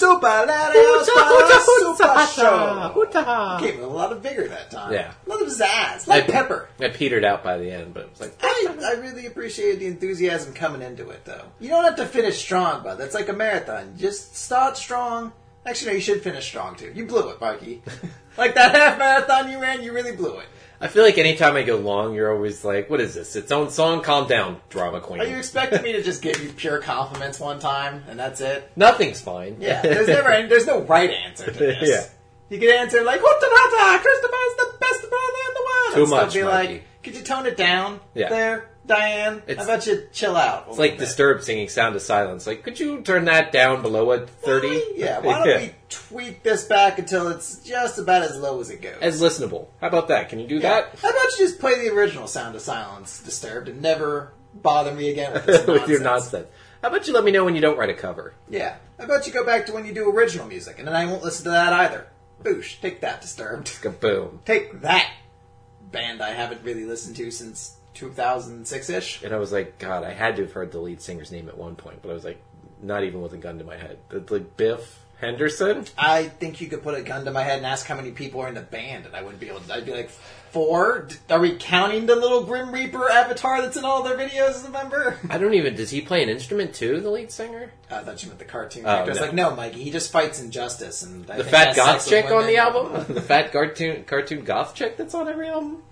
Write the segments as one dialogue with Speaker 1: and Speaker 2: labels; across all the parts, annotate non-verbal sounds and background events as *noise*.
Speaker 1: Bananas
Speaker 2: Hoota,
Speaker 1: Super
Speaker 2: hoota,
Speaker 1: Show.
Speaker 2: hoota, hoota.
Speaker 1: Came with a lot of vigor that time.
Speaker 2: Yeah.
Speaker 1: A lot of zazz. Like
Speaker 2: I-
Speaker 1: pepper.
Speaker 2: I petered out by the end, but it's like
Speaker 1: I, I really appreciated the enthusiasm coming into it, though. You don't have to finish strong, bud. That's like a marathon. Just start strong. Actually, no, you should finish strong, too. You blew it, *laughs* Mikey. like that half marathon you ran, you really blew it.
Speaker 2: I feel like anytime I go long, you're always like, "What is this? Its own song? Calm down, drama queen."
Speaker 1: Are you expecting me to just give you pure compliments one time and that's it?
Speaker 2: Nothing's fine. *laughs*
Speaker 1: Yeah, there's never any, there's no right answer to this.
Speaker 2: Yeah.
Speaker 1: You could answer like, "What da da da? Christopher's the best brother in the world."
Speaker 2: Too
Speaker 1: and stuff.
Speaker 2: much,
Speaker 1: Be
Speaker 2: Mikey.
Speaker 1: like, could you tone it down?
Speaker 2: Yeah.
Speaker 1: There, Diane.
Speaker 2: It's-
Speaker 1: How about you chill out?
Speaker 2: It's like Disturbed singing "Sound of Silence." Like, could you turn that down below a thirty?
Speaker 1: Yeah.
Speaker 2: *laughs*
Speaker 1: Why don't we tweak this back until it's just about as low as it goes?
Speaker 2: as listenable? How about that? Can you do
Speaker 1: Yeah.
Speaker 2: that
Speaker 1: How about you just play the original Sound of Silence, Disturbed, and never bother me again with, *laughs* this
Speaker 2: *laughs* with your nonsense? How about you let me know when you don't write a cover?
Speaker 1: Yeah. How about you go back to when you do original music, and then I won't listen to that either. Boosh. Take that, Disturbed. *laughs*
Speaker 2: Kaboom!
Speaker 1: Take that band I haven't really listened to since 2006 ish.
Speaker 2: And I was like, God, I had to have heard the lead singer's name at one point, but I was like, not even with a gun to my head. It's like Biff Henderson.
Speaker 1: I think you could put a gun to my head and ask how many people are in the band, and I wouldn't be able to. I'd be like, four? D- Are we counting the little Grim Reaper avatar that's in all their videos, remember? *laughs*
Speaker 2: I don't even. Does he play an instrument too? The lead singer.
Speaker 1: I thought you meant the cartoon character. I was
Speaker 2: Oh, no.
Speaker 1: like, no, Mikey, he just fights injustice. and I
Speaker 2: The
Speaker 1: think
Speaker 2: fat
Speaker 1: has
Speaker 2: goth
Speaker 1: sex with
Speaker 2: chick on the
Speaker 1: women.
Speaker 2: album? *laughs* the fat cartoon cartoon goth chick that's on every album?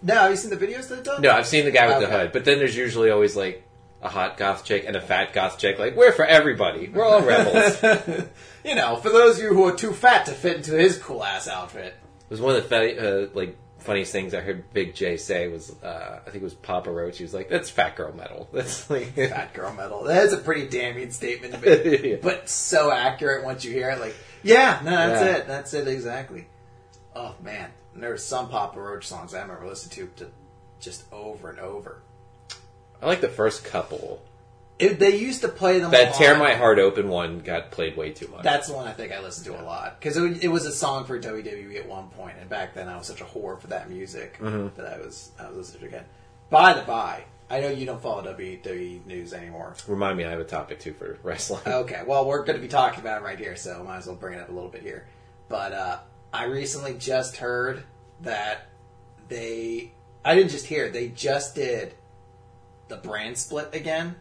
Speaker 1: No, have you seen the videos that it does?
Speaker 2: No, I've seen the guy with the
Speaker 1: Okay.
Speaker 2: hood, but then there's usually always like a hot goth chick and a fat goth chick. Like, we're for everybody. We're all *laughs* rebels. it
Speaker 1: You know, for those of you who are too fat to fit into his cool ass outfit.
Speaker 2: was one of the fa- uh, like funniest things I heard Big J say was uh, I think it was Papa Roach. He was like, "That's fat girl metal." *laughs* That's like
Speaker 1: Fat girl metal. That is a pretty damning statement, but,
Speaker 2: *laughs* Yeah.
Speaker 1: but so accurate once you hear it. Like, yeah, no, that's
Speaker 2: Yeah.
Speaker 1: it. That's it exactly. Oh man, and there were some Papa Roach songs I remember listening to, to just over and over.
Speaker 2: I like the first couple.
Speaker 1: It, they used to play them.
Speaker 2: That tear
Speaker 1: on-
Speaker 2: my heart open one got played way too much.
Speaker 1: That's the one I think I listened to a lot because it, it was a song for WWE at one point, and back then I was such a whore for that music
Speaker 2: Mm-hmm.
Speaker 1: that I was I was listening to it again. By the by, I know you don't follow WWE news anymore.
Speaker 2: Remind me, I have a topic too for wrestling.
Speaker 1: Okay, well, we're going to be talking about it right here, so might as well bring it up a little bit here. But uh, I recently just heard that they. I didn't just hear, they just did the brand split again,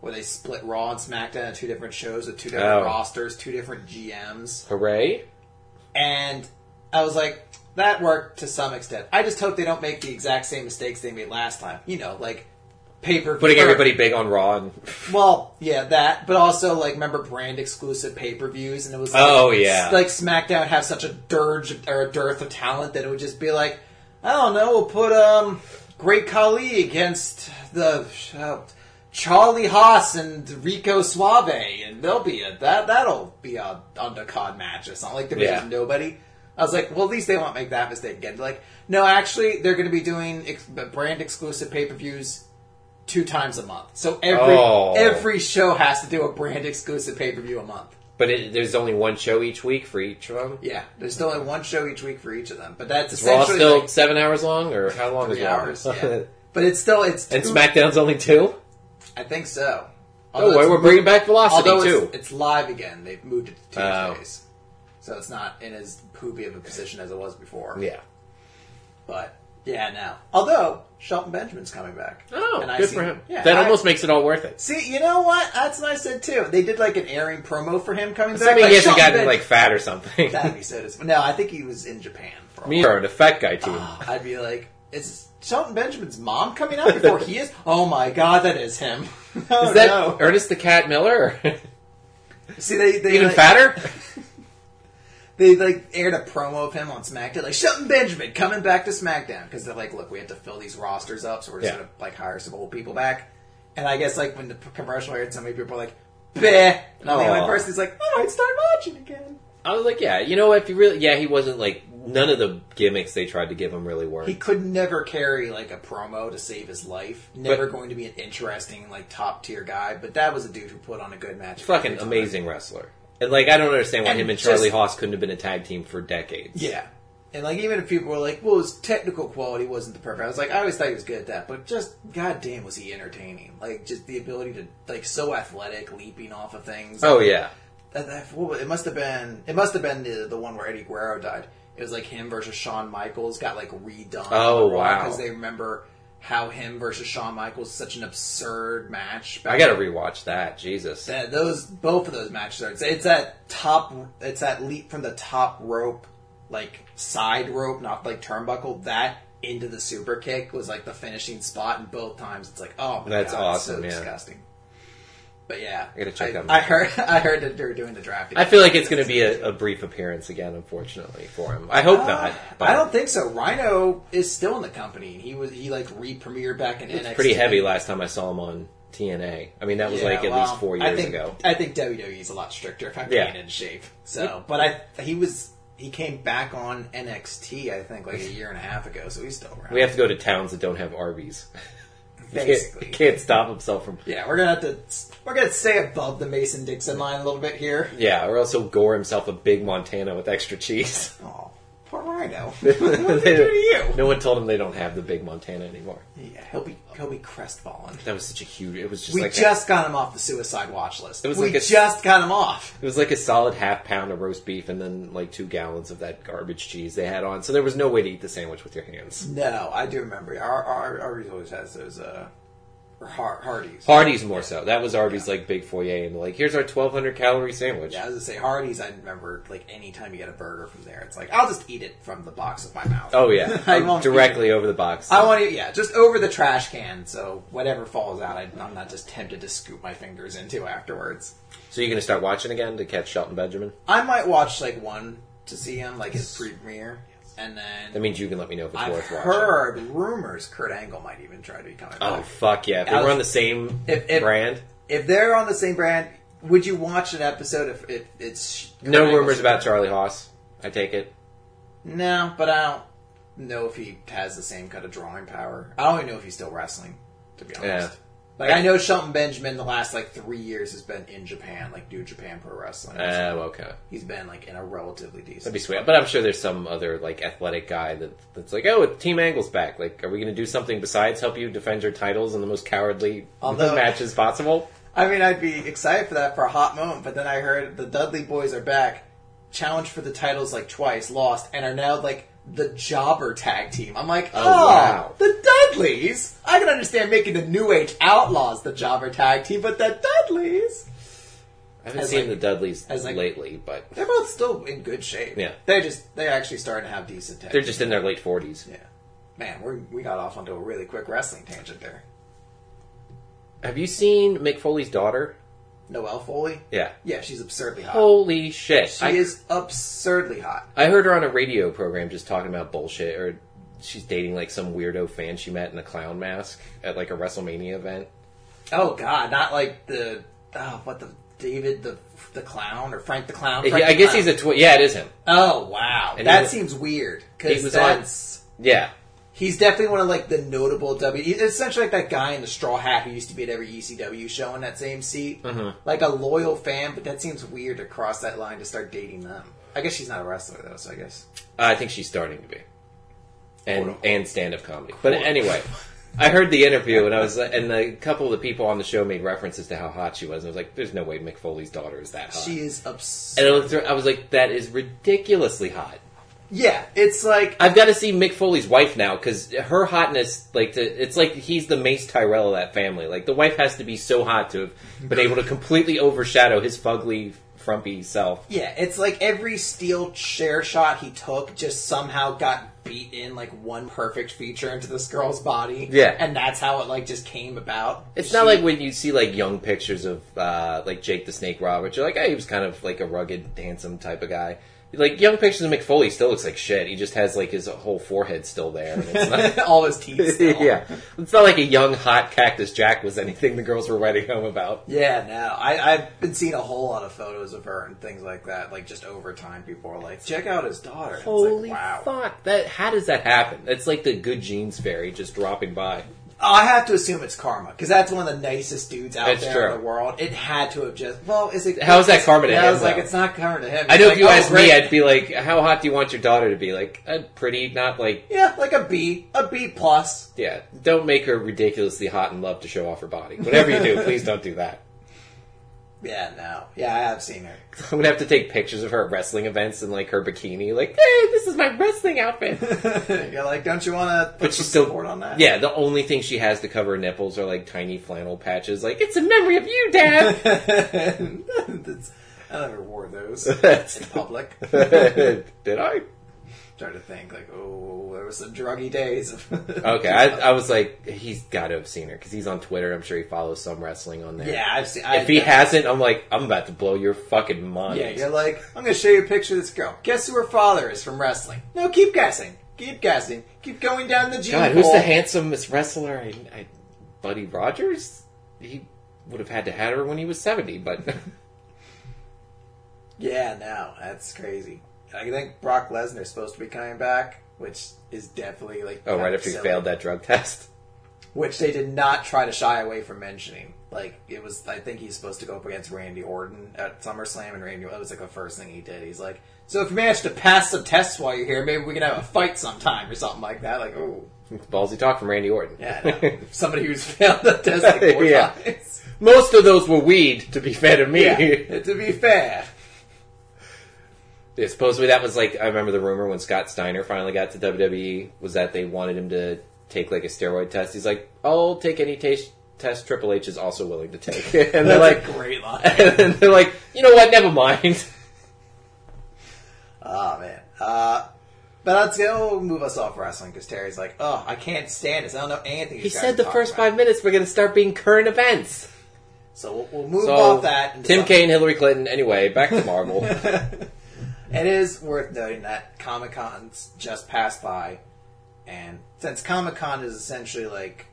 Speaker 1: where they split Raw and SmackDown into two different shows with two different
Speaker 2: Oh.
Speaker 1: rosters, two different GMs.
Speaker 2: Hooray!
Speaker 1: And I was like, that worked to some extent. I just hope they don't make the exact same mistakes they made last time. You know, like paper
Speaker 2: Putting everybody big on Raw and
Speaker 1: well, yeah, that, but also like remember brand exclusive pay per views, and it was like,
Speaker 2: Oh, yeah.
Speaker 1: like SmackDown have such a dirge of- or a dearth of talent that it would just be like, I don't know, we'll put um Great Khali against the uh, Charlie Haas and Rico Suave, and they'll be a that that'll be a undercard match or something like there was
Speaker 2: Yeah.
Speaker 1: just nobody. I was like, well, at least they won't make that mistake again. They're like, no, actually, they're going to be doing ex- brand exclusive pay per views two times a month. So every
Speaker 2: Oh.
Speaker 1: every show has to do a brand exclusive pay per view a month.
Speaker 2: But it, there's only one show each week for each of them.
Speaker 1: Yeah, there's still only one show each week for each of them, but that's
Speaker 2: Is Raw
Speaker 1: essentially
Speaker 2: still
Speaker 1: like
Speaker 2: seven hours long, or how long
Speaker 1: three
Speaker 2: is Raw?
Speaker 1: hours.
Speaker 2: *laughs*
Speaker 1: Yeah. but it's still it's
Speaker 2: and
Speaker 1: two-
Speaker 2: SmackDown's only two.
Speaker 1: I think so.
Speaker 2: Oh,
Speaker 1: it's
Speaker 2: wait, we're bringing back Velocity
Speaker 1: although
Speaker 2: too.
Speaker 1: it's, it's live again. They've moved it to
Speaker 2: Oh.
Speaker 1: Tuesdays, so it's not in as poopy of a position as it was before.
Speaker 2: yeah,
Speaker 1: but yeah, now although Shelton Benjamin's coming back.
Speaker 2: oh,
Speaker 1: And I
Speaker 2: good
Speaker 1: see-
Speaker 2: for him.
Speaker 1: Yeah,
Speaker 2: that
Speaker 1: I-
Speaker 2: almost makes it all worth it.
Speaker 1: See, you know what? That's what I said too. They did like an airing promo for him coming back.
Speaker 2: Assuming
Speaker 1: like,
Speaker 2: he hasn't
Speaker 1: Shelton
Speaker 2: gotten
Speaker 1: Benjamin-
Speaker 2: like fat or something.
Speaker 1: That'd be so dis- No, I think he was in Japan for a
Speaker 2: *laughs* Me or a fat guy team.
Speaker 1: while. I'd be like, is Shelton Benjamin's mom coming out before he is? Oh my god, that is him. *laughs* oh,
Speaker 2: is that
Speaker 1: no.
Speaker 2: Ernest the Cat Miller? *laughs* Or
Speaker 1: See, they they
Speaker 2: even
Speaker 1: like, *laughs*
Speaker 2: fatter?
Speaker 1: They like aired a promo of him on SmackDown, like Shelton Benjamin coming back to SmackDown because they're like, look, we have to fill these rosters up, so we're just
Speaker 2: Yeah.
Speaker 1: gonna like hire some old people back. And I guess like when the p- commercial aired, so many people were like, "Bleh," and I'm the
Speaker 2: Aw.
Speaker 1: only person who's like, "I might start watching again."
Speaker 2: I was like, yeah, you know, if you really, yeah, he wasn't like none of the gimmicks they tried to give him really worked.
Speaker 1: He could never carry like a promo to save his life. Never
Speaker 2: But-
Speaker 1: going to be an interesting like top tier guy. But that was a dude who put on a good match. every
Speaker 2: Fucking
Speaker 1: time.
Speaker 2: amazing wrestler. And like, I don't understand why
Speaker 1: And
Speaker 2: him and
Speaker 1: just-
Speaker 2: Charlie Haas couldn't have been a tag team for decades.
Speaker 1: Yeah, and like even if people were like, "Well, his technical quality wasn't the perfect," I was like, I always thought he was good at that. But just goddamn, was he entertaining? Like just the ability to like so athletic, leaping off of things.
Speaker 2: Oh yeah.
Speaker 1: that, that, what was- it must have been it must have been the, the one where Eddie Guerrero died. It was like him versus Shawn Michaels got like redone.
Speaker 2: Oh, wow.
Speaker 1: Because they remember how him versus Shawn Michaels such an absurd match.
Speaker 2: I gotta rewatch that. Jesus.
Speaker 1: That- those both of those matches are it's, it's that top it's that leap from the top rope like side rope not like turnbuckle that into the super kick was like the finishing spot and both times it's like oh my
Speaker 2: That's
Speaker 1: God, it's
Speaker 2: awesome,
Speaker 1: so
Speaker 2: yeah.
Speaker 1: disgusting but yeah
Speaker 2: I gotta check that one
Speaker 1: I
Speaker 2: out.
Speaker 1: heard *laughs* I heard that they were doing the drafting
Speaker 2: I feel like it's gonna be a, a brief appearance again, unfortunately for him. I hope not. But
Speaker 1: Uh, I don't think so Rhino is still in the company and he was he like re-premiered back in
Speaker 2: it's
Speaker 1: NXT
Speaker 2: pretty heavy last time I saw him on TNA. I mean, that was
Speaker 1: Yeah,
Speaker 2: like at
Speaker 1: well,
Speaker 2: least four
Speaker 1: I
Speaker 2: years
Speaker 1: think-
Speaker 2: ago.
Speaker 1: I think WWE's a lot stricter if I'm
Speaker 2: Yeah.
Speaker 1: being in shape. So, but I he was he came back on NXT I think like a year and a half ago, so he's still around.
Speaker 2: We have to go to towns that don't have Arby's. *laughs* He can't,
Speaker 1: basically.
Speaker 2: he can't stop himself from.
Speaker 1: Yeah, we're gonna have to we're gonna stay above the Mason Dixon line a little bit here.
Speaker 2: Yeah, or else he'll gore himself a big Montana with extra cheese. *laughs*
Speaker 1: Oh, poor Rhino. what did they do to you?
Speaker 2: No one told him they don't have the big Montana anymore.
Speaker 1: Yeah, he'll be he'll be crestfallen.
Speaker 2: That was such a huge. It was just
Speaker 1: We
Speaker 2: like a-
Speaker 1: just got him off the suicide watch list.
Speaker 2: was
Speaker 1: we
Speaker 2: like a-
Speaker 1: just got him off.
Speaker 2: It was like a solid half pound of roast beef and then like two gallons of that garbage cheese they had on. So there was no way to eat the sandwich with your hands.
Speaker 1: No, I do remember. Our our, our always has those uh, Har- Hardee's.
Speaker 2: Hardee's more so. That was Arby's like big foyer and like here's our 1200 calorie sandwich.
Speaker 1: Yeah, I was gonna say Hardee's. I remember like any time you get a burger from there, it's like I'll just eat it from the box with my mouth.
Speaker 2: Oh yeah,
Speaker 1: *laughs* I won't
Speaker 2: directly over the box.
Speaker 1: I want to, yeah, just over the trash can, so whatever falls out, I, I'm not just tempted to scoop my fingers into afterwards.
Speaker 2: so you're gonna start watching again to catch Shelton Benjamin.
Speaker 1: I might watch like one to see him, like his premiere, and then
Speaker 2: That means you can let me know if it's
Speaker 1: I've
Speaker 2: worth watching.
Speaker 1: heard rumors Kurt Angle might even try to be coming
Speaker 2: Oh
Speaker 1: back.
Speaker 2: fuck yeah! If they
Speaker 1: I
Speaker 2: were
Speaker 1: was-
Speaker 2: on the same
Speaker 1: If- if-
Speaker 2: brand,
Speaker 1: If they're on the same brand, would you watch an episode if, if it's Kurt
Speaker 2: no
Speaker 1: Angle's-
Speaker 2: rumors about Charlie Haas. I take it.
Speaker 1: No, but I don't know if he has the same kind of drawing power. I don't even know if he's still wrestling, to be honest.
Speaker 2: Yeah.
Speaker 1: Like I know Shelton Benjamin the last like three years has been in Japan, like New Japan Pro Wrestling.
Speaker 2: Oh, okay.
Speaker 1: he's been like in a relatively decent.
Speaker 2: That'd be sweet. But I'm sure there's some other like athletic guy that that's like, oh, Team Angle's back. Like, are we going to do something besides help you defend your titles in the most cowardly
Speaker 1: Although-
Speaker 2: *laughs* matches possible?
Speaker 1: I mean, I'd be excited for that for a hot moment, but then I heard the Dudley Boys are back, challenged for the titles like twice, lost, and are now like the Jobber Tag Team. I'm like, oh,
Speaker 2: wow.
Speaker 1: the Dudleys. I can understand making the New Age Outlaws the Jobber Tag Team, but the Dudleys.
Speaker 2: I haven't
Speaker 1: As,
Speaker 2: seen
Speaker 1: like-
Speaker 2: the Dudleys
Speaker 1: as, like-
Speaker 2: lately, but
Speaker 1: They're both still in good shape.
Speaker 2: Yeah.
Speaker 1: They're just they're actually starting to have decent tech.
Speaker 2: they're just in their late 40s.
Speaker 1: yeah. Man, we we got off onto a really quick wrestling tangent there.
Speaker 2: Have you seen Mick Foley's daughter?
Speaker 1: Noelle Foley.
Speaker 2: Yeah.
Speaker 1: Yeah, she's absurdly hot.
Speaker 2: Holy shit!
Speaker 1: she
Speaker 2: I,
Speaker 1: is absurdly hot.
Speaker 2: I heard her on a radio program just talking about bullshit, or she's dating like some weirdo fan she met in a clown mask at like a WrestleMania event.
Speaker 1: Oh God, not like the oh, what the David the the clown or Frank the clown.
Speaker 2: Yeah,
Speaker 1: Frank
Speaker 2: I
Speaker 1: the
Speaker 2: guess
Speaker 1: Clown.
Speaker 2: he's a twi- yeah, it is him.
Speaker 1: Oh wow,
Speaker 2: And he
Speaker 1: that
Speaker 2: was-
Speaker 1: seems weird
Speaker 2: he
Speaker 1: because
Speaker 2: was on-
Speaker 1: that's.
Speaker 2: Yeah,
Speaker 1: He's definitely one of like the notable W. He's essentially like that guy in the straw hat who used to be at every ECW show in that same seat,
Speaker 2: Mm-hmm.
Speaker 1: like a loyal fan. But that seems weird to cross that line to start dating them. I guess she's not a wrestler though, so I guess
Speaker 2: I think she's starting to be, and
Speaker 1: Quote-unquote.
Speaker 2: and stand up comedy. But anyway, I heard the interview, and I was and a couple of the people on the show made references to how hot she was, and I was like, "There's no way Mick Foley's daughter is that hot."
Speaker 1: she is obs-
Speaker 2: and I looked through, I was like, "That is ridiculously hot."
Speaker 1: Yeah, it's like
Speaker 2: I've got to see Mick Foley's wife now because her hotness, like, to, it's like he's the Mace Tyrell of that family. Like, the wife has to be so hot to have been able to completely overshadow his fugly, frumpy self.
Speaker 1: yeah, it's like every steel chair shot he took just somehow got beat in like one perfect feature into this girl's body.
Speaker 2: Yeah.
Speaker 1: and that's how it like just came about.
Speaker 2: It's
Speaker 1: She-
Speaker 2: not like when you see like young pictures of uh, like Jake the Snake Roberts. You're like, hey, he was kind of like a rugged, handsome type of guy. Like young pictures of McFoley still looks like shit. He just has like his whole forehead still there. And it's
Speaker 1: *laughs*
Speaker 2: not,
Speaker 1: *laughs* all his teeth. Still.
Speaker 2: *laughs* yeah, it's not like a young hot cactus Jack was anything the girls were writing home about.
Speaker 1: Yeah, no. I, I've been seeing a whole lot of photos of her and things like that. Like just over time, people are like, "Check out his daughter." It's like,
Speaker 2: Holy
Speaker 1: wow!
Speaker 2: fuck! That how does that happen? It's like the good genes fairy just dropping by.
Speaker 1: I have to assume it's karma because that's one of the nicest dudes out
Speaker 2: That's
Speaker 1: there
Speaker 2: true.
Speaker 1: in the world. It had to have just. Well, is it?
Speaker 2: How is that karma to
Speaker 1: Yeah, I
Speaker 2: him,
Speaker 1: was like,
Speaker 2: though?
Speaker 1: it's not karma to him.
Speaker 2: I
Speaker 1: It's
Speaker 2: know
Speaker 1: like,
Speaker 2: if you
Speaker 1: oh,
Speaker 2: asked me,
Speaker 1: great.
Speaker 2: I'd be like, how hot do you want your daughter to be? Like, uh, pretty, not like
Speaker 1: yeah, like a B, a B plus.
Speaker 2: Yeah,
Speaker 1: *laughs*
Speaker 2: don't make her ridiculously hot and love to show off her body. Whatever you do, please don't do that.
Speaker 1: Yeah, no. Yeah, I have seen her. *laughs*
Speaker 2: I'm gonna have to take pictures of her at wrestling events and like her bikini, like, hey, this is my wrestling
Speaker 1: *laughs*
Speaker 2: outfit.
Speaker 1: You're like, don't you want to put
Speaker 2: But she's
Speaker 1: some
Speaker 2: still
Speaker 1: support on that?
Speaker 2: Yeah, the only thing she has to cover her nipples are like tiny flannel patches. Like, it's a memory of you, Dad.
Speaker 1: *laughs* *laughs* That's- I never wore
Speaker 2: *laughs*
Speaker 1: those in public.
Speaker 2: Did I?
Speaker 1: Trying to think, like, oh, there were some druggy days. *laughs*
Speaker 2: Okay, I, I was like, he's got to have seen her because he's on Twitter. I'm sure he follows some wrestling on there.
Speaker 1: yeah, I've seen.
Speaker 2: If he hasn't, I'm like, I'm about to blow your fucking mind.
Speaker 1: yeah, you're like, I'm gonna show you a picture of this girl. Guess who her father is from wrestling? No, keep guessing, keep guessing, keep going down the gene
Speaker 2: God, who's
Speaker 1: pool.
Speaker 2: the handsomest wrestler? I, I, Buddy Rogers. He would have had to had her when he was 70, but *laughs*
Speaker 1: Yeah, no, that's crazy. I think Brock Lesnar's supposed to be coming back, which is definitely like
Speaker 2: oh, right
Speaker 1: kinda
Speaker 2: after he
Speaker 1: silly.
Speaker 2: failed that drug test. *laughs*
Speaker 1: which they did not try to shy away from mentioning. Like it was, I think he's supposed to go up against Randy Orton at SummerSlam, and Randy that was like the first thing he did. He's like, "So if you manage to pass some tests while you're here, maybe we can have a fight sometime or something like that." Like, oh,
Speaker 2: Ballsy talk from Randy Orton.
Speaker 1: yeah, I
Speaker 2: *laughs*
Speaker 1: know. somebody who's failed the test like four
Speaker 2: Yeah.
Speaker 1: times. *laughs*
Speaker 2: Most of those were weed, to be fair to me.
Speaker 1: Yeah, to be fair,
Speaker 2: *laughs* Yeah, supposedly that was like I remember the rumor when Scott Steiner finally got to WWE was that they wanted him to take like a steroid test. He's like, I'll take any taste test Triple H is also willing to take, *laughs* and they're like,
Speaker 1: that's a great line.
Speaker 2: and they're like, you know what? Never mind.
Speaker 1: Oh man. Uh, but let's go move us off wrestling because Terry's like, "Oh, I can't stand this. I don't know anything."
Speaker 2: He said the first five minutes we're going to start being current events.
Speaker 1: so we'll, we'll move
Speaker 2: So
Speaker 1: off that. and
Speaker 2: Tim
Speaker 1: decide-
Speaker 2: Kaine, Hillary Clinton. Anyway, back
Speaker 1: *laughs*
Speaker 2: to Marvel.
Speaker 1: It is worth noting that Comic Con's just passed by, and since Comic Con is essentially like,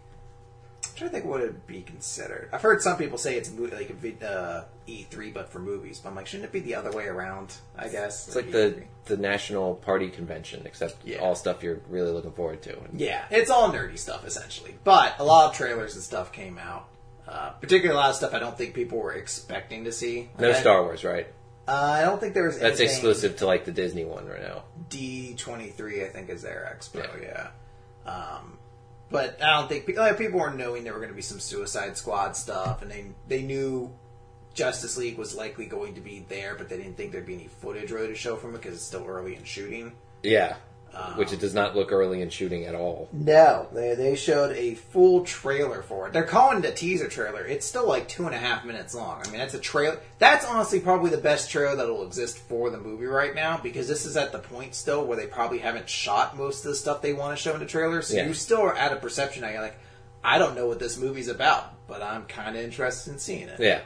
Speaker 1: I'm trying to think what it'd be considered. I've heard some people say it's mo- like a vid- uh, E3, but for movies. But I'm like, shouldn't it be the other way around? I guess
Speaker 2: it's like the the National Party Convention, except
Speaker 1: Yeah.
Speaker 2: all stuff you're really looking forward to. And
Speaker 1: yeah, it's all nerdy stuff essentially. But a lot of trailers and stuff came out. Uh, particularly a lot of stuff I don't think people were expecting to see.
Speaker 2: No
Speaker 1: Like,
Speaker 2: Star Wars, right?
Speaker 1: Uh, I don't think there was.
Speaker 2: That's
Speaker 1: anything-
Speaker 2: exclusive to like the Disney one right now.
Speaker 1: D23, I think, is their expo, yeah. Um, but I don't think like, people were knowing there were going to be some Suicide Squad stuff, and they they knew Justice League was likely going to be there, but they didn't think there'd be any footage really to show from it because it's still early in shooting.
Speaker 2: Yeah.
Speaker 1: Oh.
Speaker 2: Which it does not look early in shooting at all.
Speaker 1: No, they they showed a full trailer for it. They're calling it a teaser trailer. It's still like two and a half minutes long. I mean, that's a trailer. That's honestly probably the best trailer that'll exist for the movie right now because this is at the point still where they probably haven't shot most of the stuff they want to show in the trailer. So
Speaker 2: Yeah.
Speaker 1: you still are at a perception. Now you're like, I don't know what this movie's about, but I'm kind of interested in seeing it.
Speaker 2: Yeah.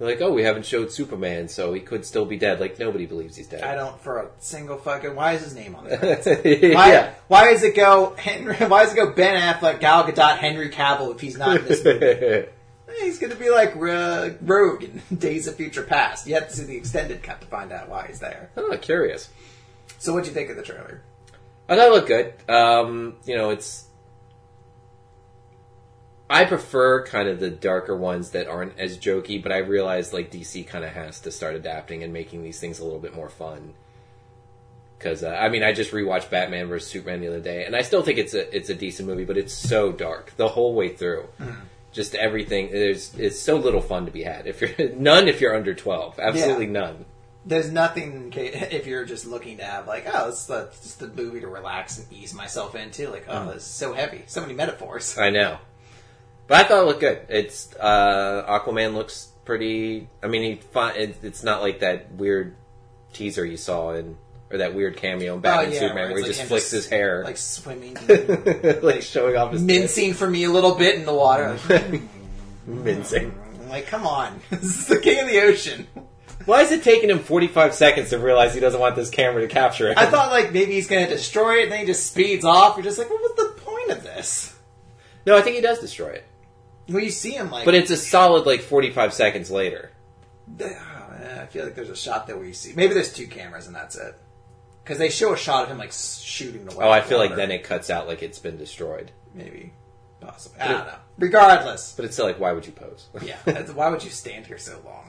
Speaker 2: They're like, oh, we haven't showed Superman, so he could still be dead. Like, nobody believes he's
Speaker 1: I
Speaker 2: dead.
Speaker 1: don't for a single fucking. Why is his name on
Speaker 2: *laughs*
Speaker 1: there? Why,
Speaker 2: yeah.
Speaker 1: why does it go Henry? *laughs* Why does it go Ben Affleck, Gal Gadot, Henry Cavill if he's not
Speaker 2: *laughs*
Speaker 1: in this movie? He's going to be like Ro- Rogue in *laughs* Days of Future Past. You have to see the extended cut to find out why he's there.
Speaker 2: oh, curious.
Speaker 1: So, what'd you think of the trailer?
Speaker 2: Oh, that looked good. Um, you know, it's. I prefer kind of the darker ones that aren't as jokey, but I realize like DC kind of has to start adapting and making these things a little bit more fun. Because uh, I mean, I just rewatched Batman vs Superman the other day, and I still think it's a it's a decent movie, but it's so dark the whole way through. Just everything there's it's so little fun to be had. If you're *laughs* none, if you're under twelve, absolutely none.
Speaker 1: There's nothing in ca- *laughs* if you're just looking to have, like, oh, it's the, it's the movie to relax and ease myself into. Like,
Speaker 2: Hmm.
Speaker 1: oh, this is so heavy. So many
Speaker 2: *laughs*
Speaker 1: metaphors.
Speaker 2: I know. But I thought it looked good. It's uh, Aquaman looks pretty. I mean, he fi- it, it's not like that weird teaser you saw in or that weird cameo in Batman
Speaker 1: oh, yeah.
Speaker 2: Superman where
Speaker 1: it's
Speaker 2: he just
Speaker 1: him
Speaker 2: flicks his
Speaker 1: *laughs*
Speaker 2: hair,
Speaker 1: Like, swimming,
Speaker 2: *laughs* like, showing off his
Speaker 1: mincing for me a little bit in the water.
Speaker 2: Hmm. mincing.
Speaker 1: *laughs* I'm like, come on. *laughs* this is the king of the ocean.
Speaker 2: Why is it taking him forty five seconds to realize he doesn't want this camera to capture him?
Speaker 1: I thought, like, maybe he's going to destroy it, and then he just speeds off. You're just like, what was the point of this?
Speaker 2: no, I think he does destroy it,
Speaker 1: Well, you see him like,
Speaker 2: but it's a solid like forty five seconds later.
Speaker 1: Ah, I feel like there's a shot that we see. Maybe there's two cameras and that's it. Because they show a shot of him like s- shooting the.
Speaker 2: Oh, I feel like then it cuts out like it's been destroyed,
Speaker 1: maybe possibly. I don't know. Regardless,
Speaker 2: but it's still like why would you pose? *laughs*
Speaker 1: yeah. that's- why would you stand here so long?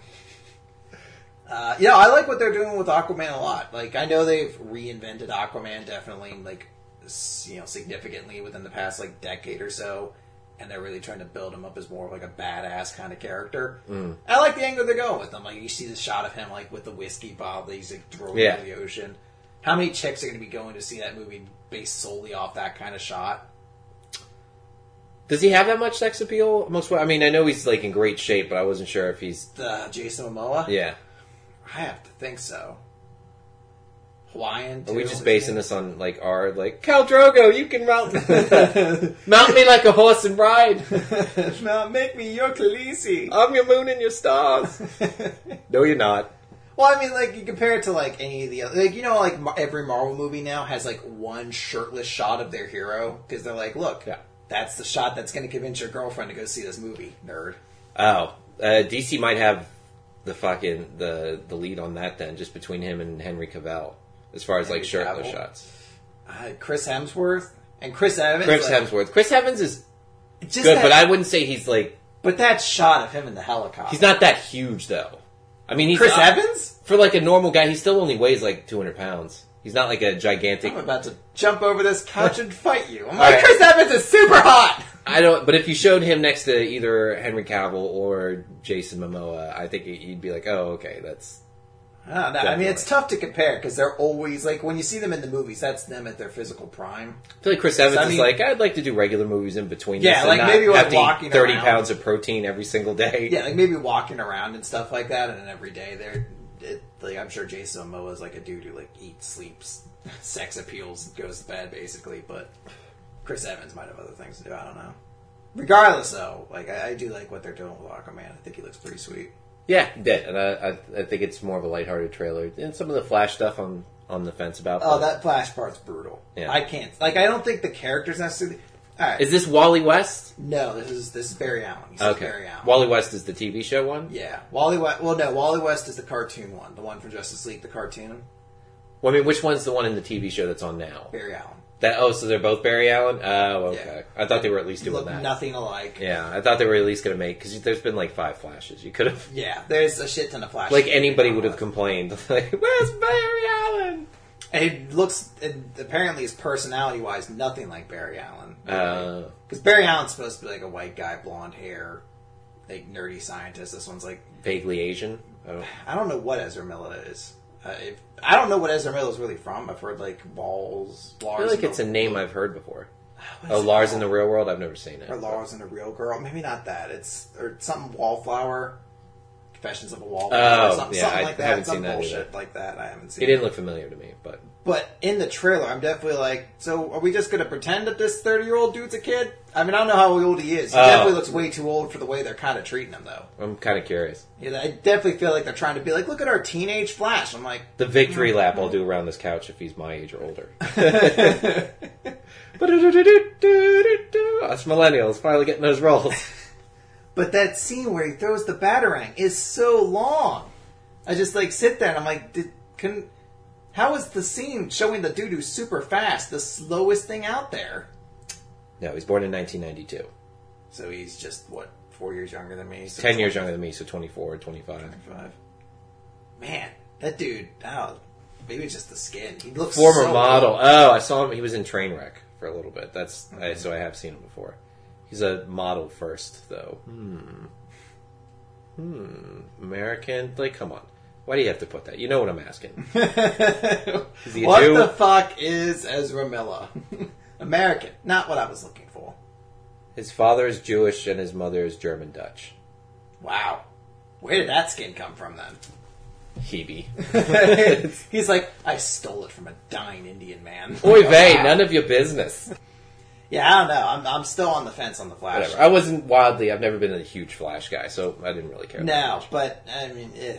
Speaker 1: Uh, yeah, I like what they're doing with Aquaman a lot. Like, I know they've reinvented Aquaman definitely, like s- you know, significantly within the past like decade or so. and they're really trying to build him up as more of like a badass kind of character. I like the angle they're going with him. Like you see the shot of him like with the whiskey bottle that he's like throwing
Speaker 2: Yeah.
Speaker 1: into the ocean. How many chicks are going to be going to see that movie based solely off that kind of shot?
Speaker 2: Does he have that much sex appeal? Most, I mean, I know he's like in great shape, but I wasn't sure if he's.
Speaker 1: The Jason Momoa,
Speaker 2: Yeah,
Speaker 1: I have to think so. Hawaiian.
Speaker 2: are
Speaker 1: too,
Speaker 2: we
Speaker 1: is
Speaker 2: just
Speaker 1: it?
Speaker 2: basing this on like our like Cal Drogo? You can mount *laughs* mount me like a horse and ride.
Speaker 1: *laughs* now make me your Khaleesi.
Speaker 2: I'm your moon and your stars. No, you're not.
Speaker 1: *laughs* well, I mean, like you compare it to like any of the other, like you know, like Mar- every Marvel movie now has like one shirtless shot of their hero because they're like, look,
Speaker 2: Yeah.
Speaker 1: that's the shot that's going to convince your girlfriend to go see this movie, nerd.
Speaker 2: Oh, uh, DC might have the fucking the the lead on that then, just between him and Henry Cavill, as far as like
Speaker 1: Henry
Speaker 2: shirtless
Speaker 1: Cavill?
Speaker 2: shots.
Speaker 1: Uh, Chris Hemsworth and Chris Evans.
Speaker 2: Chris
Speaker 1: like,
Speaker 2: Hemsworth. Chris Evans is
Speaker 1: just
Speaker 2: good,
Speaker 1: that-
Speaker 2: but I wouldn't say he's like
Speaker 1: but that shot of him in the helicopter.
Speaker 2: he's not that huge though. I mean, he's
Speaker 1: Chris
Speaker 2: not-
Speaker 1: Evans.
Speaker 2: for like a normal guy. He still only weighs like 200 pounds. He's not like a gigantic.
Speaker 1: I'm about to jump over this couch and fight you. I'm
Speaker 2: All
Speaker 1: like,
Speaker 2: right.
Speaker 1: Chris Evans is super hot.
Speaker 2: I don't. But if you showed him next to either Henry Cavill or Jason Momoa, I think you'd be like, oh, okay, that's
Speaker 1: I don't know. Ah, I mean,
Speaker 2: Definitely.
Speaker 1: it's tough to compare because they're always like when you see them in the movies, that's them at their physical prime.
Speaker 2: I feel like Chris Evans
Speaker 1: I
Speaker 2: is
Speaker 1: mean-
Speaker 2: like, I'd like to do regular movies in between.
Speaker 1: Yeah,
Speaker 2: this and
Speaker 1: like,
Speaker 2: not
Speaker 1: maybe, like,
Speaker 2: have to eat
Speaker 1: walking
Speaker 2: thirty
Speaker 1: around.
Speaker 2: pounds of protein every single day.
Speaker 1: Yeah, like maybe walking around and stuff like that, and then every day they're it, like I'm sure Jason Momoa is like a dude who like eats, sleeps, *laughs* sex appeals, goes to bed basically. But Chris Evans might have other things to do. I don't know. Regardless, though, like I, I do like what they're doing with Aquaman. I think he looks pretty sweet.
Speaker 2: yeah, he did. And I, I, I think it's more of a lighthearted trailer. And some of the Flash stuff, I'm on the fence about.
Speaker 1: Oh,
Speaker 2: but-
Speaker 1: that Flash part's brutal.
Speaker 2: Yeah.
Speaker 1: I can't like I don't think the characters necessarily. All right,
Speaker 2: is this Wally West?
Speaker 1: no, this is this is Barry Allen. He's Barry Allen.
Speaker 2: Wally West is the TV show one.
Speaker 1: Yeah, Wally. West, well, no, Wally West is the cartoon one, the one from Justice League, the cartoon.
Speaker 2: Well, I mean, which one's the one in the TV show that's on now?
Speaker 1: Barry Allen.
Speaker 2: That oh, so they're both Barry Allen. Oh, okay. I thought they were at least
Speaker 1: You
Speaker 2: doing
Speaker 1: look
Speaker 2: that.
Speaker 1: nothing alike. Yeah.
Speaker 2: Yeah, I thought they were at least going to make because there's been like five flashes. You could have
Speaker 1: there's a shit ton of flash.
Speaker 2: like anybody would have complained. *laughs* Like, where's Barry Allen?
Speaker 1: And it looks, and apparently, his personality wise, nothing like Barry Allen.
Speaker 2: Uh,
Speaker 1: Because Barry Allen's supposed to be like a white guy, blonde hair, like nerdy scientist. This one's like,
Speaker 2: vaguely Asian. Oh.
Speaker 1: I don't know what Ezra Miller is. Uh, if, I don't know what Ezra Miller is really from. I've heard like Walls, Lars.
Speaker 2: I feel like
Speaker 1: and
Speaker 2: it's a name I've heard before.
Speaker 1: what
Speaker 2: Oh,
Speaker 1: is it
Speaker 2: Lars in
Speaker 1: called?
Speaker 2: the Real World. I've never seen it.
Speaker 1: or Laura's and a real girl. Maybe not that. It's or something wallflower. Confessions of a wallflower.
Speaker 2: Oh,
Speaker 1: or something,
Speaker 2: yeah,
Speaker 1: something
Speaker 2: I
Speaker 1: like
Speaker 2: haven't
Speaker 1: that. Some
Speaker 2: seen that
Speaker 1: bullshit
Speaker 2: either.
Speaker 1: like that. I haven't seen.
Speaker 2: It didn't look familiar to me, but
Speaker 1: But in the trailer, I'm definitely like, so are we just going to pretend that this 30 year old dude's a kid? I mean, I don't know how old he is. He
Speaker 2: Oh.
Speaker 1: definitely looks way too old for the way they're kind of treating him, though.
Speaker 2: I'm kind of curious.
Speaker 1: Yeah, I definitely feel like they're trying to be like, look at our teenage Flash. I'm like,
Speaker 2: The victory lap I'll do around this couch if he's my age or older. Us millennials finally getting those roles.
Speaker 1: but that scene where he throws the batarang is so long. I just like sit there and I'm like, did, couldn't. How is the scene showing the dude who's super fast the slowest thing out there?
Speaker 2: No, he's born in 1992.
Speaker 1: So he's just what four years younger than me. So
Speaker 2: Ten years younger than me, so 24 or 25.
Speaker 1: Five. Man, that dude. Oh, maybe it's just the skin. He looks
Speaker 2: Former
Speaker 1: so *laughs*
Speaker 2: model. Oh, I saw him. He was in Trainwreck for a little bit. That's I, so I have seen him before. He's a model first, though. Hmm. Hmm. American. Like, come on. Why do you have to put that? You know what I'm asking. he a
Speaker 1: what
Speaker 2: Jew?
Speaker 1: the fuck is Ezra Miller? *laughs* American. Not what I was looking for.
Speaker 2: His father is Jewish and his mother is German Dutch.
Speaker 1: Wow. Where did that skin come from then?
Speaker 2: Hebe. *laughs*
Speaker 1: He's like, I stole it from a dying Indian man.
Speaker 2: Oy
Speaker 1: Like,
Speaker 2: vey,
Speaker 1: *laughs* wow.
Speaker 2: none of your business.
Speaker 1: Yeah, I don't know. I'm, I'm still on the fence on the Flash.
Speaker 2: Whatever. I wasn't wildly. I've never been a huge Flash guy, so I didn't really care.
Speaker 1: No, but I mean, eh,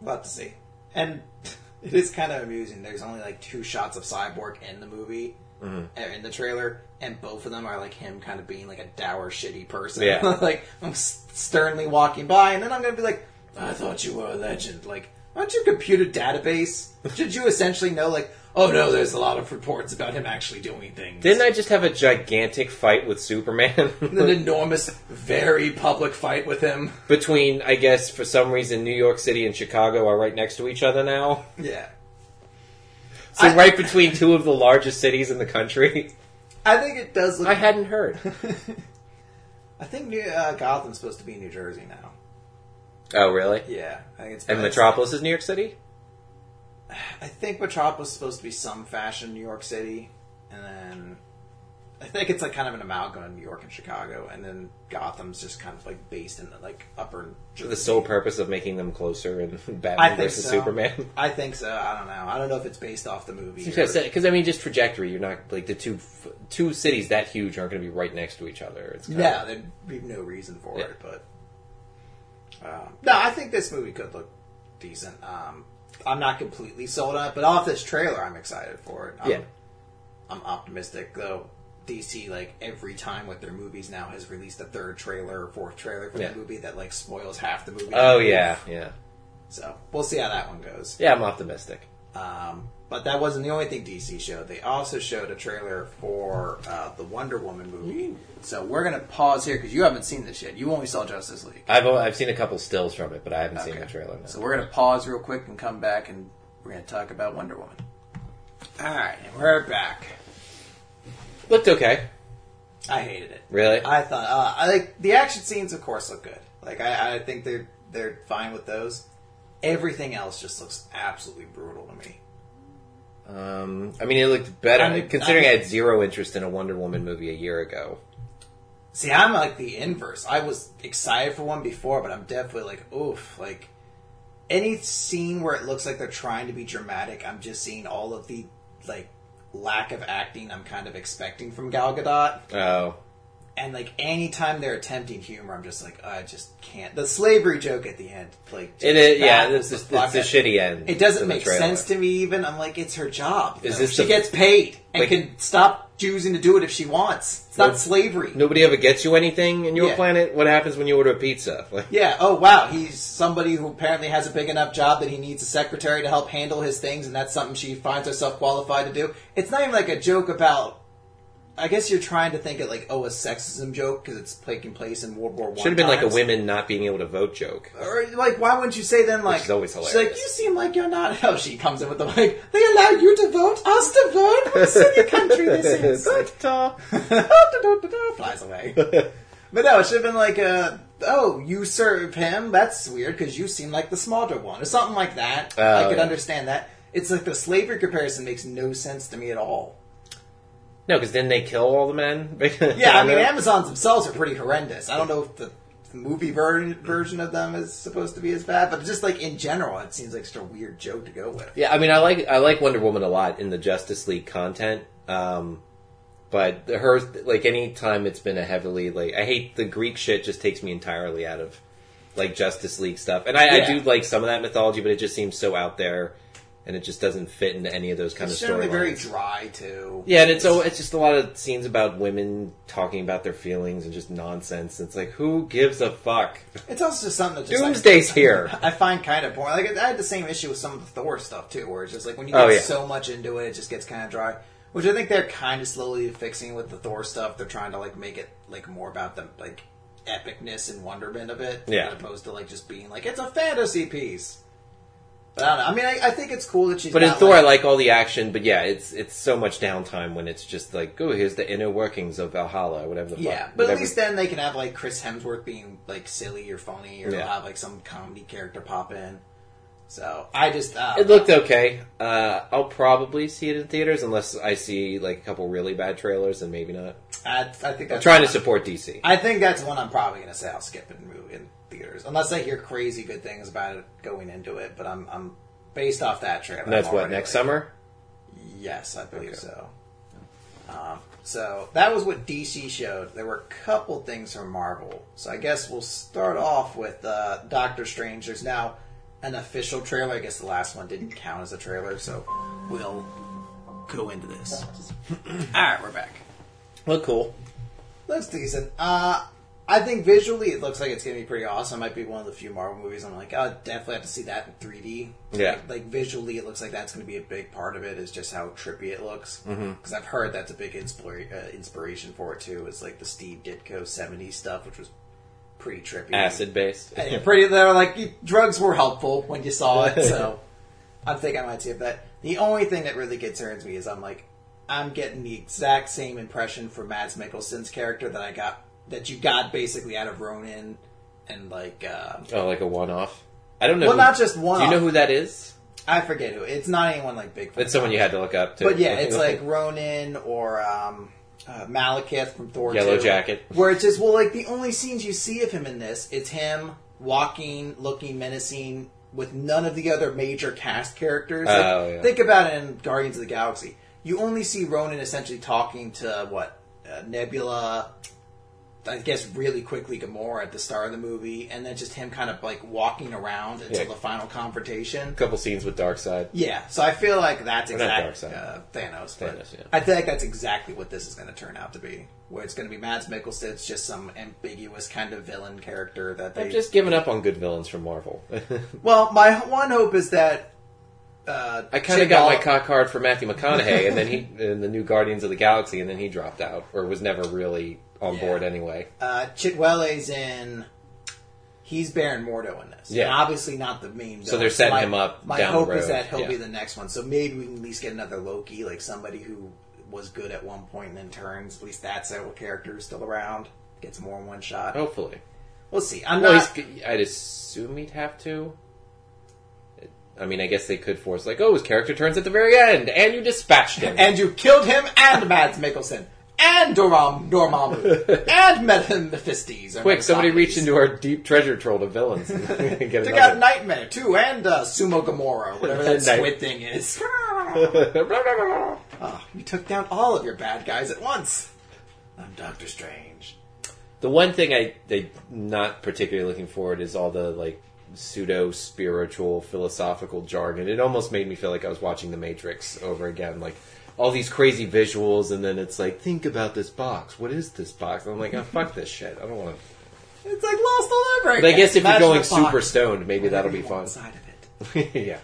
Speaker 1: we'll have to see. And *laughs* it is kind of amusing. There's only like two shots of Cyborg in the movie,
Speaker 2: Mm-hmm.
Speaker 1: eh, in the trailer, and both of them are like him kind of being like a dour, shitty person.
Speaker 2: Yeah.
Speaker 1: *laughs* like I'm s- sternly walking by, and then I'm gonna be like, "I thought you were a legend." Like, aren't you a computer database? Should you essentially know like? Oh no, there's a lot of reports about him actually doing things.
Speaker 2: Didn't I just have a gigantic fight
Speaker 1: *laughs*
Speaker 2: with Superman?
Speaker 1: an enormous, very public fight with him.
Speaker 2: *laughs*
Speaker 1: *laughs*
Speaker 2: Between, I guess, for some reason, New York City and Chicago are right next to each
Speaker 1: *laughs*
Speaker 2: other now.
Speaker 1: Yeah.
Speaker 2: So
Speaker 1: I-
Speaker 2: right between two of the largest cities in the country. *laughs*
Speaker 1: *laughs* I think it does look
Speaker 2: I hadn't heard.
Speaker 1: I think New, uh, Gotham's supposed to be New Jersey now.
Speaker 2: Oh, really?
Speaker 1: Yeah, I think it's.
Speaker 2: And
Speaker 1: it's-
Speaker 2: Metropolis is New York City.
Speaker 1: I think Metropolis is supposed to be some fashion New York City, and then I think it's like kind of an amalgam of New York and Chicago, and then Gotham's just kind of like based in the like upper.
Speaker 2: For the sole purpose of making them closer in
Speaker 1: I
Speaker 2: *laughs* Batman
Speaker 1: think
Speaker 2: versus
Speaker 1: so. *laughs*
Speaker 2: Superman.
Speaker 1: I think so. I don't know. I don't know if it's based off the movie. or-
Speaker 2: Because I mean, just trajectory. You're not like the two f- two cities that huge aren't going to be right next to each other. It's kind
Speaker 1: Yeah, Uh, there'd be no reason for
Speaker 2: Yeah.
Speaker 1: it, but um, no, I think this movie could look decent. Um, I'm not completely sold on it, but off this trailer, I'm excited for it. I'm,
Speaker 2: Yeah.
Speaker 1: I'm optimistic though. DC, like every time with their movies now, has released a third trailer or fourth trailer for
Speaker 2: Yeah.
Speaker 1: the movie that like spoils half the movie.
Speaker 2: Oh yeah, yeah,
Speaker 1: So we'll see how that one goes.
Speaker 2: yeah. I'm optimistic.
Speaker 1: Um, but that wasn't the only thing DC showed. They also showed a trailer for uh, the Wonder Woman movie. So we're gonna pause here because you haven't seen this yet. You only saw Justice League.
Speaker 2: I've o- I've seen a couple stills from it, but I haven't seen
Speaker 1: Okay.
Speaker 2: the trailer. No.
Speaker 1: So we're gonna pause real quick and come back, and we're gonna talk about Wonder Woman. All right, and we're back.
Speaker 2: Looked okay.
Speaker 1: I hated it.
Speaker 2: Really?
Speaker 1: I thought uh, I like the action scenes, of course, look good. Like I, I think they're they're fine with those. Everything else just looks absolutely brutal to me.
Speaker 2: Um, I mean, it looked better
Speaker 1: I mean,
Speaker 2: considering I,
Speaker 1: I-
Speaker 2: had zero interest in a Wonder Woman movie a year ago.
Speaker 1: See, I'm like the inverse. I was excited for one before, but I'm definitely like, oof, like any scene where it looks like they're trying to be dramatic, I'm just seeing all of the like lack of acting I'm kind of expecting from Gal Gadot.
Speaker 2: Oh,
Speaker 1: And like anytime they're attempting humor, I'm just like, I just can't. The slavery joke at the end, like,
Speaker 2: it is. Yeah,
Speaker 1: baffles
Speaker 2: this
Speaker 1: the
Speaker 2: is
Speaker 1: fuck
Speaker 2: it's a
Speaker 1: out-
Speaker 2: shitty end.
Speaker 1: It
Speaker 2: to
Speaker 1: doesn't
Speaker 2: the
Speaker 1: make
Speaker 2: trailer.
Speaker 1: sense to me. Even I'm like, it's her job.
Speaker 2: Is
Speaker 1: though.
Speaker 2: this
Speaker 1: she
Speaker 2: the-
Speaker 1: gets paid and
Speaker 2: Like-
Speaker 1: can stop choosing to do it if she wants? It's not
Speaker 2: Nope.
Speaker 1: slavery.
Speaker 2: Nobody ever gets you anything in your
Speaker 1: Yeah.
Speaker 2: planet. What happens when you order a pizza? *laughs* Like,
Speaker 1: Yeah. Oh wow, he's somebody who apparently has a big enough job that he needs a secretary to help handle his things, and that's something she finds herself qualified to do. It's not even like a joke about. I guess you're trying to think it like oh a sexism joke because it's taking place in World War One.
Speaker 2: should have been like a
Speaker 1: times.
Speaker 2: women not being able to
Speaker 1: *laughs*
Speaker 2: vote joke.
Speaker 1: Or like, why wouldn't you say then? Like,
Speaker 2: is always
Speaker 1: she's like,
Speaker 2: hilarious.
Speaker 1: you seem like you're not. *laughs* Oh, she comes in with the like, they allow you to vote, us to vote. What silly country this
Speaker 2: *laughs*
Speaker 1: is? Oh, *laughs* Flies away. *laughs* But no, it should have been like, uh, oh, you serve him. That's weird because you seem like the smaller one, or something like that.
Speaker 2: Oh,
Speaker 1: I could
Speaker 2: yeah.
Speaker 1: understand that. It's like the slavery comparison makes no sense to me at all.
Speaker 2: *laughs* No, because then they kill all the men. *laughs*
Speaker 1: Yeah, I mean, Amazons themselves are pretty horrendous. I don't know if the the movie ver- version of them is supposed to be as bad, but just like in general, it seems like such a weird joke to go with.
Speaker 2: Yeah, I mean, I like I like Wonder Woman a lot in the Justice League content, um, but her like any time it's been a heavily like I hate the Greek shit just takes me entirely out of like Justice League stuff, and I, I
Speaker 1: Yeah.
Speaker 2: do like some of that mythology, but it just seems so out there, and it just doesn't fit into any of those kind
Speaker 1: It's
Speaker 2: of
Speaker 1: generally very
Speaker 2: storylines.
Speaker 1: dry too.
Speaker 2: Yeah, and it's so it's just a lot of scenes about women talking about their feelings and just nonsense. It's like who gives a fuck?
Speaker 1: It's also just something that just like,
Speaker 2: Doomsday's here.
Speaker 1: *laughs* I find kind of boring. Like I had the same issue with some of the Thor stuff too, where it's just like when you get
Speaker 2: Oh, yeah.
Speaker 1: so much into it, it just gets kind of dry. Which I think they're kind of slowly fixing with the Thor stuff. They're trying to like make it like more about the like epicness and wonderment of it,
Speaker 2: Yeah.
Speaker 1: as opposed to like just being like it's a fantasy piece. But I don't know. I mean, I, I think it's cool that she's.
Speaker 2: But in
Speaker 1: got,
Speaker 2: Thor,
Speaker 1: like-
Speaker 2: I like all the action, but yeah, it's it's so much downtime when it's just like, oh, here's the inner workings of Valhalla, whatever the
Speaker 1: Yeah,
Speaker 2: fuck.
Speaker 1: but at
Speaker 2: whatever.
Speaker 1: least then they can have like Chris Hemsworth being like silly or funny, or
Speaker 2: Yeah.
Speaker 1: have like some comedy character pop in. So I just uh,
Speaker 2: it looked okay. Uh, I'll probably see it in theaters unless I see like a couple really bad trailers, and maybe not.
Speaker 1: I, I think
Speaker 2: I'm
Speaker 1: that's
Speaker 2: trying to support DC.
Speaker 1: I think that's one I'm probably gonna say I'll skip and move in theaters unless I hear crazy good things about it going into it. But I'm I'm based off that trailer.
Speaker 2: And that's
Speaker 1: I'm
Speaker 2: what
Speaker 1: already
Speaker 2: next
Speaker 1: like-
Speaker 2: summer.
Speaker 1: Yes, I believe
Speaker 2: Okay.
Speaker 1: so. Um, so that was what DC showed. There were a couple things from Marvel. So I guess we'll start off with uh, Doctor Strange. There's now an official trailer. I guess the last one didn't count as a trailer, so we'll go into this. *clears throat* All right, we're back.
Speaker 2: Look cool.
Speaker 1: Looks decent. Uh, I think visually it looks like it's gonna be pretty awesome. Might be one of the few Marvel movies I'm like, oh, definitely have to see that in 3D.
Speaker 2: Yeah.
Speaker 1: Like, like, visually, it looks like that's gonna be a big part of it. Is just how trippy it looks. Because
Speaker 2: Mm-hmm.
Speaker 1: I've heard that's a big inspira- uh, inspiration for it too. Is like the Steve Ditko 70s stuff, which was pretty trippy.
Speaker 2: Acid based.
Speaker 1: Yeah, pretty. They're like you- drugs were helpful when you saw it, so I think I might see it. That the only thing that really concerns me is I'm like I'm getting the exact same impression from Mads Mikkelsen's character that I got that you got basically out of Ronin and like um
Speaker 2: *laughs* Oh, like a one-off. I don't know.
Speaker 1: well,
Speaker 2: who-
Speaker 1: not just
Speaker 2: Do
Speaker 1: one.
Speaker 2: you know who that is?
Speaker 1: I forget who. It's not anyone like Bigfoot.
Speaker 2: That's someone you had to look up to.
Speaker 1: But yeah,
Speaker 2: *laughs*
Speaker 1: it's like Ronin or um, uh, Malekith from Thor.
Speaker 2: Yellow
Speaker 1: 2,
Speaker 2: Jacket.
Speaker 1: Where it's just well, like the only scenes you see of him in this, it's him walking, looking menacing, with none of the other major cast characters. Like,
Speaker 2: Oh, yeah.
Speaker 1: Think about it in Guardians of the Galaxy. You only see Ronan essentially talking to what uh, Nebula. I guess really quickly Gamora at the start of the movie, and then just him kind of like walking around until
Speaker 2: Yeah.
Speaker 1: the final confrontation.
Speaker 2: a couple scenes with Darkseid.
Speaker 1: Yeah, so I feel like that's
Speaker 2: not
Speaker 1: exactly
Speaker 2: Darkseid.
Speaker 1: uh, Thanos. But
Speaker 2: Thanos, yeah.
Speaker 1: I feel like that's exactly what this is going to turn out to be. Where it's going to be Mads Mikkelsen's just some ambiguous kind of villain character that they.
Speaker 2: I've just given up on good villains from Marvel. *laughs*
Speaker 1: Well, my h- one hope is that. Uh,
Speaker 2: I kind of got my
Speaker 1: Chigal-
Speaker 2: cock hard for Matthew McConaughey, and then he *laughs* in the new Guardians of the Galaxy, and then he dropped out or was never really on
Speaker 1: Yeah.
Speaker 2: board anyway.
Speaker 1: uh, Chitwele's in. He's Baron Mordo in this.
Speaker 2: Yeah.
Speaker 1: And obviously not the main.
Speaker 2: So
Speaker 1: villain.
Speaker 2: they're setting
Speaker 1: my,
Speaker 2: him up
Speaker 1: My
Speaker 2: down the
Speaker 1: hope is
Speaker 2: road,
Speaker 1: that he'll
Speaker 2: yeah.
Speaker 1: be the next one. So maybe we can at least get another Loki, like somebody who was good at one point and then turns. At least that's a character who's still around. Gets more in one shot.
Speaker 2: Hopefully,
Speaker 1: We'll see. I'm
Speaker 2: Oh. well,
Speaker 1: not.
Speaker 2: he's, I'd assume he'd have to. I mean, I guess they could force like, oh, his character turns at the very end, and you dispatched him.
Speaker 1: And you killed him and Mads Mikkelsen and Doram Dormammu and Mephistes. or
Speaker 2: *laughs* Quick, somebody
Speaker 1: Mephistopheles.
Speaker 2: reach into our deep treasure troll of villains. And *laughs* get
Speaker 1: They got
Speaker 2: another.
Speaker 1: Nightmare too and uh, Sumo Gamora, whatever that
Speaker 2: *laughs* Night-
Speaker 1: squid thing is.
Speaker 2: *laughs* the
Speaker 1: oh, you took down all of your bad guys at once. I'm Doctor Strange.
Speaker 2: one thing I, I not particularly looking forward is all the like pseudo spiritual philosophical jargon. It almost made me feel like I was watching The Matrix over again. Like all these crazy visuals, and then it's like, think about this box. What is this box? And I'm like, oh, fuck this shit. I don't
Speaker 1: *laughs*
Speaker 2: want to.
Speaker 1: It's like lost all over again.
Speaker 2: But I guess if you're
Speaker 1: Imagine
Speaker 2: going
Speaker 1: the box
Speaker 2: super stoned, maybe
Speaker 1: with
Speaker 2: that'll be
Speaker 1: everyone
Speaker 2: fun.
Speaker 1: Inside of it.
Speaker 2: *laughs* yeah.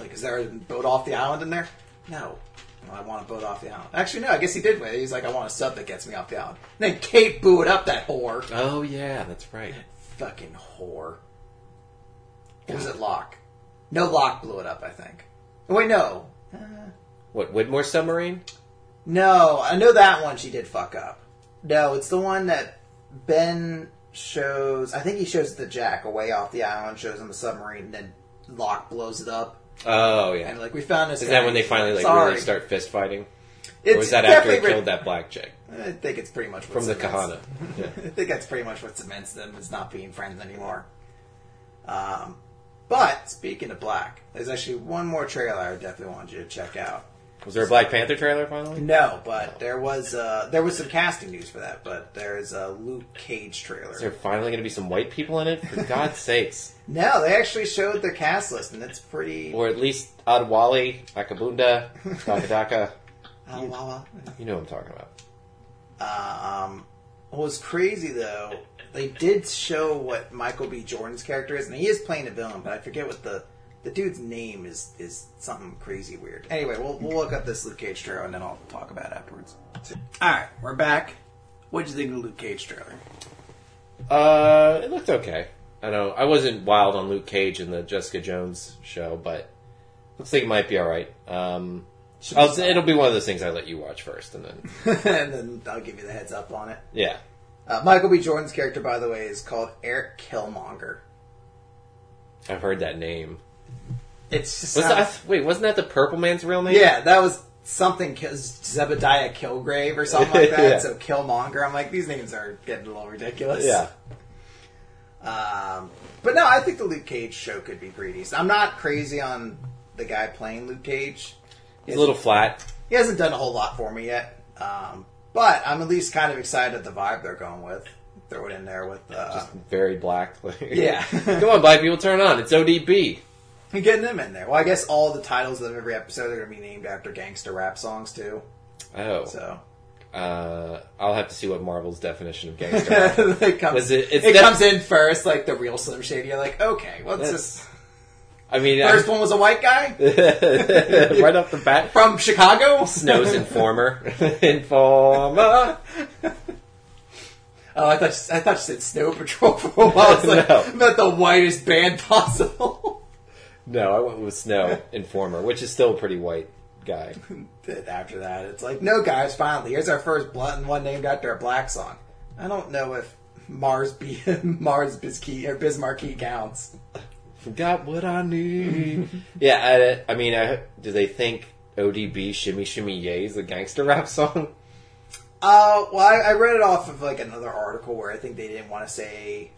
Speaker 1: Like, is there a boat off the island in there? No. Well, I want a boat off the island. Actually, no, I guess he did wait. He's like, I want a sub that gets me off the island. And then Kate booed up that whore.
Speaker 2: Oh yeah, that's right.
Speaker 1: Fucking whore. It was it Locke? No, Locke blew it up, I think. Wait, no.
Speaker 2: What Whitmore submarine?
Speaker 1: No, I know that one she did fuck up. No, it's the one that Ben shows. I think he shows the Jack away off the island, shows him a submarine, and then Locke blows it up.
Speaker 2: Oh yeah.
Speaker 1: And like, we found this
Speaker 2: Is
Speaker 1: guy.
Speaker 2: that when they finally like
Speaker 1: Sorry.
Speaker 2: really start fist fighting?
Speaker 1: It's
Speaker 2: Or was that after he
Speaker 1: definitely-
Speaker 2: killed that black chick
Speaker 1: I think it's pretty much what
Speaker 2: from the
Speaker 1: cements-
Speaker 2: Kahana?
Speaker 1: *laughs*
Speaker 2: Yeah.
Speaker 1: I think that's pretty much what cements them is not being friends anymore. Um, but speaking of black, there's actually one more trailer I definitely wanted you to check out.
Speaker 2: Was there a Black Panther trailer finally?
Speaker 1: No, but there was uh, there was some casting news for that, but there's a Luke Cage
Speaker 2: Is there
Speaker 1: trailer.
Speaker 2: finally going to be some white people in
Speaker 1: *laughs*
Speaker 2: it? For God's sakes!
Speaker 1: No, they actually showed the cast list, and it's pretty.
Speaker 2: Or at least Adwali, Akabunda, Dakadaka.
Speaker 1: Oh, wow, wow.
Speaker 2: You know what I'm talking about.
Speaker 1: Um, what was crazy though, they did show what Michael B. Jordan's character is, and he is playing a villain, but I forget what the the dude's name is. Is something crazy weird. Anyway, we'll we'll look up this Luke Cage trailer and then I'll talk about it afterwards. All right, we're back. What'd you think of the Luke Cage trailer?
Speaker 2: Uh, it looked okay. I know I wasn't wild on Luke Cage in the Jessica Jones show, but looks like it might be all right. Um,
Speaker 1: Should
Speaker 2: I'll,
Speaker 1: we-
Speaker 2: it'll be one of those things I let you watch first, and then
Speaker 1: *laughs* and then I'll give you the heads up on it.
Speaker 2: yeah.
Speaker 1: Uh, Michael B. Jordan's character, by the way, is called Eric Killmonger.
Speaker 2: I've heard that name.
Speaker 1: It's just
Speaker 2: Was
Speaker 1: not-
Speaker 2: that, wait, wasn't that the Purple Man's real name?
Speaker 1: Yeah, that was something Ki- Zebediah Kilgrave or something
Speaker 2: *laughs*
Speaker 1: like that.
Speaker 2: Yeah.
Speaker 1: So Killmonger. I'm like, these names are getting a little ridiculous.
Speaker 2: Yeah.
Speaker 1: Um, but no, I think the Luke Cage show could be pretty decent. I'm not crazy on the guy playing Luke Cage.
Speaker 2: He's a little flat.
Speaker 1: He hasn't done a whole lot for me yet. Um, but I'm at least kind of excited at the vibe they're going with. Throw it in there with uh,
Speaker 2: very black. *laughs*
Speaker 1: yeah.
Speaker 2: Come on, black people, turn on. It's ODB.
Speaker 1: You're uh, getting them in there. Well, I guess all the titles of every episode are going to be named after gangster rap songs too.
Speaker 2: Oh.
Speaker 1: So
Speaker 2: Uh, I'll have to see what Marvel's definition
Speaker 1: *laughs*
Speaker 2: of gangster is.
Speaker 1: it comes,
Speaker 2: Was it-
Speaker 1: it,
Speaker 2: it's def-
Speaker 1: comes in first, like the real Slim Shady. You're like, okay, what's
Speaker 2: That's-
Speaker 1: this?
Speaker 2: I mean, I-
Speaker 1: First one was a white guy
Speaker 2: *laughs* right off the
Speaker 1: *laughs*
Speaker 2: bat,
Speaker 1: from Chicago.
Speaker 2: Snow's Informer. *laughs* Informer.
Speaker 1: *laughs* Oh, I thought you, I thought you said Snow Patrol for a while. I was like,
Speaker 2: No.
Speaker 1: not the whitest band possible. *laughs*
Speaker 2: No, I went with Snow Informer, which is still a pretty white guy.
Speaker 1: Then After that, it's like, no, guys, finally, here's our first blunt and one named after a black song. I don't know if Mars B *laughs* Mars Bismarcky or Bismarcky counts.
Speaker 2: Forgot what I need. yeah, I, I mean, I, do they think ODB "Shimmy Shimmy Yay" is a gangster rap song?
Speaker 1: Uh, well, I, I read it off of like another article where I think they didn't want to say.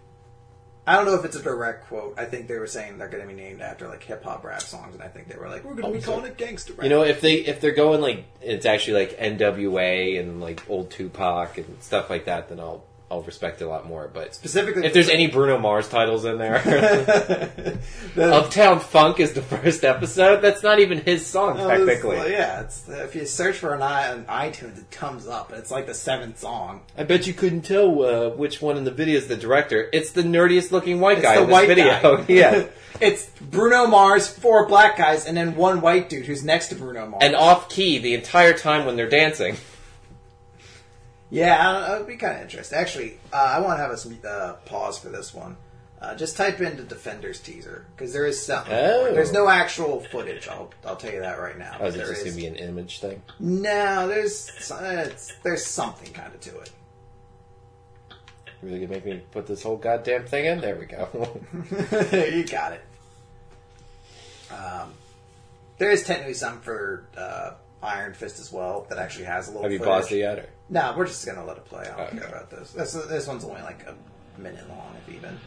Speaker 1: I don't know if it's a direct quote. I think they were saying they're going to be named after like hip hop rap songs, and I think they were like, "We're going to be
Speaker 2: Oh, so-
Speaker 1: calling it gangster rap."
Speaker 2: You know, if they if they're going like it's actually like NWA and like old Tupac and stuff like that, then I'll I'll respect it a lot more. But
Speaker 1: specifically
Speaker 2: if there's any Bruno Mars titles in there,
Speaker 1: The-
Speaker 2: Uptown Funk is the *laughs* first episode. That's not even his song
Speaker 1: Oh, this-
Speaker 2: technically.
Speaker 1: well, yeah, it's, if you search for an i on iTunes, it comes up. It's like the seventh song.
Speaker 2: I bet you couldn't tell uh, which one in the video is the director. It's the nerdiest looking white
Speaker 1: It's
Speaker 2: guy
Speaker 1: the
Speaker 2: in this
Speaker 1: white
Speaker 2: video.
Speaker 1: guy.
Speaker 2: *laughs* yeah.
Speaker 1: it's Bruno Mars, four black guys, and then one white dude who's next to Bruno Mars.
Speaker 2: And off key the entire time when they're dancing.
Speaker 1: yeah, I don't know, it would be kind of interesting. Actually, uh, I want to have us uh, pause for this one. Uh, just type into Defenders teaser because there is something.
Speaker 2: Oh.
Speaker 1: There's no actual footage. I'll I'll tell you that right now.
Speaker 2: Oh, is it
Speaker 1: There
Speaker 2: just
Speaker 1: is-
Speaker 2: going to be an image thing?
Speaker 1: no, there's so- it's, there's something kind of to it.
Speaker 2: You're really going to make me put this whole goddamn thing in? There we go. *laughs*
Speaker 1: you got it. *laughs* Um, there is technically some for uh, Iron Fist as well that actually has a little.
Speaker 2: Have you
Speaker 1: footage.
Speaker 2: paused it yet? Or?
Speaker 1: No, we're just gonna let it play. I don't care
Speaker 2: Okay.
Speaker 1: about this. This this one's only like a minute long, if even.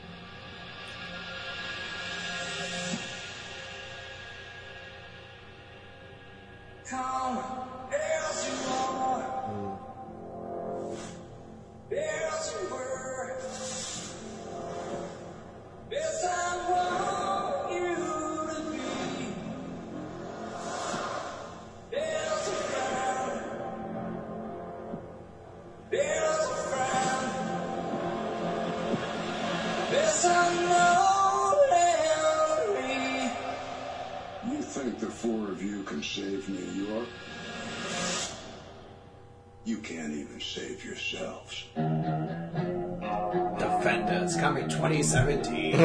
Speaker 3: Yes, I know every
Speaker 4: You think the four of you can save New York? You can't even save yourselves.
Speaker 1: Defenders coming 2017.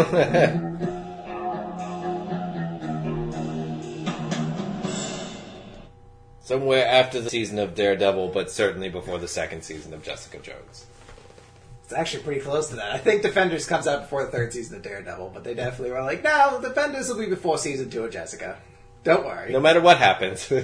Speaker 2: Somewhere after the season of Daredevil, but certainly before the second season of Jessica Jones.
Speaker 1: *laughs* it's actually pretty close to that. I think Defenders comes out before the third season of Daredevil, but they definitely were like, no, Defenders will be before season two of Jessica. Don't worry.
Speaker 2: No matter what happens. *laughs*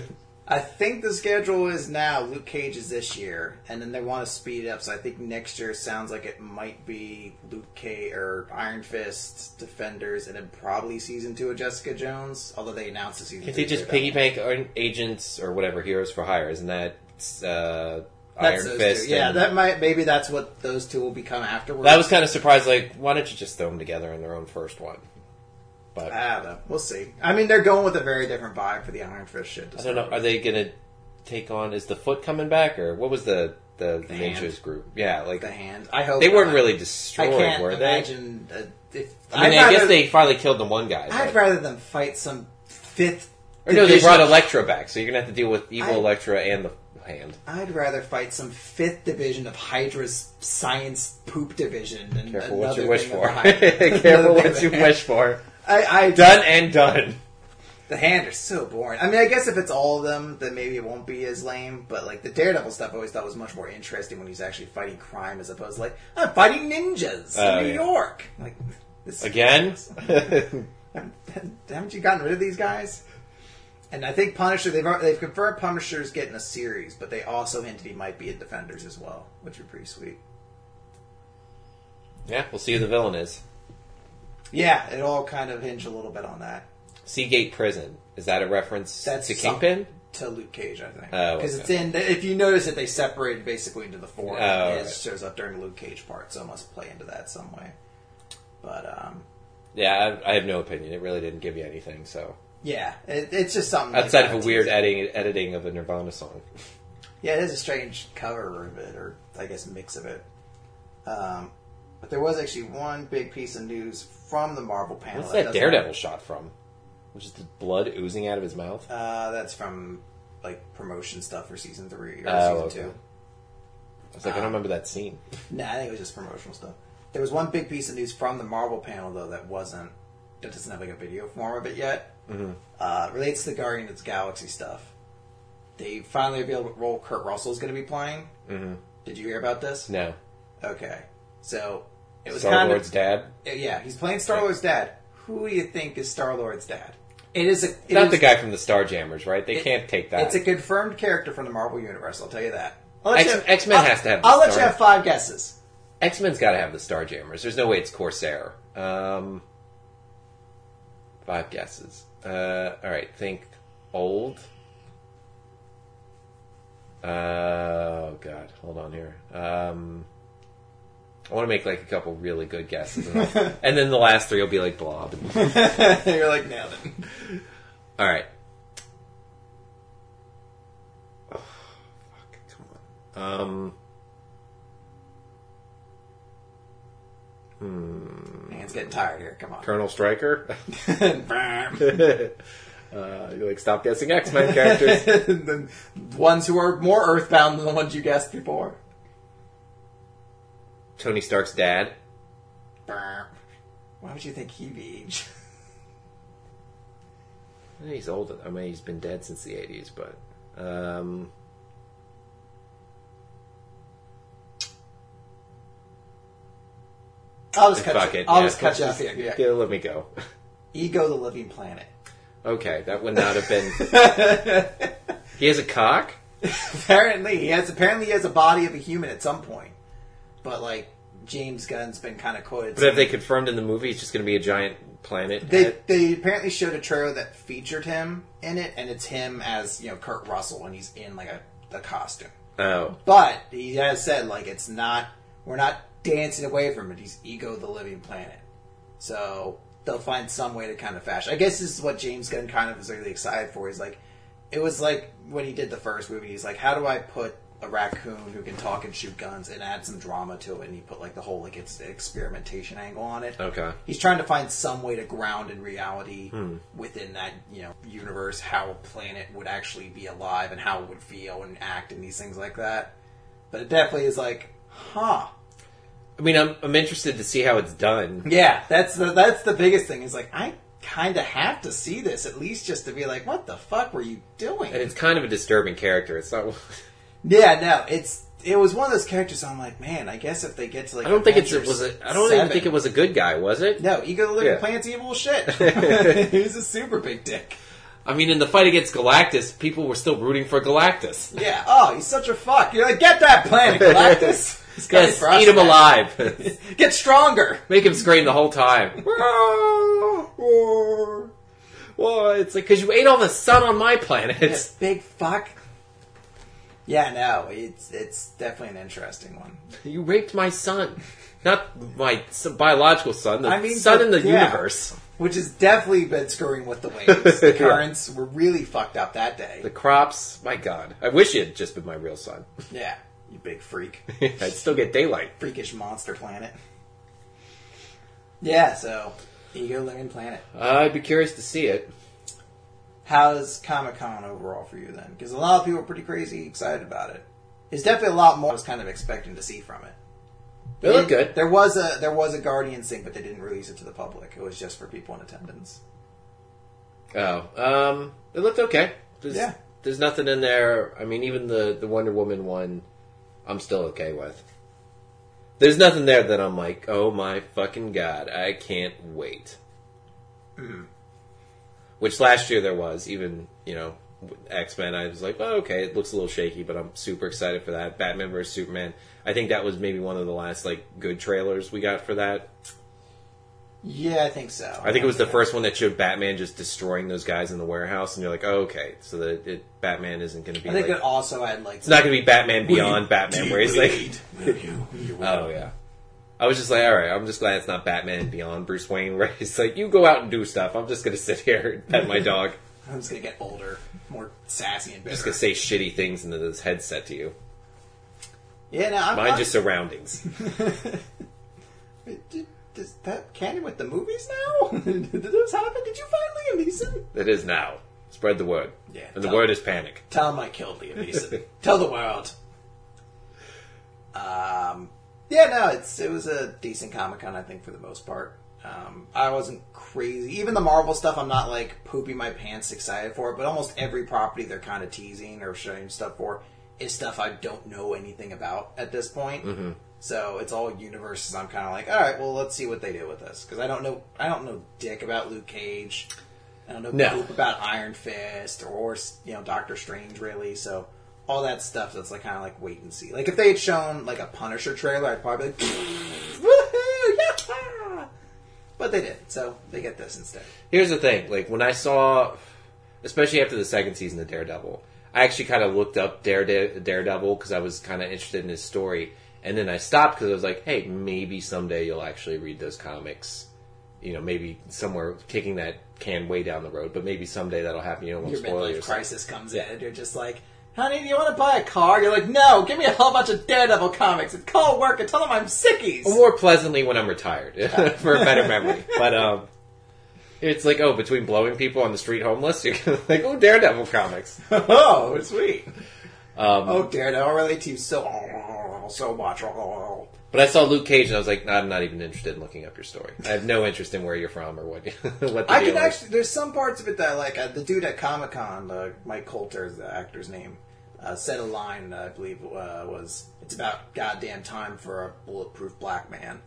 Speaker 1: I think the schedule is now Luke Cage is this year, and then they want to speed it up. So I think next year sounds like it might be Luke Cage or Iron Fist, Defenders, and then probably season two of Jessica Jones. Although they announced the season.
Speaker 2: Can't
Speaker 1: three
Speaker 2: they just
Speaker 1: for
Speaker 2: piggy bank on agents or whatever, heroes for hire? Isn't that uh,
Speaker 1: That's
Speaker 2: Iron
Speaker 1: those
Speaker 2: Fist?
Speaker 1: two. Yeah,
Speaker 2: and-
Speaker 1: that might maybe that's what those two will become afterwards.
Speaker 2: That was kind of surprised. Like, why don't you just throw them together in their own first one? But
Speaker 1: I don't know. Uh, We'll see. I mean, they're going with a very different vibe for the Iron Fist shit.
Speaker 2: I don't know. Are they gonna take on? Is the foot coming back, or what was the the, the main
Speaker 1: hand.
Speaker 2: show's group? Yeah, like
Speaker 1: the hand. I hope
Speaker 2: they weren't
Speaker 1: not.
Speaker 2: really
Speaker 1: I
Speaker 2: destroyed,
Speaker 1: can't
Speaker 2: were they?
Speaker 1: imagine. uh, if,
Speaker 2: I mean,
Speaker 1: I'd
Speaker 2: I guess
Speaker 1: rather-
Speaker 2: they finally killed the one guy.
Speaker 1: I'd
Speaker 2: but-
Speaker 1: rather them fight some fifth.
Speaker 2: or no, they
Speaker 1: division-
Speaker 2: brought Electra back, so you're gonna have to deal with evil
Speaker 1: I-
Speaker 2: Electra and the hand.
Speaker 1: I'd rather fight some fifth division of Hydra's science poop division than
Speaker 2: Careful what
Speaker 1: another
Speaker 2: you wish
Speaker 1: thing of
Speaker 2: for.
Speaker 1: Hydra-
Speaker 2: *laughs* Careful
Speaker 1: another
Speaker 2: what you
Speaker 1: thing of-
Speaker 2: wish for.
Speaker 1: I, I
Speaker 2: Done and done.
Speaker 1: the hand are so boring. I mean, I guess if it's all of them, then maybe it won't be as lame. But like the Daredevil stuff, I always thought was much more interesting when he's actually fighting crime as opposed to like I'm fighting ninjas
Speaker 2: Oh,
Speaker 1: in New
Speaker 2: yeah.
Speaker 1: York. Like this
Speaker 2: Again?
Speaker 1: *laughs* haven't you gotten rid of these guys? And I think Punisher they've al- they've confirmed Punisher's getting a series, but they also hinted he might be in Defenders as well, which would be pretty sweet.
Speaker 2: yeah, we'll see who the villain is.
Speaker 1: Yeah, it all kind of hinge a little bit on that.
Speaker 2: Seagate Prison. Is that a reference
Speaker 1: That's
Speaker 2: to
Speaker 1: some-
Speaker 2: Kingpin?
Speaker 1: To Luke Cage, I think,
Speaker 2: Oh,
Speaker 1: because
Speaker 2: okay.
Speaker 1: it's in. If you notice it, they separated basically into the four.
Speaker 2: Oh,
Speaker 1: and it
Speaker 2: right.
Speaker 1: shows up during the Luke Cage part, so it must play into that some way. But um,
Speaker 2: Yeah, I, I have no opinion. It really didn't give you anything. So
Speaker 1: yeah, it, it's just something like
Speaker 2: outside
Speaker 1: that
Speaker 2: of a
Speaker 1: to-
Speaker 2: weird editing, editing of a Nirvana song,
Speaker 1: Yeah, it is a strange cover of it, or I guess mix of it. Um, but there was actually one big piece of news from the Marvel panel.
Speaker 2: what's
Speaker 1: that
Speaker 2: that
Speaker 1: doesn't-
Speaker 2: Daredevil shot from? Was just the blood oozing out of his mouth?
Speaker 1: Uh, that's from like promotion stuff for season three or season
Speaker 2: Oh, okay.
Speaker 1: two.
Speaker 2: I was like, I
Speaker 1: uh,
Speaker 2: don't remember that scene.
Speaker 1: Nah, I think it was just promotional stuff. There was one big piece of news from the Marvel panel though that wasn't that doesn't have like a video form of it yet. Mm-hmm. Uh, relates to the Guardians of the Galaxy stuff. They finally revealed what role Kurt Russell's going to be playing. Mm-hmm. Did you hear about this?
Speaker 2: No,
Speaker 1: Okay, so it was
Speaker 2: Star
Speaker 1: kind
Speaker 2: Lord's
Speaker 1: of
Speaker 2: dad,
Speaker 1: yeah. He's playing Star Lord's dad. Who do you think is Star Lord's dad? It is a it
Speaker 2: not
Speaker 1: is-
Speaker 2: the guy from the Starjammers, right? They
Speaker 1: it-
Speaker 2: can't take that.
Speaker 1: It's a confirmed character from the Marvel universe. I'll tell you that. I'll let
Speaker 2: X,
Speaker 1: you-
Speaker 2: X-Men
Speaker 1: I'll-
Speaker 2: has to have.
Speaker 1: I'll
Speaker 2: the
Speaker 1: let you
Speaker 2: Star-
Speaker 1: have five guesses. *laughs*
Speaker 2: X Men's got to have the Starjammers. There's no way it's Corsair. Um, five guesses. Uh, all right, think old. Uh, oh God, hold on here. Um, I want to make like a couple really good guesses, and, I'll- and then the last three will be like Blob.
Speaker 1: You're like nailed it.
Speaker 2: All right. Oh, fuck, come on. Um,
Speaker 1: Man's getting tired here. Come on. *laughs*
Speaker 2: Colonel Stryker. *laughs*
Speaker 1: Brrm.
Speaker 2: uh, you like stop guessing X Men
Speaker 1: *laughs*
Speaker 2: characters.
Speaker 1: the ones who are more earthbound than the ones you guessed before.
Speaker 2: Tony Stark's dad.
Speaker 1: Brrm. Why would you think he'd be age?
Speaker 2: He's older. I mean, he's been dead since the eighties, but um,
Speaker 1: I'll just cut
Speaker 2: fuck
Speaker 1: you.
Speaker 2: it.
Speaker 1: I'll
Speaker 2: yeah,
Speaker 1: just cut you off
Speaker 2: let's
Speaker 1: here.
Speaker 2: just-
Speaker 1: Yeah.
Speaker 2: yeah, let me go. *laughs*
Speaker 1: Ego, the living planet.
Speaker 2: Okay, that would not have been.
Speaker 1: *laughs*
Speaker 2: he has a cock.
Speaker 1: apparently, he has. Apparently, he has a body of a human at some point. But like James Gunn's been kind of quoted.
Speaker 2: But have they confirmed in the movie it's just going to be a giant planet?
Speaker 1: They,
Speaker 2: head?
Speaker 1: they apparently showed a trailer that featured him in it, and it's him as you know Kurt Russell, and he's in like a, a costume.
Speaker 2: Oh,
Speaker 1: But he has said like it's not we're not dancing away from it. He's ego the living planet, so they'll find some way to kind of fashion. I guess this is what James Gunn kind of is really excited for. He's like, it was like when he did the first movie. He's like, how do I put a raccoon who can talk and shoot guns and add some drama to it? And he put like the whole like it's experimentation angle on it
Speaker 2: okay.
Speaker 1: he's trying to find some way to ground in reality within that you know universe how a planet would actually be alive and how it would feel and act and these things like that but it definitely is like huh
Speaker 2: I mean, I'm I'm interested to see how it's done.
Speaker 1: yeah that's the that's the biggest thing is like i kind of have to see this at least just to be like what the fuck were you doing
Speaker 2: And it's kind of a disturbing character. It's not.
Speaker 1: yeah no it's it was one of those characters i'm like man i guess if they get to like
Speaker 2: I don't think it's, it
Speaker 1: Avengers
Speaker 2: was. A, I don't even
Speaker 1: seven-
Speaker 2: think it was a good guy, was it?
Speaker 1: no ego the living
Speaker 2: Yeah.
Speaker 1: plant's evil as *laughs* shit he's a super big dick
Speaker 2: I mean, in the fight against Galactus, people were still rooting for Galactus.
Speaker 1: Yeah. Oh, he's such a fuck. You're like, get that *laughs* planet, Galactus. He's coming
Speaker 2: Yes,
Speaker 1: for us
Speaker 2: eat him
Speaker 1: now. *laughs*
Speaker 2: alive.
Speaker 1: Get stronger.
Speaker 2: Make him scream the whole *laughs* time.
Speaker 1: This
Speaker 2: Well, it's like because you ate all the sun on my planet.
Speaker 1: big fuck. Yeah, no, it's it's definitely an interesting one.
Speaker 2: *laughs* You raped my son, not my s- biological son. The
Speaker 1: I mean,
Speaker 2: son
Speaker 1: but-
Speaker 2: in the
Speaker 1: yeah.
Speaker 2: universe.
Speaker 1: Which has definitely been screwing with the
Speaker 2: *laughs*
Speaker 1: waves. The currents were really fucked up that day.
Speaker 2: The crops. My God, I wish he had just been my real son. *laughs*
Speaker 1: Yeah, you big freak.
Speaker 2: I'd still get daylight.
Speaker 1: Freakish monster planet. Yeah, so, ego living planet.
Speaker 2: I'd be curious to see it.
Speaker 1: How's Comic Con overall for you then? Because a lot of people are pretty crazy excited about it. It's definitely a lot more I was kind of expecting to see from it.
Speaker 2: They look good.
Speaker 1: There was a there was a Guardians thing, but they didn't release it to the public. It was just for people in attendance.
Speaker 2: Oh, um, it looked okay. There's,
Speaker 1: Yeah.
Speaker 2: there's nothing in there. I mean, even the the Wonder Woman one, I'm still okay with. There's nothing there that I'm like, oh my fucking god, I can't wait. Which last year there was even you know X Men. I was like, oh, okay, it looks a little shaky, but I'm super excited for that. Batman vs Superman. I think that was maybe one of the last like good trailers we got for that.
Speaker 1: Yeah, I think so.
Speaker 2: I think it was the first one that showed Batman just destroying those guys in the warehouse, and you're like, oh, okay, so that it, Batman isn't going to be.
Speaker 1: I think
Speaker 2: like,
Speaker 1: it also had like
Speaker 2: it's not going to be Batman Beyond Batman, where he's like, *laughs* oh yeah. I was just like, all right, I'm just glad it's not Batman Beyond Bruce Wayne, where he's like, you go out and do stuff. I'm just going to sit here and pet my dog.
Speaker 1: I'm just gonna get older, more sassy and
Speaker 2: I'm
Speaker 1: bitter.
Speaker 2: just going to say shitty things into this headset to you.
Speaker 1: yeah, no, I'm
Speaker 2: Mind
Speaker 1: not,
Speaker 2: your surroundings.
Speaker 1: Wait, Did, does that canon with the movies now? *laughs* did those happen? Did you find Liam Neeson?
Speaker 2: It is now. Spread the word.
Speaker 1: Yeah,
Speaker 2: And the
Speaker 1: tell-
Speaker 2: word is panic.
Speaker 1: Tell him I killed Liam Neeson. Tell the world. Um, yeah, no, it's it was a decent Comic Con, I think, for the most part. Um, I wasn't crazy. Even the Marvel stuff, I'm not like pooping my pants excited for it. But almost every property they're kind of teasing or showing stuff for is stuff I don't know anything about at this point. So it's all universes. I'm kind of like, all right, well, let's see what they do with this because I don't know. I don't know dick about Luke Cage. I don't know
Speaker 2: No.
Speaker 1: poop about Iron Fist or you know Doctor Strange really. So all that stuff that's like kind of like wait and see. Like if they had shown like a Punisher trailer, I'd probably be like, *laughs* woohoo, yeah! But they didn't, so they get this instead.
Speaker 2: Here's the thing, like when I saw, especially after the second season of Daredevil, I actually kind of looked up Darede- Daredevil because I was kind of interested in his story, and then I stopped because I was like, hey, maybe someday you'll actually read those comics. You know, maybe somewhere kicking that can way down the road, but maybe someday that'll happen. You don't want to
Speaker 1: Your
Speaker 2: spoil
Speaker 1: midlife
Speaker 2: yourself.
Speaker 1: crisis comes in, and you're just like, honey, do you want to buy a car? You're like, no, give me a whole bunch of Daredevil comics and call work and tell them I'm sickies.
Speaker 2: Or more pleasantly when I'm retired *laughs* for a better memory. But um, it's like oh, between blowing people on the street homeless, *laughs* you're like oh, Daredevil comics.
Speaker 1: *laughs* oh, sweet. oh, Daredevil, I relate to you so, so much.
Speaker 2: But I saw Luke Cage and I was like, I'm not even interested in looking up your story. I have no interest in where you're from or what *laughs* what the
Speaker 1: I
Speaker 2: deal
Speaker 1: can
Speaker 2: is.
Speaker 1: actually. There's some parts of it that I like. Uh, the dude at Comic Con, uh, Mike Coulter, is the actor's name, uh, said a line that I believe uh, was, "It's about goddamn time for a bulletproof black man."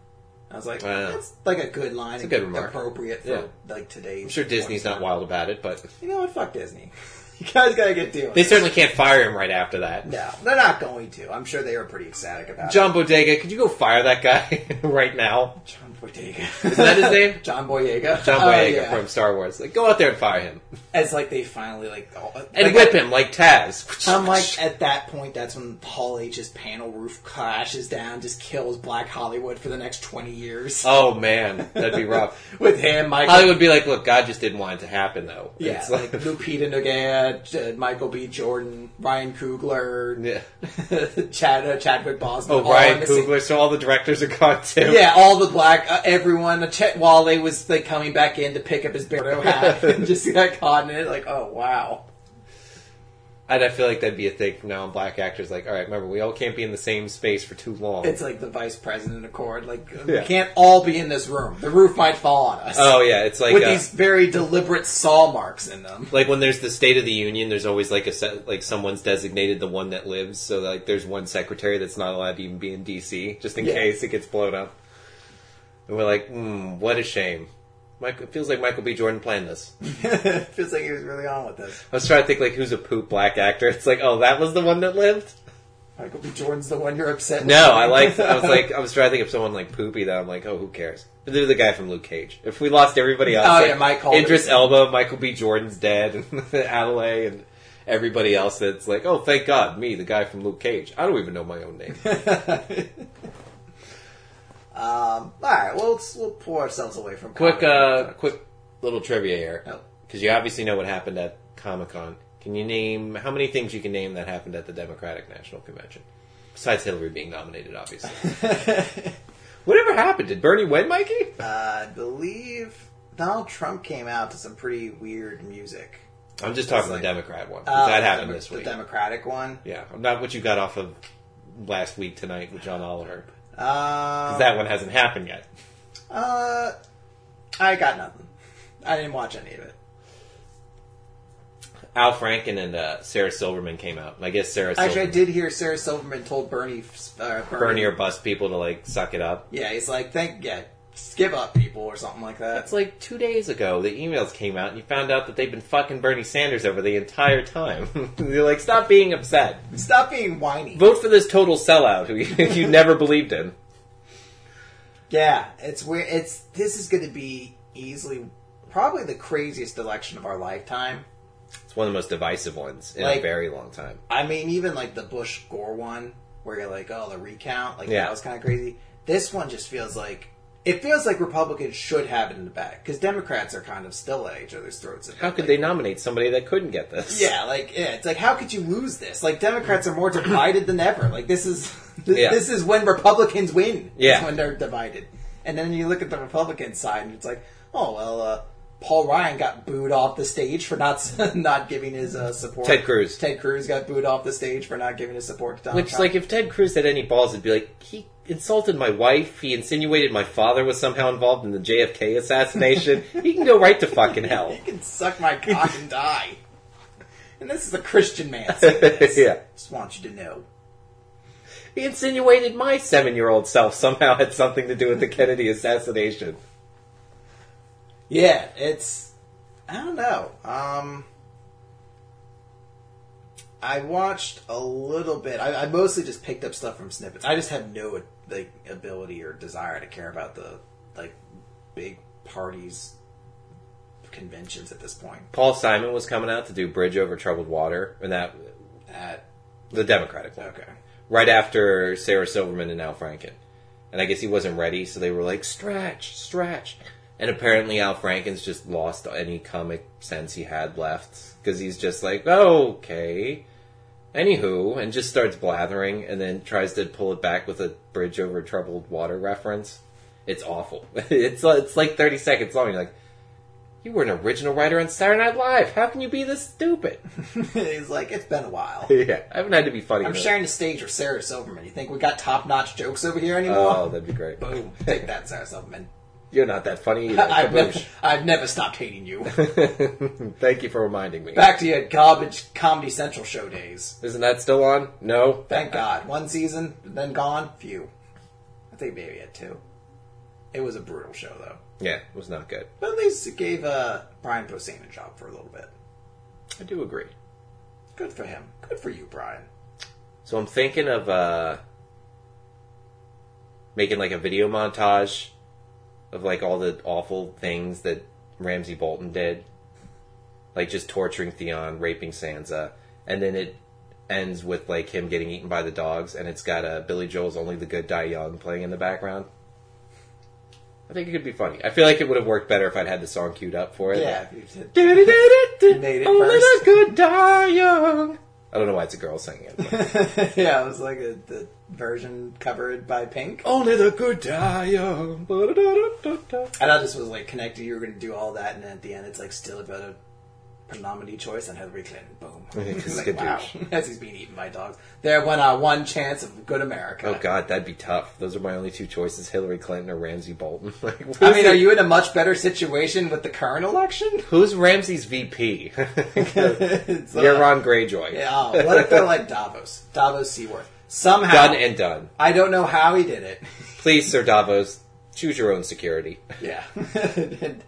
Speaker 1: I was like,
Speaker 2: Wow.
Speaker 1: that's like a good line. It's
Speaker 2: a good remark.
Speaker 1: Appropriate for
Speaker 2: Yeah.
Speaker 1: like today.
Speaker 2: I'm sure Disney's not wild about it, but
Speaker 1: You know what? Fuck Disney. *laughs* you guys gotta get doing.
Speaker 2: they
Speaker 1: it.
Speaker 2: certainly can't fire him right after that.
Speaker 1: No, they're not going to. I'm sure they were pretty ecstatic about
Speaker 2: John Bodega, could you go fire that guy *laughs* right now?
Speaker 1: it. John Boyega.
Speaker 2: Is that his name?
Speaker 1: *laughs* John Boyega.
Speaker 2: John
Speaker 1: Oh,
Speaker 2: Boyega
Speaker 1: yeah.
Speaker 2: from Star Wars. Like, go out there and
Speaker 1: *laughs*
Speaker 2: fire him.
Speaker 1: It's like they finally like all-
Speaker 2: And
Speaker 1: like,
Speaker 2: whip him like Taz.
Speaker 1: I'm like at that point. That's when Hall H's panel roof crashes down, just kills Black Hollywood for the next twenty years. *laughs*
Speaker 2: *laughs* Oh man, that'd be rough.
Speaker 1: With him, Michael,
Speaker 2: Hollywood would be like, look, God just didn't want it to happen though.
Speaker 1: yeah,
Speaker 2: It's
Speaker 1: like Lupita Nyong'o, uh, Michael B. Jordan, Ryan Coogler,
Speaker 2: *laughs* yeah.
Speaker 1: *laughs* Chad, uh, Chadwick Boseman.
Speaker 2: Oh,
Speaker 1: all
Speaker 2: Ryan
Speaker 1: on the same-
Speaker 2: Coogler, so all the directors are gone too.
Speaker 1: Yeah, all the black uh, everyone. Chet Wally was like coming back in to pick up his Beardo
Speaker 2: *laughs*
Speaker 1: hat and just got caught in it. Like, oh wow,
Speaker 2: And I feel like that'd be a thing from now on. Black actors like, all right, remember, we all can't be in the same space for too long.
Speaker 1: it's like the vice president accord. Like,
Speaker 2: Yeah.
Speaker 1: we can't all be in this room. The roof might fall on us.
Speaker 2: oh yeah, it's like
Speaker 1: with
Speaker 2: uh,
Speaker 1: these very deliberate saw marks in *laughs* them.
Speaker 2: like when there's the State of the Union, there's always like a set, like someone's designated the one that lives. So like, there's one secretary that's not allowed to even be in D.C. just in
Speaker 1: Yeah.
Speaker 2: case it gets blown up. And we're like, mm, what a shame. Michael, it feels like Michael B. Jordan planned this.
Speaker 1: Feels like he was really on with this.
Speaker 2: I was trying to think like who's a poop black actor. It's like, oh, that was the one that lived.
Speaker 1: Michael B. Jordan's the one you're upset. with.
Speaker 2: No, I like. I was like, I was trying to think of someone like poopy that I'm like, oh, who cares? But they're the guy from Luke Cage. If we lost everybody else,
Speaker 1: Oh,
Speaker 2: like,
Speaker 1: yeah, Mike Holder.
Speaker 2: Idris Elba, Michael B. Jordan's dead, and *laughs* Adelaide, and everybody else that's like, oh, thank God, me, the guy from Luke Cage. I don't even know my own name.
Speaker 1: um, *laughs* all right, well, let's, we'll pull ourselves away from
Speaker 2: *laughs* quick,
Speaker 1: comic
Speaker 2: uh,
Speaker 1: book.
Speaker 2: quick little trivia here,
Speaker 1: Oh.
Speaker 2: because you obviously know what happened at Comic Con. Can you name how many things you can name that happened at the Democratic National Convention? Besides Hillary being nominated, *laughs* obviously. Whatever happened? Did Bernie win, Mikey?
Speaker 1: I believe Donald Trump came out to some pretty weird music.
Speaker 2: I'm just talking
Speaker 1: It's
Speaker 2: the
Speaker 1: like-
Speaker 2: Democrat one.
Speaker 1: Uh,
Speaker 2: that
Speaker 1: the
Speaker 2: happened
Speaker 1: Demo-
Speaker 2: this week.
Speaker 1: The Democratic one.
Speaker 2: yeah, not what you got off of last week tonight with John Oliver.
Speaker 1: Um,
Speaker 2: That one hasn't happened yet.
Speaker 1: uh, I got nothing. I didn't watch any of it.
Speaker 2: Al Franken and uh, Sarah Silverman came out. I guess Sarah
Speaker 1: Actually, I
Speaker 2: Silverman,
Speaker 1: did hear Sarah Silverman told Bernie, uh, Bernie,
Speaker 2: Bernie or bust people to like suck it up.
Speaker 1: yeah, he's like, thank, yeah, give up, people, or something like that.
Speaker 2: That's like two days ago. The emails came out, and you found out that they've been fucking Bernie Sanders over the entire time. *laughs* You're like, stop being upset.
Speaker 1: Stop being whiny.
Speaker 2: Vote for this total sellout who you, *laughs* you never believed in.
Speaker 1: Yeah, it's weird. It's this is going to be easily probably the craziest election of our lifetime.
Speaker 2: It's one of the most divisive ones in a
Speaker 1: Like-
Speaker 2: very long time.
Speaker 1: I mean, even like the Bush Gore one, where you're like, oh, the recount, like
Speaker 2: Yeah.
Speaker 1: that was kind of crazy. This one just feels like it feels like Republicans should have it in the bag because Democrats are kind of still at each other's throats.
Speaker 2: How could they nominate somebody that couldn't get this?
Speaker 1: Yeah, like yeah, it's like how could you lose this? Like Democrats are
Speaker 2: *clears throat*
Speaker 1: more divided than ever. Like this is th-
Speaker 2: Yeah.
Speaker 1: this is when Republicans win. is
Speaker 2: Yeah.
Speaker 1: when they're divided. And then you look at the Republican side, and it's like, oh well, uh, Paul Ryan got booed off the stage for not s- *laughs* not giving his uh, support.
Speaker 2: Ted Cruz.
Speaker 1: Ted Cruz got booed off the stage for not giving his support to Donald
Speaker 2: Which,
Speaker 1: Trump. *laughs*
Speaker 2: like, if Ted Cruz had any balls, it'd be like, he insulted my wife, he insinuated my father was somehow involved in the JFK assassination. he can go right to fucking hell. *laughs*
Speaker 1: you can suck my cock and die. And this is a Christian man. saying this.
Speaker 2: Yeah.
Speaker 1: Just want you to know.
Speaker 2: He insinuated my seven-year-old self somehow had something to do with the Kennedy assassination.
Speaker 1: Yeah, it's. I don't know. Um, I watched a little bit. I, I mostly just picked up stuff from snippets. I just have no like ability or desire to care about the like big parties conventions at this point.
Speaker 2: Paul Simon was coming out to do Bridge Over Troubled Water, and that
Speaker 1: At
Speaker 2: the Democratic one,
Speaker 1: okay, *laughs*
Speaker 2: right after Sarah Silverman and Al Franken. And I guess he wasn't ready, so they were like, stretch, stretch. And apparently Al Franken's just lost any comic sense he had left, because he's just like, okay. Anywho, and just starts blathering, and then tries to pull it back with a Bridge Over Troubled Water reference. It's awful. *laughs* it's, it's like 30 seconds long. You're like, you were an original writer on Saturday Night Live. How can you be this stupid? *laughs*
Speaker 1: he's like, it's been a while.
Speaker 2: yeah, I haven't had to be funny.
Speaker 1: I'm
Speaker 2: with it.
Speaker 1: sharing the stage with Sarah Silverman. You think we got top notch jokes over here
Speaker 2: Oh,
Speaker 1: anymore?
Speaker 2: that'd be great.
Speaker 1: Boom! Take that, Sarah Silverman.
Speaker 2: You're not that funny *laughs* either.
Speaker 1: I've never,
Speaker 2: Kaboosh.
Speaker 1: I've never stopped hating you.
Speaker 2: Thank you for reminding me.
Speaker 1: Back to your garbage Comedy Central show days.
Speaker 2: Isn't that still on? No.
Speaker 1: Thank God. One season, then gone? Few. I think maybe at two. It was a brutal show, though.
Speaker 2: Yeah, it was not good.
Speaker 1: But at least it gave uh, Brian Posehn a job for a little bit.
Speaker 2: I do agree.
Speaker 1: Good for him. Good for you, Brian.
Speaker 2: So I'm thinking of uh making like a video montage of like all the awful things that Ramsey Bolton did. Like just torturing Theon, raping Sansa, and then it ends with like him getting eaten by the dogs and it's got uh, Billy Joel's Only the Good Die Young playing in the background. I think it could be funny. I feel like it would have worked better if I'd had the song queued up for it.
Speaker 1: Yeah. you did. *laughs*
Speaker 2: Made
Speaker 1: Made
Speaker 2: it
Speaker 1: it
Speaker 2: Only the
Speaker 1: first.
Speaker 2: good die young. I don't know why it's a girl singing it. but-
Speaker 1: yeah, it was like a, the version covered by Pink.
Speaker 2: Only Oh, the good die
Speaker 1: um,
Speaker 2: young. Ba-da-da-da-da-da.
Speaker 1: I thought this was like connected. You were going to do all that, and then at the end, it's like still about a prenomity choice on Hillary Clinton.
Speaker 2: *laughs*
Speaker 1: Boom.
Speaker 2: Because
Speaker 1: like,
Speaker 2: good
Speaker 1: wow. *laughs*
Speaker 2: douche.
Speaker 1: As he's being eaten by dogs. There went our one chance of good America.
Speaker 2: Oh god, that'd be tough. Those are my only two choices: Hillary Clinton or Ramsey Bolton. *laughs* Like,
Speaker 1: I mean, are you in a much better situation with the current election? *laughs*
Speaker 2: Who's Ramsey's VP?
Speaker 1: It's, uh,
Speaker 2: *laughs* You're Ron Greyjoy.
Speaker 1: yeah, oh, what if they're like Davos? Davos Seaworth. Somehow.
Speaker 2: Done and done.
Speaker 1: I don't know how he did it. *laughs*
Speaker 2: Please, Sir Davos, choose your own security.
Speaker 1: Yeah. *laughs* and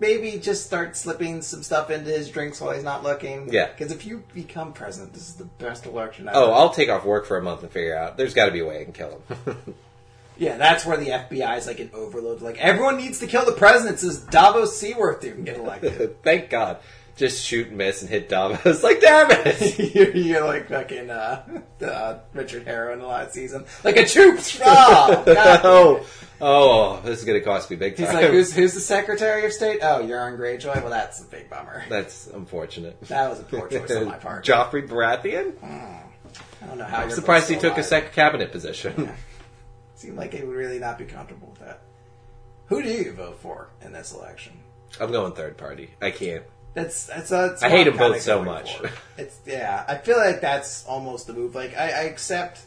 Speaker 1: maybe just start slipping some stuff into his drinks while he's not looking.
Speaker 2: Yeah.
Speaker 1: Because if you become president, this is the best election ever.
Speaker 2: Oh, I'll take off work for a month and figure out. There's got to be a way I can kill him. *laughs*
Speaker 1: Yeah, that's where the FBI is like an overload. Like everyone needs to kill the president. Says Davos Seaworth dude can get elected.
Speaker 2: Thank God. Just shoot and miss and hit Davos. *laughs* Like, damn
Speaker 1: *laughs*
Speaker 2: it!
Speaker 1: you're, you're like fucking uh, uh, Richard Harrow in the last season, like a troop.
Speaker 2: *laughs*
Speaker 1: Oh, God.
Speaker 2: oh, oh, this is going to cost me big time.
Speaker 1: He's like, who's who's the Secretary of State? Oh, you're on Greyjoy. Well, that's a big bummer.
Speaker 2: That's unfortunate.
Speaker 1: That was a poor choice on my part.
Speaker 2: *laughs* Joffrey Baratheon?
Speaker 1: I don't know how.
Speaker 2: I'm surprised he took a second cabinet position. *laughs*
Speaker 1: Seemed like he would really not be comfortable with that. Who do you vote for in this election?
Speaker 2: I'm going third party. I can't.
Speaker 1: That's that's. that's
Speaker 2: I
Speaker 1: what
Speaker 2: hate
Speaker 1: I'm
Speaker 2: them both
Speaker 1: kinda
Speaker 2: so
Speaker 1: going
Speaker 2: much. *laughs*
Speaker 1: for. It's yeah. I feel like that's almost the move. Like I, I accept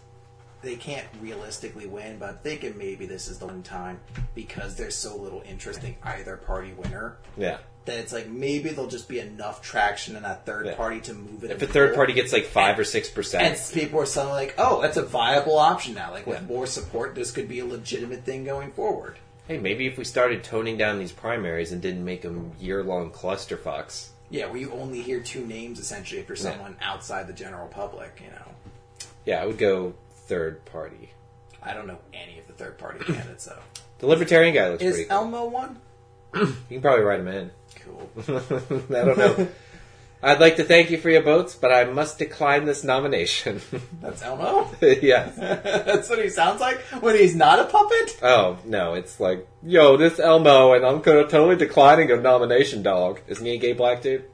Speaker 1: they can't realistically win, but I'm thinking maybe this is the one time because there's so little interest in either party winner
Speaker 2: Yeah.
Speaker 1: that it's like maybe there'll just be enough traction in that third
Speaker 2: Yeah.
Speaker 1: party to move it.
Speaker 2: If a third party gets like five or six
Speaker 1: and
Speaker 2: percent,
Speaker 1: s- people are suddenly like, oh, that's a viable option now. Like with more support, this could be a legitimate thing going forward.
Speaker 2: hey, maybe if we started toning down these primaries and didn't make them year-long clusterfucks.
Speaker 1: Yeah, where you only hear two names essentially if you're someone outside the general public. You know,
Speaker 2: Yeah, I would go third party.
Speaker 1: I don't know any of the third party *clears throat* candidates though.
Speaker 2: The libertarian guy looks pretty.
Speaker 1: Is
Speaker 2: Cool.
Speaker 1: Elmo one?
Speaker 2: You can probably write him in. *laughs*
Speaker 1: Cool. *laughs*
Speaker 2: I don't know. I'd like to thank you for your votes, but I must decline this nomination. *laughs*
Speaker 1: That's Elmo? *laughs*
Speaker 2: yes.
Speaker 1: That's what he sounds like when he's not a puppet?
Speaker 2: Oh no, it's like, yo, this Elmo, and I'm gonna totally declining a nomination, dog. Isn't he a gay black dude?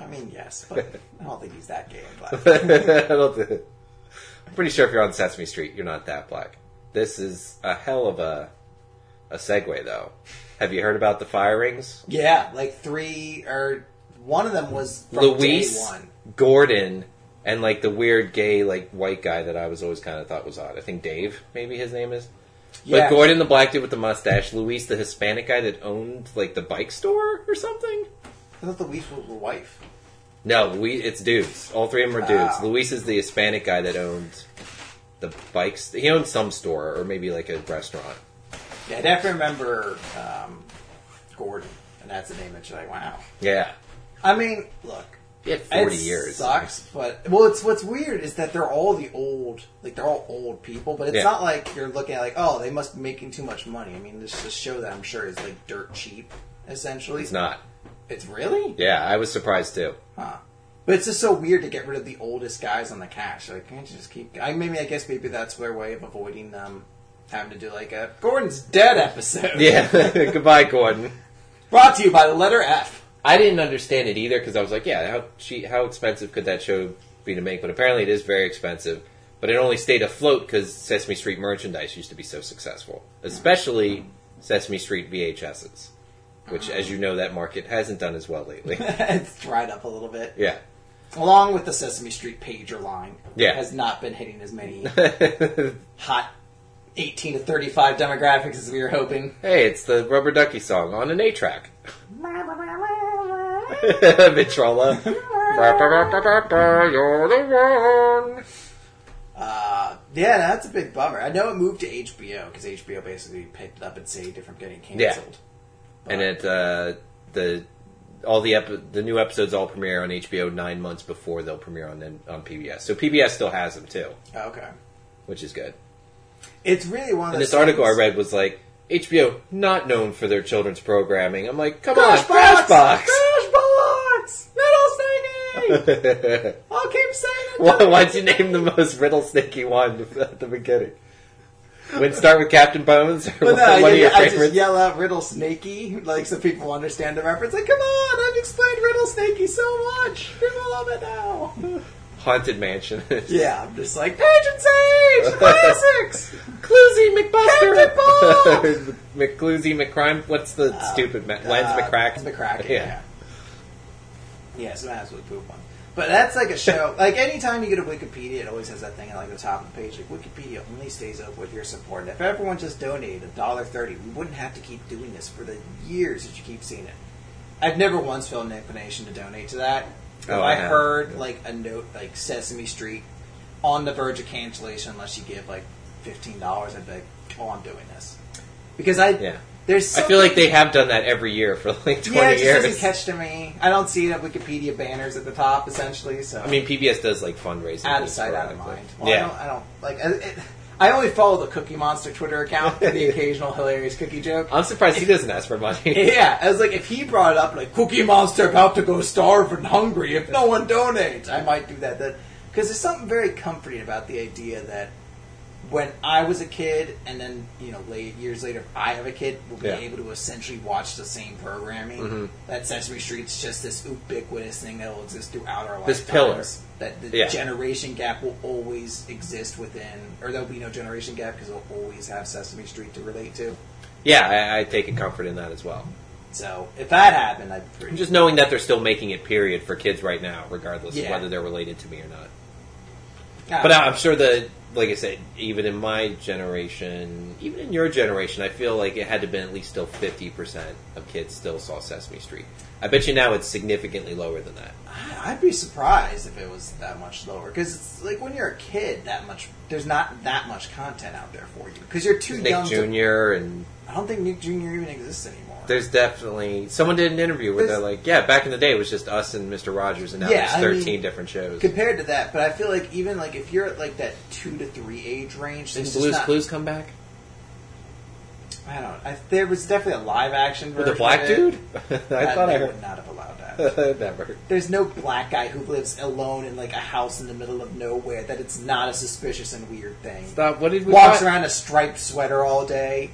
Speaker 1: I mean, yes, but I don't think he's that gay and *laughs* black.
Speaker 2: I don't thi- I'm *laughs* pretty sure if you're on Sesame Street, you're not that black. This is a hell of a a segue, though. Have you heard about the firings?
Speaker 1: Yeah, like three or one of them was from day
Speaker 2: Luis,
Speaker 1: one.
Speaker 2: Gordon, and like the weird gay like white guy that I was always kind of thought was odd. I think Dave, maybe his name is.
Speaker 1: Yeah,
Speaker 2: But Gordon, the black dude with the mustache, Luis, the Hispanic guy that owned like the bike store or something.
Speaker 1: I thought the Luis was were wife.
Speaker 2: No, we it's dudes. All three of them are dudes. Luis is the Hispanic guy that owned the bikes. He owned some store or maybe like a restaurant.
Speaker 1: Yeah, I definitely remember um, Gordon, and that's the name that you're like, wow.
Speaker 2: Yeah,
Speaker 1: I mean, look,
Speaker 2: he had forty
Speaker 1: it
Speaker 2: years.
Speaker 1: sucks, but well, it's what's weird is that they're all the old, like they're all old people, but it's
Speaker 2: Yeah.
Speaker 1: not like you're looking at like, oh, they must be making too much money. I mean, this is a show that I'm sure is like dirt cheap, essentially.
Speaker 2: It's not.
Speaker 1: It's really,
Speaker 2: Yeah, I was surprised too. *laughs*
Speaker 1: huh? But it's just so weird to get rid of the oldest guys on the cast. Like, can't you just keep? I maybe I guess maybe that's their way of avoiding um having to do like a Gordon's dead episode.
Speaker 2: Yeah, *laughs* goodbye, Gordon.
Speaker 1: *laughs* Brought to you by the letter F. *laughs*
Speaker 2: I didn't understand it either because I was like, yeah, how she, how expensive could that show be to make? But apparently, it is very expensive. But it only stayed afloat because Sesame Street merchandise used to be so successful, especially Sesame Street VHSs, which, as you know, that market hasn't done as well lately. *laughs*
Speaker 1: it's dried up a little bit.
Speaker 2: yeah, *laughs*
Speaker 1: along with the Sesame Street pager line,
Speaker 2: Yeah.
Speaker 1: has not been hitting as many hot 18 to 35 demographics as we were hoping.
Speaker 2: hey, it's the Rubber Ducky song on an A track. *laughs* Vitrola. *laughs* You're the one.
Speaker 1: Uh, yeah, that's a big bummer. I know it moved to HBO because HBO basically picked it up and saved it from getting canceled.
Speaker 2: and it uh, the all the epi- the new episodes all premiere on HBO nine months before they'll premiere on on PBS. So PBS still has them too,
Speaker 1: oh, okay,
Speaker 2: which is good.
Speaker 1: it's really one of
Speaker 2: And
Speaker 1: those
Speaker 2: this article I
Speaker 1: things-
Speaker 2: read was like HBO not known for their children's programming. I'm like, come on,
Speaker 1: Crashbox,
Speaker 2: Crashbox.
Speaker 1: Crashbox, Metal
Speaker 2: *laughs*
Speaker 1: Snake! I'll keep saying it.
Speaker 2: Why, why'd you name the most riddle-snaky one at the beginning? Would it start with Captain Bones or
Speaker 1: But no,
Speaker 2: *laughs* one
Speaker 1: I,
Speaker 2: of your
Speaker 1: I just
Speaker 2: favorites?
Speaker 1: yell out Riddle Snakey, like so people understand the reference. Like, come on, I've explained Riddle Snakey so much. People love it now.
Speaker 2: Haunted Mansion. *laughs*
Speaker 1: *laughs* yeah, I'm just like Page and Sage, the classics.
Speaker 2: Cluesy McBuster.
Speaker 1: Captain Bob!
Speaker 2: *laughs* McClusy McCrime. What's the stupid ma- Lance
Speaker 1: Uh,
Speaker 2: McCracken?
Speaker 1: Lance McCracken. Yeah. Yeah, so that's what poop one. But that's like a
Speaker 2: *laughs*
Speaker 1: show. like anytime you go to Wikipedia, it always has that thing at like the top of the page. Like Wikipedia only stays open with your support. And if everyone just donated a dollar thirty, we wouldn't have to keep doing this for the years that you keep seeing it. I've never once felt an inclination to donate to that.
Speaker 2: Oh,
Speaker 1: if
Speaker 2: I
Speaker 1: I,
Speaker 2: have.
Speaker 1: heard
Speaker 2: Yeah.
Speaker 1: like a note like Sesame Street on the verge of cancellation unless you give like fifteen dollars, I'd be like, oh, I'm doing this because I
Speaker 2: Yeah.
Speaker 1: there's
Speaker 2: I
Speaker 1: something-
Speaker 2: feel like they have done that every year for like twenty
Speaker 1: yeah, it just
Speaker 2: years.
Speaker 1: doesn't catch to me. I don't see it at Wikipedia banners at the top, essentially. So
Speaker 2: I mean, PBS does like fundraising.
Speaker 1: out of sight, out of
Speaker 2: sporadically.
Speaker 1: mind. Well,
Speaker 2: yeah,
Speaker 1: I don't, I don't like. I- It, I only follow the Cookie Monster Twitter account
Speaker 2: *laughs*
Speaker 1: for the occasional hilarious cookie joke.
Speaker 2: I'm surprised he doesn't ask
Speaker 1: *laughs*
Speaker 2: for money.
Speaker 1: Yeah, I was like, if he brought it up, like Cookie Monster about to go starve and hungry, if no one donates, I might do that. That because there's something very comforting about the idea that when I was a kid, and then you know, late years later, if I have a kid, we'll be
Speaker 2: Yeah. Mm-hmm.
Speaker 1: able to essentially watch the same programming. That Sesame Street's just this ubiquitous thing that will exist throughout our
Speaker 2: This pillar.
Speaker 1: lifetimes. That the
Speaker 2: Yeah.
Speaker 1: generation gap will always exist within, or there'll be no generation gap because we'll always have Sesame Street to relate to.
Speaker 2: yeah, I, I take a comfort in that as well.
Speaker 1: So if that happened, I'd pretty
Speaker 2: Just knowing that they're still making it, period, for kids right now, regardless of
Speaker 1: Yeah.
Speaker 2: whether they're related to me or not.
Speaker 1: Yeah.
Speaker 2: But uh, I'm sure that, like I said, even in my generation, even in your generation, I feel like it had to have been at least still 50% of kids still saw Sesame Street. I bet you now it's significantly lower than that.
Speaker 1: I'd be surprised if it was that much lower because it's like when you're a kid, that much there's not that much content out there for you because you're too
Speaker 2: Nick
Speaker 1: young. To,
Speaker 2: Jr. and
Speaker 1: I don't think Nick Jr. even exists anymore.
Speaker 2: there's definitely someone did an interview where they're
Speaker 1: There's-
Speaker 2: like, yeah, back in the day it was just us and Mr. Rogers, and now
Speaker 1: Yeah, I
Speaker 2: there's 13
Speaker 1: mean,
Speaker 2: different shows.
Speaker 1: compared to that, but I feel like even like if you're at like that two to three age range,
Speaker 2: Did
Speaker 1: there's
Speaker 2: Blues
Speaker 1: just not,
Speaker 2: Clues come back
Speaker 1: I don't. know. I, there was definitely a live action
Speaker 2: with a
Speaker 1: version
Speaker 2: black
Speaker 1: of it.
Speaker 2: dude? *laughs* I
Speaker 1: That
Speaker 2: thought
Speaker 1: they
Speaker 2: I
Speaker 1: would not have allowed that.
Speaker 2: heard *laughs* never.
Speaker 1: there's no black guy who lives alone in like a house in the middle of nowhere that it's not a suspicious and weird thing.
Speaker 2: Stop. What did we
Speaker 1: walks
Speaker 2: find?
Speaker 1: around in a striped sweater all day,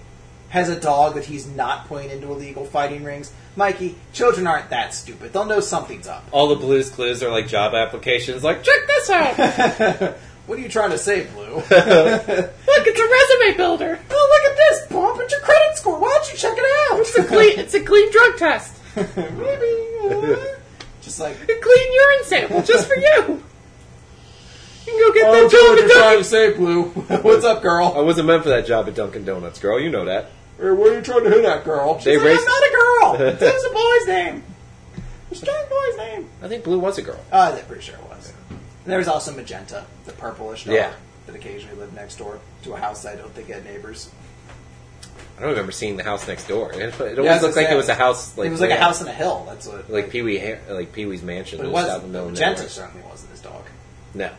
Speaker 1: has a dog that he's not putting into illegal fighting rings. Mikey, children aren't that stupid. They'll know something's up.
Speaker 2: All the Blues Clues are like job applications. Like, check this out.
Speaker 1: What are you trying to say,
Speaker 2: *laughs*
Speaker 1: Blue?
Speaker 2: Look, it's a resume builder.
Speaker 1: oh, look at this, bump at your credit score. Why don't you check it out? *laughs* It's a
Speaker 2: Clean, it's a clean drug test.
Speaker 1: Maybe. uh, Just like,
Speaker 2: A clean urine sample just for you. You can go get
Speaker 1: oh,
Speaker 2: that job at Dunkin'.
Speaker 1: to say,
Speaker 2: *laughs*
Speaker 1: Blue. What's up,
Speaker 2: I
Speaker 1: girl?
Speaker 2: wasn't meant for that job at Dunkin' Donuts, girl. You know that.
Speaker 1: Or what are you trying to hit at, girl? She's
Speaker 2: They
Speaker 1: like, *laughs*
Speaker 2: race-
Speaker 1: I'm not a girl. That's a boy's name. What's Dragon Boy's name?
Speaker 2: I think Blue was a girl.
Speaker 1: Uh, I'm pretty sure it was. And there was also Magenta, the purplish dog
Speaker 2: Yeah.
Speaker 1: that occasionally lived next door to a house that I don't think had neighbors.
Speaker 2: I don't remember seeing the house next door. It, it always
Speaker 1: Yeah, I was
Speaker 2: looked like
Speaker 1: gonna say,
Speaker 2: it was a house. Like
Speaker 1: it was like a
Speaker 2: layout.
Speaker 1: house on a hill. That's what.
Speaker 2: like Pee Wee, Ha- like Pee Wee's mansion.
Speaker 1: but
Speaker 2: that
Speaker 1: it
Speaker 2: was out
Speaker 1: wasn't.
Speaker 2: in the middle of
Speaker 1: Magenta
Speaker 2: nowhere.
Speaker 1: certainly wasn't his dog.
Speaker 2: No,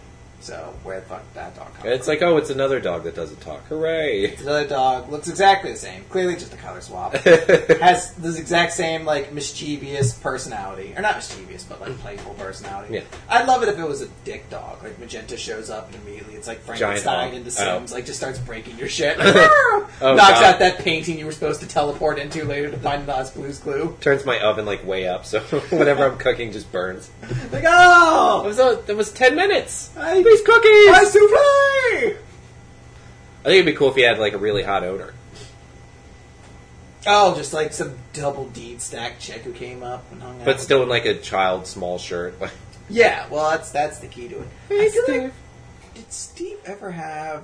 Speaker 1: So where the fuck did that dog come from?
Speaker 2: it's like oh, it's another dog that doesn't talk. Hooray! *laughs*
Speaker 1: Another dog looks exactly the same. Clearly, just a color swap. Has this exact same like mischievous personality, or not mischievous, but like playful personality.
Speaker 2: Yeah.
Speaker 1: I'd love it if it was a dick dog. Like Magenta shows up and immediately it's like
Speaker 2: hog.
Speaker 1: Frankenstein into
Speaker 2: Oh.
Speaker 1: Sims. Like just starts breaking your
Speaker 2: *laughs*
Speaker 1: shit. Like, "Arr!" Knocks
Speaker 2: God.
Speaker 1: out that painting you were supposed to teleport into later to find Nas Blue's Clue.
Speaker 2: Turns my oven like way up, so *laughs* whatever I'm cooking just burns.
Speaker 1: Like
Speaker 2: It
Speaker 1: oh,
Speaker 2: was uh, it was ten minutes.
Speaker 1: I,
Speaker 2: These cookies.
Speaker 1: I souffle.
Speaker 2: I think it'd be cool if you had like a really hot odor.
Speaker 1: Oh, just like some double deed stack chick who came up and hung out.
Speaker 2: But still in like a child small shirt. *laughs*
Speaker 1: yeah, well that's that's the key to it. I feel like Did Steve ever have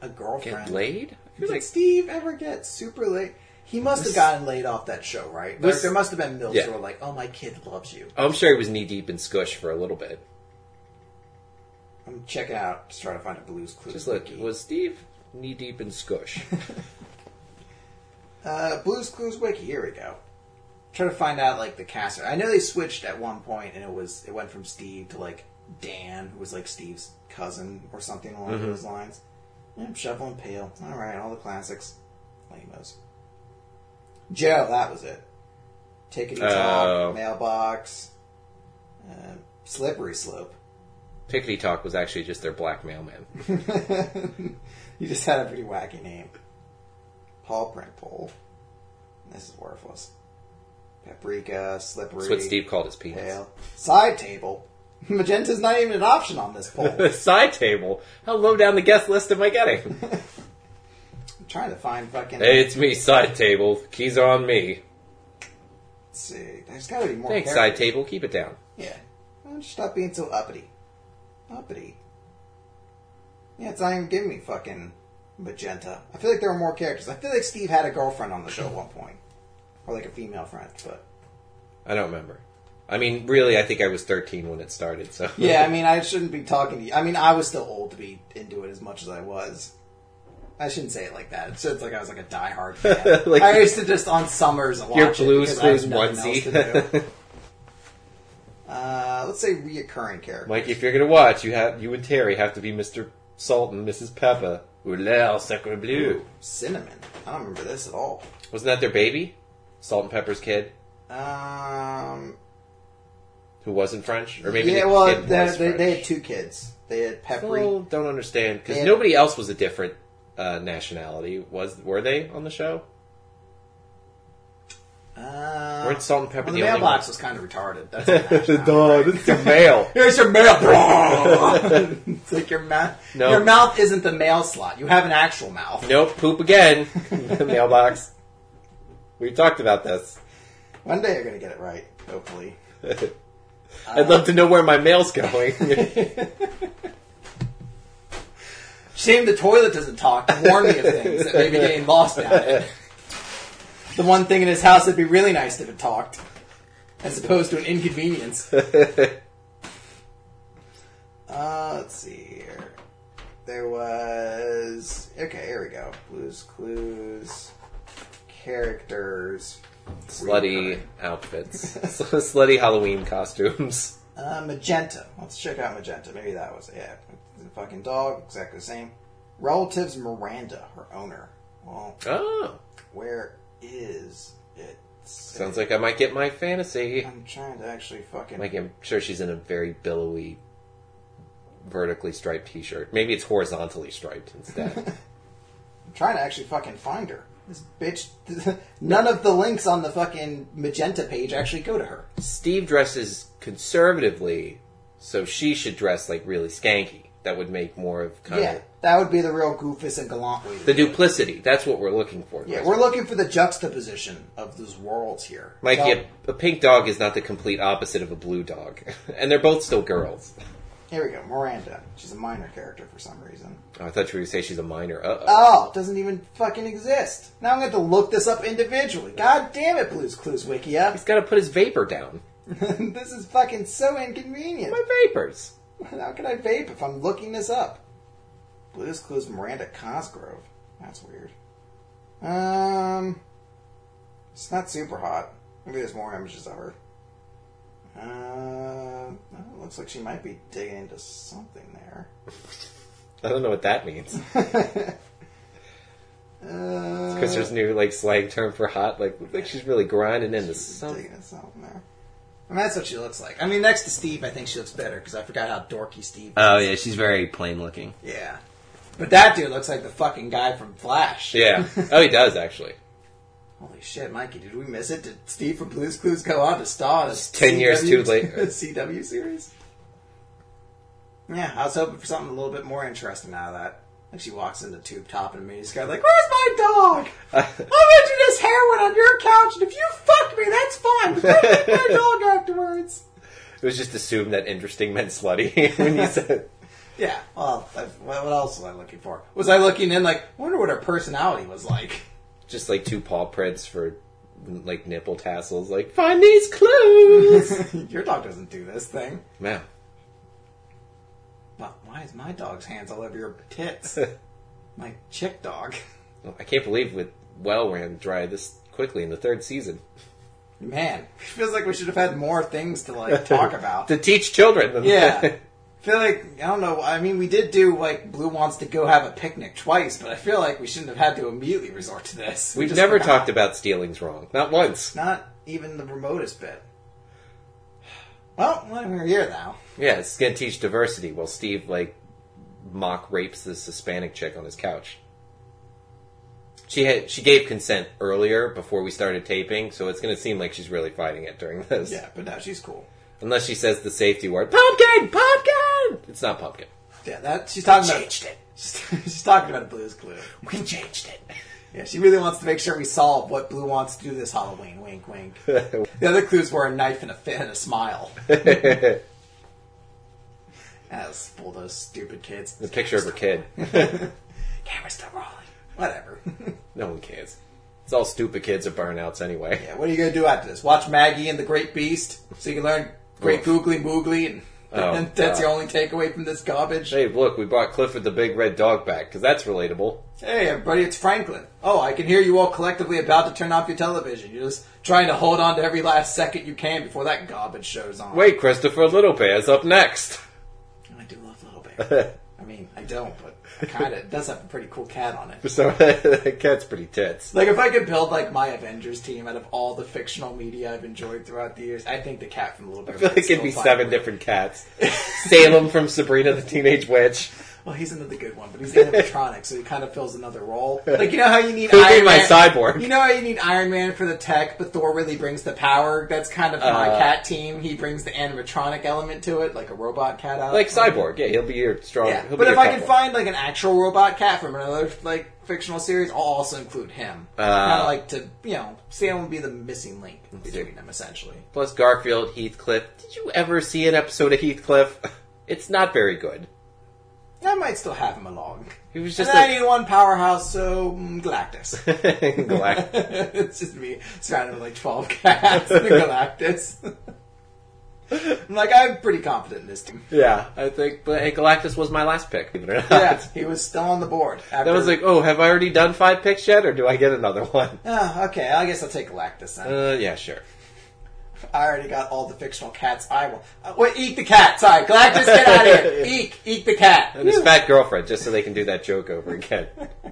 Speaker 1: a girlfriend?
Speaker 2: Get laid? I feel
Speaker 1: Did
Speaker 2: like
Speaker 1: Steve ever get super late? He must have gotten laid off that show, right? Like,
Speaker 2: Was-
Speaker 1: there must have been milfs
Speaker 2: Yeah.
Speaker 1: who were like, "Oh, my kid loves you."
Speaker 2: I'm sure he was knee deep in squish for a little bit.
Speaker 1: I'm checking out, just trying to find a Blue's Clues.
Speaker 2: Just look,
Speaker 1: wiki.
Speaker 2: was Steve knee deep
Speaker 1: *laughs*
Speaker 2: in squish?
Speaker 1: uh, Blue's Clues wiki. Here we go. Trying to find out like the caster. I know they switched at one point, and it was it went from Steve to like Dan, who was like Steve's cousin or something along those lines. Yeah, shovel and pail. All right, all the classics. Lamos. Joe, that was it. Tickety tock,
Speaker 2: Oh.
Speaker 1: mailbox, uh, slippery slope.
Speaker 2: Pickety Talk was actually just their black mailman.
Speaker 1: *laughs* you just had a pretty wacky name. Paul Print Pole. This is worthless. Paprika, slippery.
Speaker 2: That's what Steve called his penis.
Speaker 1: Pale. Side table. *laughs* Magenta's not even an option on this
Speaker 2: *laughs*
Speaker 1: poll.
Speaker 2: *laughs* The side table. How low down the guest list am I
Speaker 1: *laughs*
Speaker 2: getting?
Speaker 1: I'm trying to find fucking.
Speaker 2: hey, it's me, side table. Keys are on me.
Speaker 1: Let's see. There's gotta be more. characters.
Speaker 2: Thanks, side table. Keep it down.
Speaker 1: Yeah. Why don't you stop being so uppity? Uppity. Yeah, it's not even giving me fucking magenta. I feel like there were more characters. I feel like Steve had a girlfriend on the show at one point. Or like a female friend, but.
Speaker 2: I don't remember. I mean, really, I think I was 13 when it started, so. *laughs*
Speaker 1: Yeah, I mean, I shouldn't be talking to you. I mean, I was still old to be into it as much as I was. I shouldn't say it like that. It's just like I was like a diehard fan.
Speaker 2: *laughs* Like-
Speaker 1: I used to just on summers watch
Speaker 2: Your
Speaker 1: it
Speaker 2: Blues
Speaker 1: because I had
Speaker 2: Clues
Speaker 1: nothing else
Speaker 2: onesie. *laughs*
Speaker 1: to do. uh, let's say reoccurring character.
Speaker 2: Mike, if you're gonna watch, you have you and Terry have to be Mr. Salt and Mrs. Peppa. Ou là, sacre bleu.
Speaker 1: Cinnamon. I don't remember this at all.
Speaker 2: Wasn't that their baby? Salt and Pepper's kid,
Speaker 1: Um,
Speaker 2: who wasn't French, or maybe
Speaker 1: yeah,
Speaker 2: the
Speaker 1: well,
Speaker 2: kid
Speaker 1: they,
Speaker 2: was
Speaker 1: they, they had two
Speaker 2: French.
Speaker 1: kids. They had Peppery.
Speaker 2: Well, don't understand because
Speaker 1: They had-
Speaker 2: nobody else was a different uh, nationality. Was were they on the show?
Speaker 1: Uh,
Speaker 2: Weren't Salt and Pepper
Speaker 1: well,
Speaker 2: the,
Speaker 1: the
Speaker 2: only
Speaker 1: mailbox
Speaker 2: ones?
Speaker 1: was kind of retarded.
Speaker 2: *laughs*
Speaker 1: That's what
Speaker 2: the
Speaker 1: happened.
Speaker 2: dog. It's *laughs* the male.
Speaker 1: Here's your mail. it's like your mouth.
Speaker 2: No.
Speaker 1: Your mouth isn't the mail slot. You have an actual mouth.
Speaker 2: Nope, poop again. *laughs* the mailbox. We talked about this.
Speaker 1: One day you're gonna get it right, hopefully.
Speaker 2: I'd love to know where my mail's going. *laughs*
Speaker 1: Shame the toilet doesn't talk to warn me of things that may be getting lost down it. The one thing in his house that'd be really nice if it talked, as opposed to an inconvenience. Uh, let's see here. There was okay. Here we go. Blues Clues characters.
Speaker 2: slutty *laughs* outfits, slutty Halloween costumes.
Speaker 1: Uh, magenta. Let's check out magenta. Maybe that was it. Yeah, the fucking dog, exactly the same. Relatives Miranda, her owner. Well,
Speaker 2: Oh,
Speaker 1: where is it?
Speaker 2: sounds like I might get my fantasy.
Speaker 1: I'm trying to actually fucking.
Speaker 2: Like I'm sure she's in a very billowy, vertically striped T-shirt. Maybe it's horizontally
Speaker 1: *laughs*
Speaker 2: striped instead.
Speaker 1: I'm trying to actually fucking find her. This bitch. *laughs* None of the links on the fucking magenta page actually go to her.
Speaker 2: Steve dresses conservatively, so she should dress like really skanky. That would make more of kind
Speaker 1: Yeah,
Speaker 2: of
Speaker 1: that would be the real goofus and gallant way. to
Speaker 2: the
Speaker 1: do it.
Speaker 2: duplicity. That's what we're looking for.
Speaker 1: Yeah, we're looking for the juxtaposition of those worlds here.
Speaker 2: Mike,
Speaker 1: So-
Speaker 2: a, a pink dog is not the complete opposite of a blue dog, *laughs* and they're both still girls.
Speaker 1: Here we go. Miranda. She's a minor character for some reason.
Speaker 2: Oh, I thought you were going to say she's a minor. Uh oh.
Speaker 1: Oh, it doesn't even fucking exist. Now I'm going to look this up *laughs* individually. God damn it, Blue's Clues Wiki. up.
Speaker 2: He's got to put his vapor down.
Speaker 1: this is fucking so inconvenient.
Speaker 2: My vapors.
Speaker 1: *laughs* How can I vape if I'm looking this up? Blues Clues Miranda Cosgrove. That's weird. Um, it's not super hot. Maybe there's more images of her. Uh, well, it looks like she might be digging into something there.
Speaker 2: I don't know what
Speaker 1: *laughs*
Speaker 2: that means.
Speaker 1: Uh,
Speaker 2: Chris's new like slang term for hot. Like, looked like she's really grinding into something.
Speaker 1: digging into something there. I mean, that's what she looks like. I mean, next to Steve, I think she looks better because I forgot how dorky Steve.
Speaker 2: Uh.
Speaker 3: Oh yeah, she's very plain looking.
Speaker 1: Yeah, but that dude looks like the fucking guy from Flash. *laughs*
Speaker 2: Yeah. Oh, he does actually.
Speaker 1: Holy shit, Mikey! Did we miss it? Did Steve from Blue's Clues go on to star in a
Speaker 2: 10 years
Speaker 1: CW
Speaker 2: too late.
Speaker 1: *laughs* CW series? Yeah, I was hoping for something a little bit more interesting out of that. Like she walks in the tube top and a miniskirt, like, "Where's my
Speaker 2: *laughs*
Speaker 1: dog? I'm gonna do this heroin on your couch, and if you fuck me, that's fine. But don't take my
Speaker 2: *laughs*
Speaker 1: dog afterwards."
Speaker 2: It was just assumed that interesting meant slutty *laughs* when
Speaker 1: *laughs*
Speaker 2: you said.
Speaker 1: Yeah. Well, I, what what else was I looking for? Was I looking in like, wonder what her personality was like? *laughs*
Speaker 2: just like two paw prints for like nipple tassels. Like find these clues.
Speaker 1: your dog doesn't do this thing.
Speaker 2: wow.
Speaker 1: But why is my dog's hands all over your
Speaker 2: *laughs*
Speaker 1: tits? my chick dog.
Speaker 2: Well, I can't believe with well ran dry this quickly in the third season
Speaker 1: Man, feels like we should have had more things to like talk about.
Speaker 2: *laughs* to teach children.
Speaker 1: yeah. Feel like I don't know. I mean, we did do like Blue wants to go have a picnic twice, but I feel like we shouldn't have had to immediately resort to this. We
Speaker 2: *laughs* We've
Speaker 1: just
Speaker 2: never
Speaker 1: forgot.
Speaker 2: talked about stealing's wrong. Not once.
Speaker 1: not even the remotest bit. Well, we're here now.
Speaker 2: Yeah, it's gonna teach diversity while Steve like mock rapes this Hispanic chick on his couch. She had she gave consent earlier before we started taping, so it's gonna seem like she's really fighting it during this.
Speaker 1: Yeah, but now she's cool.
Speaker 2: Unless she says the safety word, pumpkin, pumpkin. It's not pumpkin.
Speaker 1: Yeah, that she's talking about.
Speaker 2: Changed it.
Speaker 1: *laughs* She's talking about a Blue's Clue.
Speaker 2: We changed it.
Speaker 1: Yeah, she really wants to make sure we solve what Blue wants to do this Halloween. Wink,
Speaker 2: *laughs*
Speaker 1: wink. the other clues were a knife and a fin and a smile. As full of those stupid kids.
Speaker 2: The picture of her
Speaker 1: *laughs*
Speaker 2: kid.
Speaker 1: Camera's still rolling. Whatever. *laughs*
Speaker 2: No one cares. It's all stupid kids or burnouts anyway.
Speaker 1: yeah, what are you gonna do after this? Watch Maggie and the Great Beast so you can learn Great
Speaker 2: Oof.
Speaker 1: Googly Moogly, and,
Speaker 2: Oh,
Speaker 1: and *laughs* that's
Speaker 2: God.
Speaker 1: your only takeaway from this garbage.
Speaker 2: Hey, look, we brought Clifford the big red dog back because that's relatable.
Speaker 1: Hey, everybody, it's Franklin. Oh, I can hear you all collectively about to turn off your television. You're just trying to hold on to every last second you can before that garbage shows on.
Speaker 2: Wait, Christopher Little Bear's up next. *laughs*
Speaker 1: I do love Little Bear. I mean, I don't, but I kind of it does have a pretty cool cat on it.
Speaker 2: So *laughs* that cat's pretty tits.
Speaker 1: Like, if I could build like my Avengers team out of all the fictional media I've enjoyed throughout the years, I think the cat from Little Bear.
Speaker 2: I *laughs* feel like it'd be seven different *laughs* cats. Salem from Sabrina the Teenage Witch.
Speaker 1: Well, he's another good one, but he's animatronic, so he kind of fills another
Speaker 2: *laughs*
Speaker 1: role. Like, you know how you need
Speaker 2: Who
Speaker 1: Iron
Speaker 2: made my
Speaker 1: Man-
Speaker 2: cyborg?
Speaker 1: You know how you need Iron Man for the tech, but Thor really brings the power. That's kind of my
Speaker 2: Uh,
Speaker 1: cat team. He brings the animatronic element to it, like a robot cat. Out
Speaker 2: Like Cyborg, yeah, he'll be your strong.
Speaker 1: Yeah,
Speaker 2: he'll
Speaker 1: but
Speaker 2: be
Speaker 1: if
Speaker 2: your
Speaker 1: I
Speaker 2: top
Speaker 1: can
Speaker 2: one.
Speaker 1: find like an actual robot cat from another like fictional series, I'll also include him.
Speaker 2: Uh,
Speaker 1: kind of like to you know, Sam would be the missing link between them essentially.
Speaker 2: Plus Garfield, Heathcliff. Did you ever see an episode of Heathcliff? *laughs* It's not very good. *laughs*
Speaker 1: I might still have him along.
Speaker 2: He was
Speaker 1: And
Speaker 2: just
Speaker 1: I
Speaker 2: a.
Speaker 1: need one powerhouse, so mm, Galactus. *laughs*
Speaker 2: Galactus. *laughs*
Speaker 1: it's just me surrounded with like twelve cats and a Galactus. *laughs* I'm like I'm pretty confident in this team.
Speaker 2: Yeah, I think. But hey, Galactus was my last pick. Believe it or not. *laughs*
Speaker 1: Yeah, he was still on the board. After,
Speaker 2: I was like, oh, have I already done five picks yet, or do I get another *laughs* one?
Speaker 1: oh, okay, I guess I'll take Galactus then.
Speaker 2: Uh, yeah, sure.
Speaker 1: I already got all the fictional cats I want. Uh, wait, eat the cat. Sorry, Galactus, get out of
Speaker 2: *laughs*
Speaker 1: here. Eek, eat the cat.
Speaker 2: And his fat girlfriend, just so they can do that joke over *laughs* again.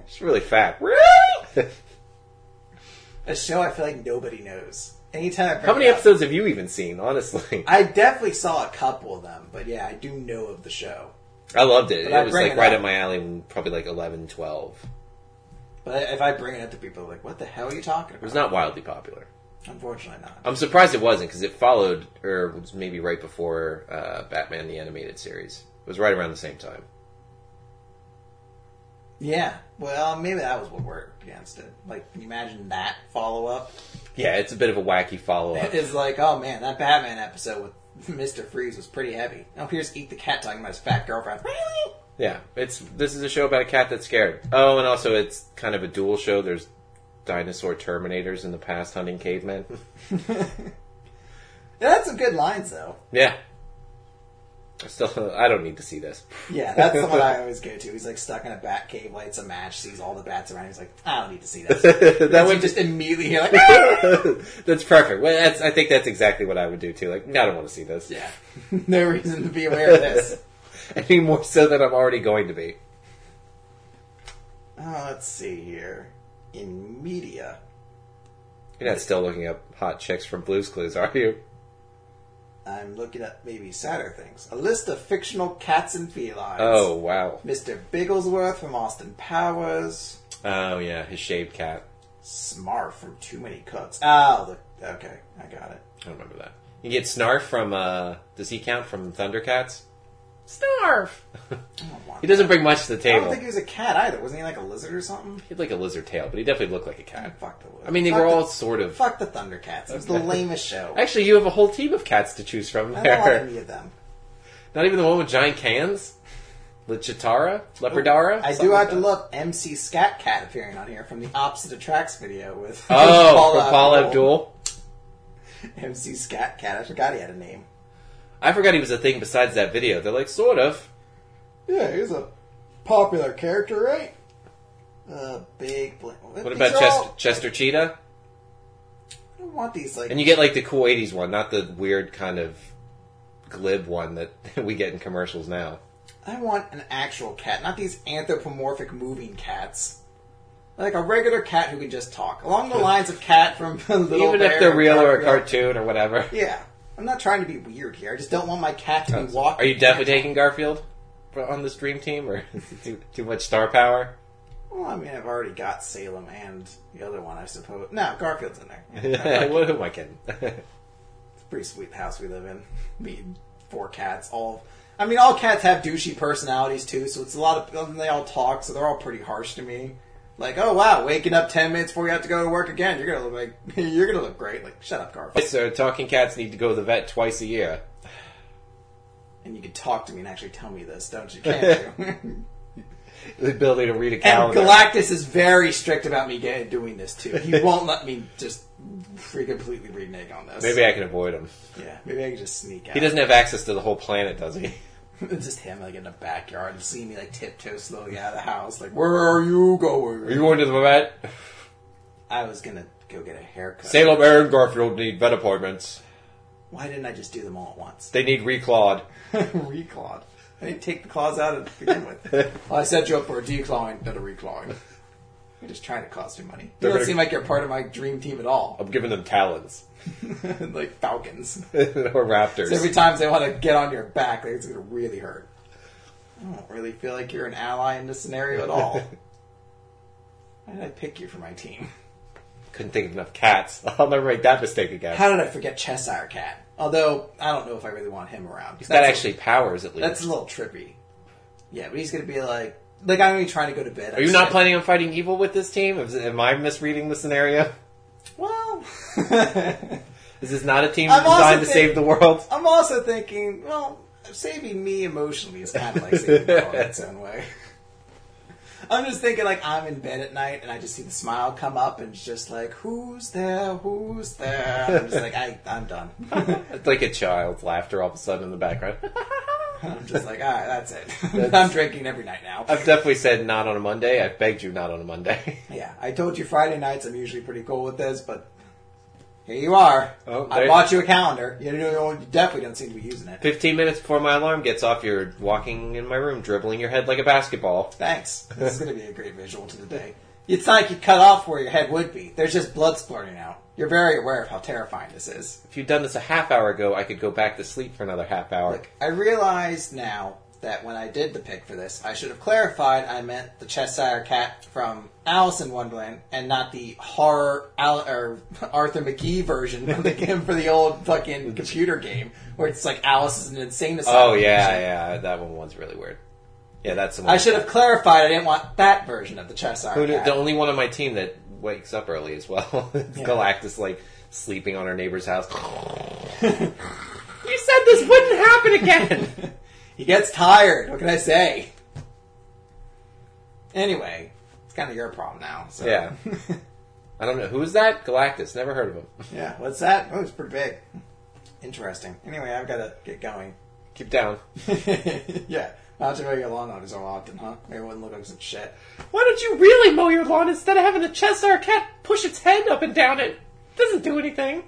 Speaker 2: She's really fat.
Speaker 1: A show I feel like nobody knows. Anytime I bring
Speaker 2: *laughs* How many
Speaker 1: it up-
Speaker 2: episodes have you even seen? Honestly,
Speaker 1: I definitely saw a couple of them, but yeah, I do know of the show.
Speaker 2: I loved it.
Speaker 1: But I
Speaker 2: It was
Speaker 1: bring
Speaker 2: like
Speaker 1: it
Speaker 2: right
Speaker 1: up.
Speaker 2: up my alley. When probably like 11, 12.
Speaker 1: But if I bring it up to people, like, what the hell are you talking
Speaker 2: It
Speaker 1: about?
Speaker 2: was not wildly popular.
Speaker 1: Unfortunately, not.
Speaker 2: I'm surprised it wasn't because it followed, or was maybe right before uh, Batman the animated series. It was right around the same time.
Speaker 1: Yeah. Well, maybe that was what worked against it. Like, can you imagine that follow up?
Speaker 2: Yeah, it's a bit of a wacky follow up.
Speaker 1: It's like, oh man, that Batman episode with *laughs* Mister Freeze was pretty heavy. Oh, here's Eat the Cat talking about his fat girlfriend. Really?
Speaker 2: Yeah, it's this is a show about a cat that's scared. Oh, and also it's kind of a dual show. There's
Speaker 1: *laughs*
Speaker 2: dinosaur terminators in the past hunting cavemen.
Speaker 1: That's some good lines, though.
Speaker 2: Yeah. I still, I don't need to see this. *laughs*
Speaker 1: Yeah, that's the one I always go to. He's like stuck in a bat cave, lights a match, sees all the bats around. He's like, I don't need to see this.
Speaker 2: *laughs* that
Speaker 1: that
Speaker 2: would
Speaker 1: would just immediately hear
Speaker 2: *laughs*
Speaker 1: like, "Ah!"
Speaker 2: that's perfect. Well, that's, I think that's exactly what I would do too. Like, I don't want to see this.
Speaker 1: yeah, *laughs* no reason to be aware of this.
Speaker 2: *laughs* Any more so than I'm already going to be.
Speaker 1: Uh, let's see here. In media,
Speaker 2: You're not still looking up hot chicks from Blue's Clues, are you?
Speaker 1: I'm looking up maybe sadder things. A list of fictional cats and felines.
Speaker 2: Oh wow.
Speaker 1: Mr. Bigglesworth from Austin Powers.
Speaker 2: Oh yeah, his shaved cat.
Speaker 1: Smart from Too Many Cooks.
Speaker 2: Ah.
Speaker 1: Oh, the, okay, I got it.
Speaker 2: I don't remember that. You get Snarf from. uh Does he count from Thundercats?
Speaker 1: Snarf. I don't want
Speaker 2: He doesn't bring much to the
Speaker 1: I
Speaker 2: table.
Speaker 1: don't think he was a cat either. Wasn't he like a lizard or something?
Speaker 2: he had like a lizard tail, but he definitely looked like a cat.
Speaker 1: Fuck the lizard.
Speaker 2: I mean, they
Speaker 1: fuck
Speaker 2: were
Speaker 1: the,
Speaker 2: all sort of.
Speaker 1: Fuck the Thundercats. It was the lamest
Speaker 2: *laughs*
Speaker 1: show.
Speaker 2: Actually, you have a whole team of cats to choose from
Speaker 1: I don't want
Speaker 2: there.
Speaker 1: any of them.
Speaker 2: Not even the one with giant cans. Lichitara, Leopardara.
Speaker 1: I do
Speaker 2: Something
Speaker 1: have
Speaker 2: like
Speaker 1: to
Speaker 2: that.
Speaker 1: look MC Scat Cat appearing on here from the Opposite Attracts video with *laughs*
Speaker 2: Oh, from Paul Abdul.
Speaker 1: MC Scat Cat. I forgot he had a name.
Speaker 2: I forgot he was a thing besides that video. They're like sort of.
Speaker 1: Yeah, he's a popular character, right? Uh, big. Bl-
Speaker 2: What about Chester, Chester Cheetah?
Speaker 1: I don't want these like.
Speaker 2: And you get like the cool '80s one, not the weird kind of glib one that *laughs* we get in commercials now.
Speaker 1: I want an actual cat, not these anthropomorphic moving cats. Like a regular cat who can just talk, along the lines of cat from *laughs* Little
Speaker 2: Even
Speaker 1: Bear
Speaker 2: if they're
Speaker 1: or
Speaker 2: real or a
Speaker 1: Garfield.
Speaker 2: cartoon or
Speaker 1: *laughs*
Speaker 2: whatever.
Speaker 1: Yeah, I'm not trying to be weird here. I just don't want my cat to be walking.
Speaker 2: Are you definitely taking Garfield for- on this dream team, or *laughs* is it too, too much
Speaker 1: *laughs*
Speaker 2: star power? *laughs*
Speaker 1: Well, I mean, I've already got Salem and the other one, I suppose. No, Garfield's in there.
Speaker 2: *laughs*
Speaker 1: Yeah,
Speaker 2: what am I kidding? *laughs*
Speaker 1: it's a pretty sweet house we live in. *laughs* Me, and four cats. All, I mean, all cats have douchey personalities too. So it's a lot of and they all talk, so they're all pretty harsh to me. Like, oh wow, waking up ten minutes before you have to go to work again. You're gonna look like *laughs* you're gonna look great. Like, shut up, Garfield.
Speaker 2: so talking cats need to go to the vet twice a year.
Speaker 1: And you can talk to me and actually tell me this, don't you?
Speaker 2: *laughs*
Speaker 1: Can't you?
Speaker 2: The ability to read a
Speaker 1: and
Speaker 2: calendar.
Speaker 1: Galactus is very strict about me getting doing this too.
Speaker 2: *laughs*
Speaker 1: He won't let me just free completely renege on this.
Speaker 2: Maybe I can avoid him.
Speaker 1: Yeah, maybe I can just sneak out.
Speaker 2: He doesn't have access to the whole planet, does he? *laughs*
Speaker 1: It's *laughs* just him like in the backyard and see me like tiptoe slowly out of the house, like, Where are you going?
Speaker 2: Are you going to the vet?
Speaker 1: I was gonna go get a haircut.
Speaker 2: Salem, Aaron, Garfield need vet appointments.
Speaker 1: Why didn't I just do them all at once?
Speaker 2: They need reclawed.
Speaker 1: *laughs* Reclawed. I didn't take the claws out to begin with. well, *laughs* I set you up for a declawing, not a reclawing. *laughs* You're just trying to cost me money. You
Speaker 2: They're
Speaker 1: don't
Speaker 2: gonna-
Speaker 1: seem like you're part of my dream team at all.
Speaker 2: I'm giving them talons
Speaker 1: *laughs*
Speaker 2: *laughs*
Speaker 1: like *laughs* falcons.
Speaker 2: or
Speaker 1: So every
Speaker 2: raptors.
Speaker 1: time they want to get on your back, like, it's going to really hurt. I don't really feel like you're an ally in this scenario at *laughs* all. Why did I pick you for my team?
Speaker 2: Couldn't think of enough cats. *laughs* I'll never make that mistake again.
Speaker 1: How did I forget Cheshire Cat? Although I don't know if I really want him around.
Speaker 2: He's not actually powers, at least.
Speaker 1: that's a little trippy. Yeah, but he's gonna be like, like I'm gonna be trying to go to bed.
Speaker 2: Are you not planning on fighting evil with this team? Is- Am I misreading the scenario? *laughs*
Speaker 1: Well,
Speaker 2: Is this not a team
Speaker 1: I'm also
Speaker 2: designed to
Speaker 1: thinking-
Speaker 2: save the world?
Speaker 1: I'm also thinking, well, saving me emotionally is kind of like saving the world in its own way. *laughs* I'm just thinking, like I'm in bed at night and I just see the smile come up and it's just like, who's there? Who's there? I'm just like, I, I'm done. *laughs*
Speaker 2: It's like a child's laughter all of a sudden in the background. *laughs*
Speaker 1: I'm just like, all right, that's it. *laughs* I'm drinking every night now.
Speaker 2: I've definitely said not on a Monday. I begged you not on a Monday. *laughs*
Speaker 1: Yeah, I told you Friday nights I'm usually pretty cool with this, but here you are.
Speaker 2: Oh,
Speaker 1: I
Speaker 2: there-
Speaker 1: bought you a calendar. You, know, you definitely don't seem to be using it.
Speaker 2: 15 minutes before my alarm gets off, you're walking in my room, dribbling your head like a basketball.
Speaker 1: Thanks. This is going to be a great visual to the day. It's not like you cut off where your head would be. There's just blood splurting out. You're very aware of how terrifying this is.
Speaker 2: If you'd done this a half hour ago, I could go back to sleep for another half hour.
Speaker 1: Look, I realize now that when I did the pick for this, I should have clarified I meant the Cheshire Cat from Alice in Wonderland and not the horror Al- or *laughs* Arthur McGee version from
Speaker 2: *laughs*
Speaker 1: the game for the old fucking computer game where it's like Alice is an insane asylum.
Speaker 2: oh, yeah, yeah. That one was really weird. Yeah, that's the one.
Speaker 1: I should have clarified I didn't want that version of the Cheshire
Speaker 2: Who knew-
Speaker 1: Cat.
Speaker 2: the only one on my team that wakes up early as well. *laughs* It's Galactus, like, sleeping on her neighbor's *laughs* house. you said this wouldn't
Speaker 1: *laughs*
Speaker 2: happen again!
Speaker 1: He gets tired. What can I say? Anyway, it's kind of your problem now. So.
Speaker 2: yeah. I don't know. Who's that? Galactus. Never heard of him. *laughs*
Speaker 1: Yeah. What's that? Oh, it's pretty big. Interesting. Anyway, I've got to get going.
Speaker 2: Keep down.
Speaker 1: *laughs*
Speaker 2: *laughs*
Speaker 1: yeah. Not to mow your lawn on so often, huh? Maybe it wouldn't look like some shit.
Speaker 2: Why don't you really mow your lawn instead of having a chest or a cat push its head up and down it? Doesn't do anything.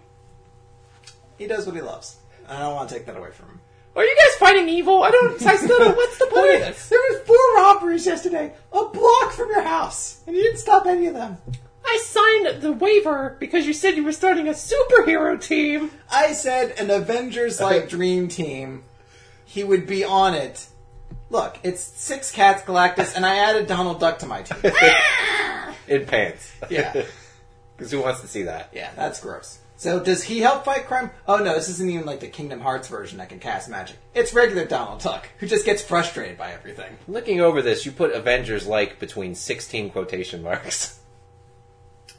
Speaker 1: He does what he loves. I don't want to take that away from him.
Speaker 2: Are you guys fighting evil? I don't. I still don't. What's the point of this?
Speaker 1: There were four robberies yesterday, a block from your house, and you didn't stop any of them.
Speaker 2: I signed the waiver because you said you were starting a superhero team.
Speaker 1: I said an Avengers *laughs* like dream team. He would be on it. Look, it's six cats Galactus, and I added Donald Duck to my team. *laughs*
Speaker 2: In pants. *laughs*
Speaker 1: Yeah.
Speaker 2: Because who wants to see that?
Speaker 1: Yeah, that's gross. So does he help fight crime? Oh no, this isn't even like the Kingdom Hearts version that can cast magic. It's regular Donald Duck, who just gets frustrated by everything.
Speaker 2: Looking over this, you put Avengers like between 16 quotation marks.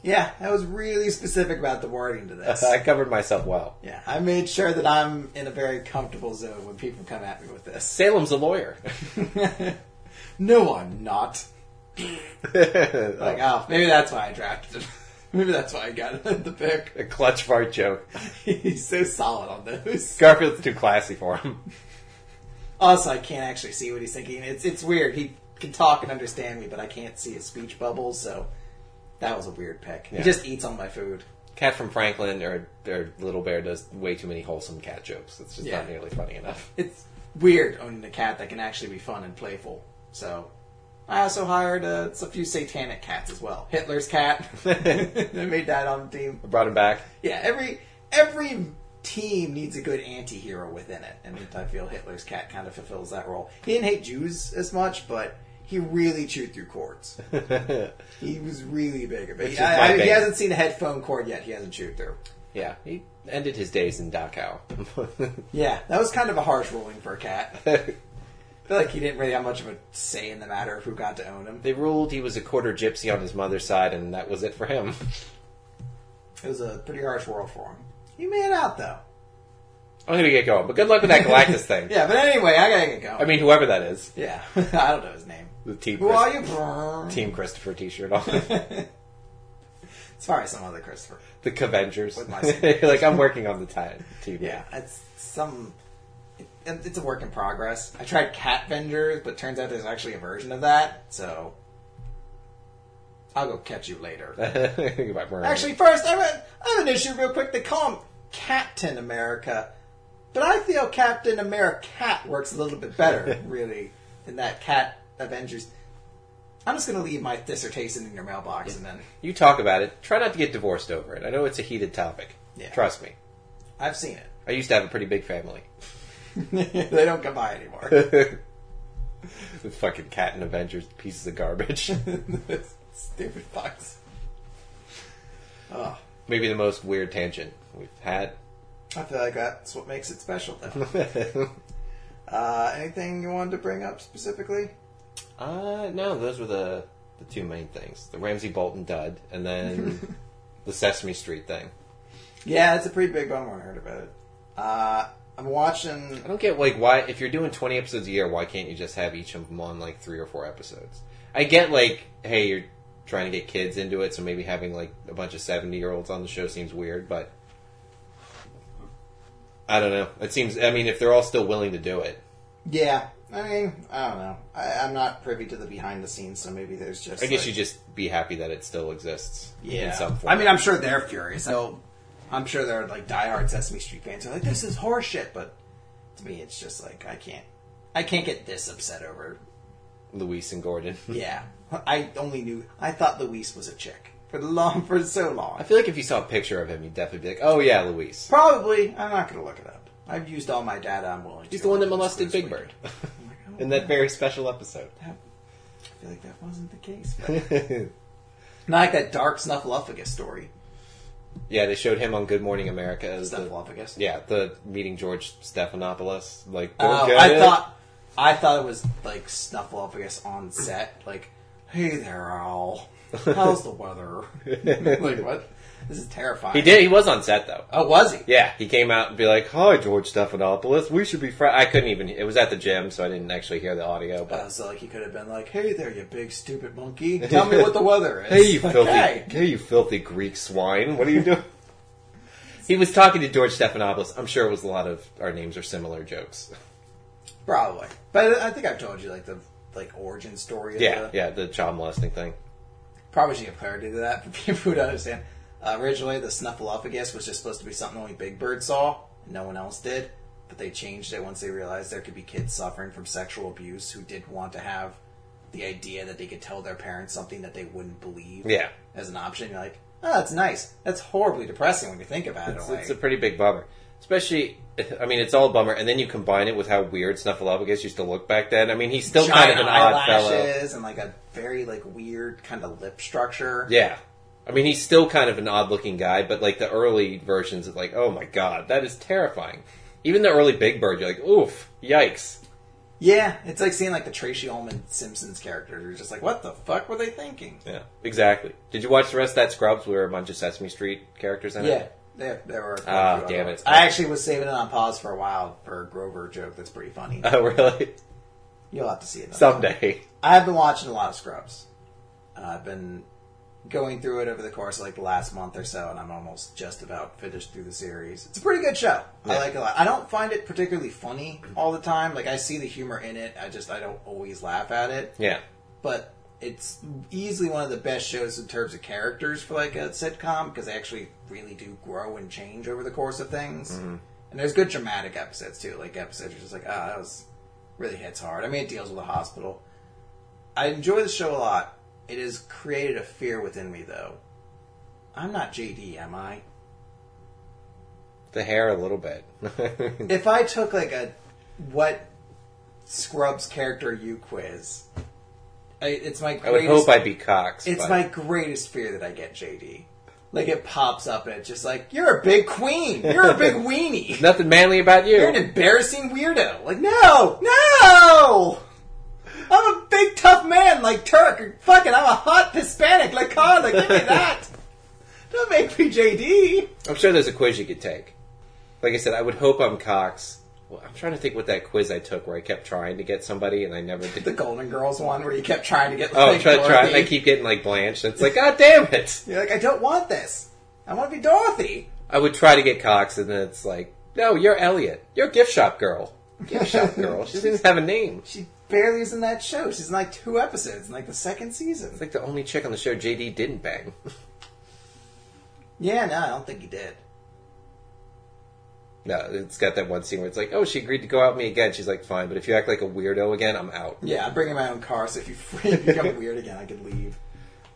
Speaker 1: Yeah, I was really specific about the wording to
Speaker 2: *laughs*
Speaker 1: this.
Speaker 2: I covered myself well.
Speaker 1: Yeah, I made sure that I'm in a very comfortable zone when people come at me with this.
Speaker 2: Salem's a *laughs* lawyer.
Speaker 1: No, I'm not. Like,
Speaker 2: like,
Speaker 1: oh, maybe that's why I drafted him. *laughs* Maybe that's why I got *laughs* the pick.
Speaker 2: a clutch fart joke.
Speaker 1: He's so solid on those.
Speaker 2: Garfield's too classy for him.
Speaker 1: Also, I can't actually see what he's thinking. It's it's weird. He can talk and understand me, but I can't see his speech bubbles. So that was a weird pick. He
Speaker 2: Yeah.
Speaker 1: just eats on my food.
Speaker 2: Cat from Franklin or, or Little Bear does way too many wholesome cat jokes. It's just
Speaker 1: Yeah.
Speaker 2: not nearly funny enough.
Speaker 1: It's weird owning a cat that can actually be fun and playful. So I also hired uh, a few satanic cats as well. Hitler's cat. *laughs* I made that on the team.
Speaker 2: I brought him back.
Speaker 1: Yeah, every every team needs a good anti-hero within it, and I feel Hitler's cat kind of fulfills that role. He didn't hate Jews as much, but he really chewed through *laughs* cords. he was really big about it.
Speaker 2: is my
Speaker 1: I- I- He
Speaker 2: bane.
Speaker 1: hasn't seen a headphone cord yet. He hasn't chewed through.
Speaker 2: Yeah, he ended his days in Dachau. *laughs*
Speaker 1: Yeah, that was kind of a harsh ruling for a cat. I feel like he didn't really have much of a say in the matter of who got to own him.
Speaker 2: they ruled he was a quarter gypsy on his mother's side, and that was it for him. *laughs*
Speaker 1: It was a pretty harsh world for him. He made it out though.
Speaker 2: I'm gonna get going, but good luck with that
Speaker 1: *laughs*
Speaker 2: Galactus thing.
Speaker 1: Yeah, but anyway, I gotta get going.
Speaker 2: I mean, whoever that is,
Speaker 1: yeah, *laughs* I don't know his name.
Speaker 2: the team
Speaker 1: Who are
Speaker 2: Christ-
Speaker 1: you?
Speaker 2: team Christopher
Speaker 1: *laughs*
Speaker 2: T-shirt on
Speaker 1: Sorry, some other Christopher.
Speaker 2: the Cavengers. *laughs*
Speaker 1: my same-
Speaker 2: like I'm working on the ti- team.
Speaker 1: Yeah, it's some. It, it's a work in progress. I tried Cat Vendors, but turns out there's actually a version of that. So I'll go catch you
Speaker 2: *laughs*
Speaker 1: later.
Speaker 2: *laughs* Goodbye, Brian.
Speaker 1: actually, first I have, I have an issue real quick. They call him Captain America, but I feel Captain America Cat works a little bit better, really, than that Cat Avengers. I'm just gonna leave my dissertation in your mailbox, and then
Speaker 2: you talk about it. Try not to get divorced over it. I know it's a heated topic.
Speaker 1: Yeah.
Speaker 2: Trust me.
Speaker 1: I've seen it. *laughs*
Speaker 2: I used to have a pretty big family. *laughs*
Speaker 1: they don't come by anymore.
Speaker 2: The fucking cat and Avengers pieces of garbage. *laughs*
Speaker 1: *laughs* Stupid fucks. Ah,
Speaker 2: Maybe the most weird tangent we've had. *laughs*
Speaker 1: I feel like that's what makes it special, though. uh, anything you wanted to bring up specifically?
Speaker 2: Uh, no, those were the the two main things: the Ramsey Bolton dud, and then the Sesame Street thing.
Speaker 1: Yeah, it's a pretty big one when I heard about it. Uh, I'm watching.
Speaker 2: I don't get like why if you're doing 20 episodes a year, why can't you just have each of them on like three or four episodes? I get like, hey, you're trying to get kids into it, so maybe having like a bunch of 70 year olds on the show seems weird, but I don't know. It seems. I mean, if they're all still willing to do it,
Speaker 1: Yeah, I mean, I don't know. I, I'm not privy to the behind the scenes, so maybe there's just.
Speaker 2: I guess
Speaker 1: like-
Speaker 2: you just be happy that it still exists
Speaker 1: yeah.
Speaker 2: in some form.
Speaker 1: I mean, I'm sure they're furious. So I'm sure they're like diehard Sesame Street fans. They're like, this is horseshit. But to me, it's just like I can't. I can't get this upset over
Speaker 2: Luis and Gordon.
Speaker 1: Yeah, I only knew. I thought Luis was a chick for the long for so long.
Speaker 2: *laughs* I feel like if you saw a picture of him, you'd definitely be like, "Oh yeah, Luis.
Speaker 1: Probably. I'm not going to look it up. I've used all my data. I'm willing.
Speaker 2: He's
Speaker 1: to
Speaker 2: the one that
Speaker 1: on this
Speaker 2: molested
Speaker 1: this
Speaker 2: Big
Speaker 1: week.
Speaker 2: Bird
Speaker 1: *laughs*
Speaker 2: *laughs*
Speaker 1: I'm like, oh,
Speaker 2: in that very special episode."
Speaker 1: that- I feel like that wasn't the case. But
Speaker 2: *laughs*
Speaker 1: not like that dark snuffleupagus story.
Speaker 2: Yeah, they showed him on Good Morning America as the
Speaker 1: Snuffleupagus.
Speaker 2: yeah the meeting George Stephanopoulos. Like,
Speaker 1: Oh,
Speaker 2: go
Speaker 1: I
Speaker 2: get it.
Speaker 1: thought. I thought it was like snuffleupagus on set. Like, hey there,
Speaker 2: *laughs*
Speaker 1: Owl. How's the weather? *laughs* like what? This is terrifying.
Speaker 2: he did. He was on set though.
Speaker 1: Oh, was he?
Speaker 2: Yeah, he came out and be like, "Hi, George Stephanopoulos. We should be friends." I couldn't even. It was at the gym, so I didn't actually hear the audio. But
Speaker 1: Uh, so like he could have been like, "Hey there, you big stupid monkey! *laughs* Tell me what the weather is."
Speaker 2: hey, you
Speaker 1: Like,
Speaker 2: filthy,
Speaker 1: hey. *laughs*
Speaker 2: hey, you filthy Greek swine! What are you doing? He was talking to George Stephanopoulos. I'm sure it was a lot of our names are similar jokes.
Speaker 1: Probably, but I think I've told you like the like origin story. Of
Speaker 2: Yeah,
Speaker 1: the,
Speaker 2: yeah, the child molesting thing.
Speaker 1: Probably should give clarity to that for *laughs* people who don't understand. Uh, originally, the snuffleupagus was just supposed to be something only Big Bird saw, and no one else did. But they changed it once they realized there could be kids suffering from sexual abuse who did want to have the idea that they could tell their parents something that they wouldn't believe.
Speaker 2: Yeah.
Speaker 1: as an option, you're like, oh, that's nice. That's horribly depressing when you think about
Speaker 2: It's,
Speaker 1: it. Like,
Speaker 2: it's a pretty big bummer. Especially, I mean, it's all a bummer, and then you combine it with how weird Snuffleupagus used to look back then. I mean, he's still kind of
Speaker 1: giant
Speaker 2: an odd fellow.
Speaker 1: eyelashes and like a very like weird kind of lip structure.
Speaker 2: Yeah. I mean, he's still kind of an odd looking guy, but like the early versions, it's like, oh my god, that is terrifying. Even the early Big Bird, you're like, oof, yikes.
Speaker 1: Yeah, it's like seeing like the Tracy Ullman Simpsons characters. You're just like, what the fuck were they thinking?
Speaker 2: Yeah, exactly. Did you watch the rest of that Scrubs? We were a bunch of Sesame Street characters in
Speaker 1: Yeah,
Speaker 2: it.
Speaker 1: there, there were.
Speaker 2: Ah,
Speaker 1: quite a few
Speaker 2: damn
Speaker 1: other ones.
Speaker 2: it.
Speaker 1: I actually was saving it on pause for a while for a Grover joke that's pretty funny.
Speaker 2: *laughs* Oh, really?
Speaker 1: You'll have to see it. another time.
Speaker 2: Someday.
Speaker 1: I've been watching a lot of Scrubs. Uh, I've been going through it over the course of like the last month or so, and I'm almost just about finished through the series. It's a pretty good show. I
Speaker 2: Yeah.
Speaker 1: like it a lot. I don't find it particularly funny all the time. Like I see the humor in it. I just I don't always laugh at it.
Speaker 2: Yeah.
Speaker 1: But it's easily one of the best shows in terms of characters for like a sitcom because they actually really do grow and change over the course of things.
Speaker 2: Mm-hmm.
Speaker 1: And there's good dramatic episodes too. Like episodes are just like, ah, that was really hits hard. I mean, it deals with a hospital. I enjoy the show a lot. It has created a fear within me, though. I'm not JD, am I?
Speaker 2: The hair a little bit. *laughs*
Speaker 1: If I took like a what Scrubs character are you quiz, I, it's my
Speaker 2: I would
Speaker 1: greatest.
Speaker 2: hope I'd be Cox.
Speaker 1: it's
Speaker 2: but-
Speaker 1: my greatest fear that I get JD. Like it pops up and it's just like you're a big queen, you're a big
Speaker 2: *laughs*
Speaker 1: weenie,
Speaker 2: Nothing manly about
Speaker 1: you're an
Speaker 2: you.
Speaker 1: embarrassing weirdo. Like no, no. I'm a big tough man like Turk. Or fucking, I'm a hot Hispanic like Carla. Give me that. *laughs* Don't make me JD.
Speaker 2: I'm sure there's a quiz you could take. Like I said, I would hope I'm Cox. Well, I'm trying to think what that quiz I took where I kept trying to get somebody and I never
Speaker 1: *laughs*
Speaker 2: did.
Speaker 1: The Golden Girls one where you kept trying to get
Speaker 2: oh,
Speaker 1: like,
Speaker 2: try, try,
Speaker 1: Dorothy.
Speaker 2: and I keep getting like blanched. It's like, god damn it!
Speaker 1: You're like, I don't want this. I want to be Dorothy.
Speaker 2: I would try to get Cox, and then it's like, no, you're Elliot. You're a gift shop girl. Gift shop girl. She doesn't even have a name. She's
Speaker 1: She barely is in that show. She's in like two episodes in like the second season.
Speaker 2: like the only chick on the show JD didn't bang. *laughs*
Speaker 1: Yeah, no, I don't think he did.
Speaker 2: No, it's got that one scene where it's like, oh, she agreed to go out with me again. She's like, fine, but if you act like a weirdo again, I'm out.
Speaker 1: Yeah, I'm bringing my own car, so if you *laughs* if you become weird again, I could leave.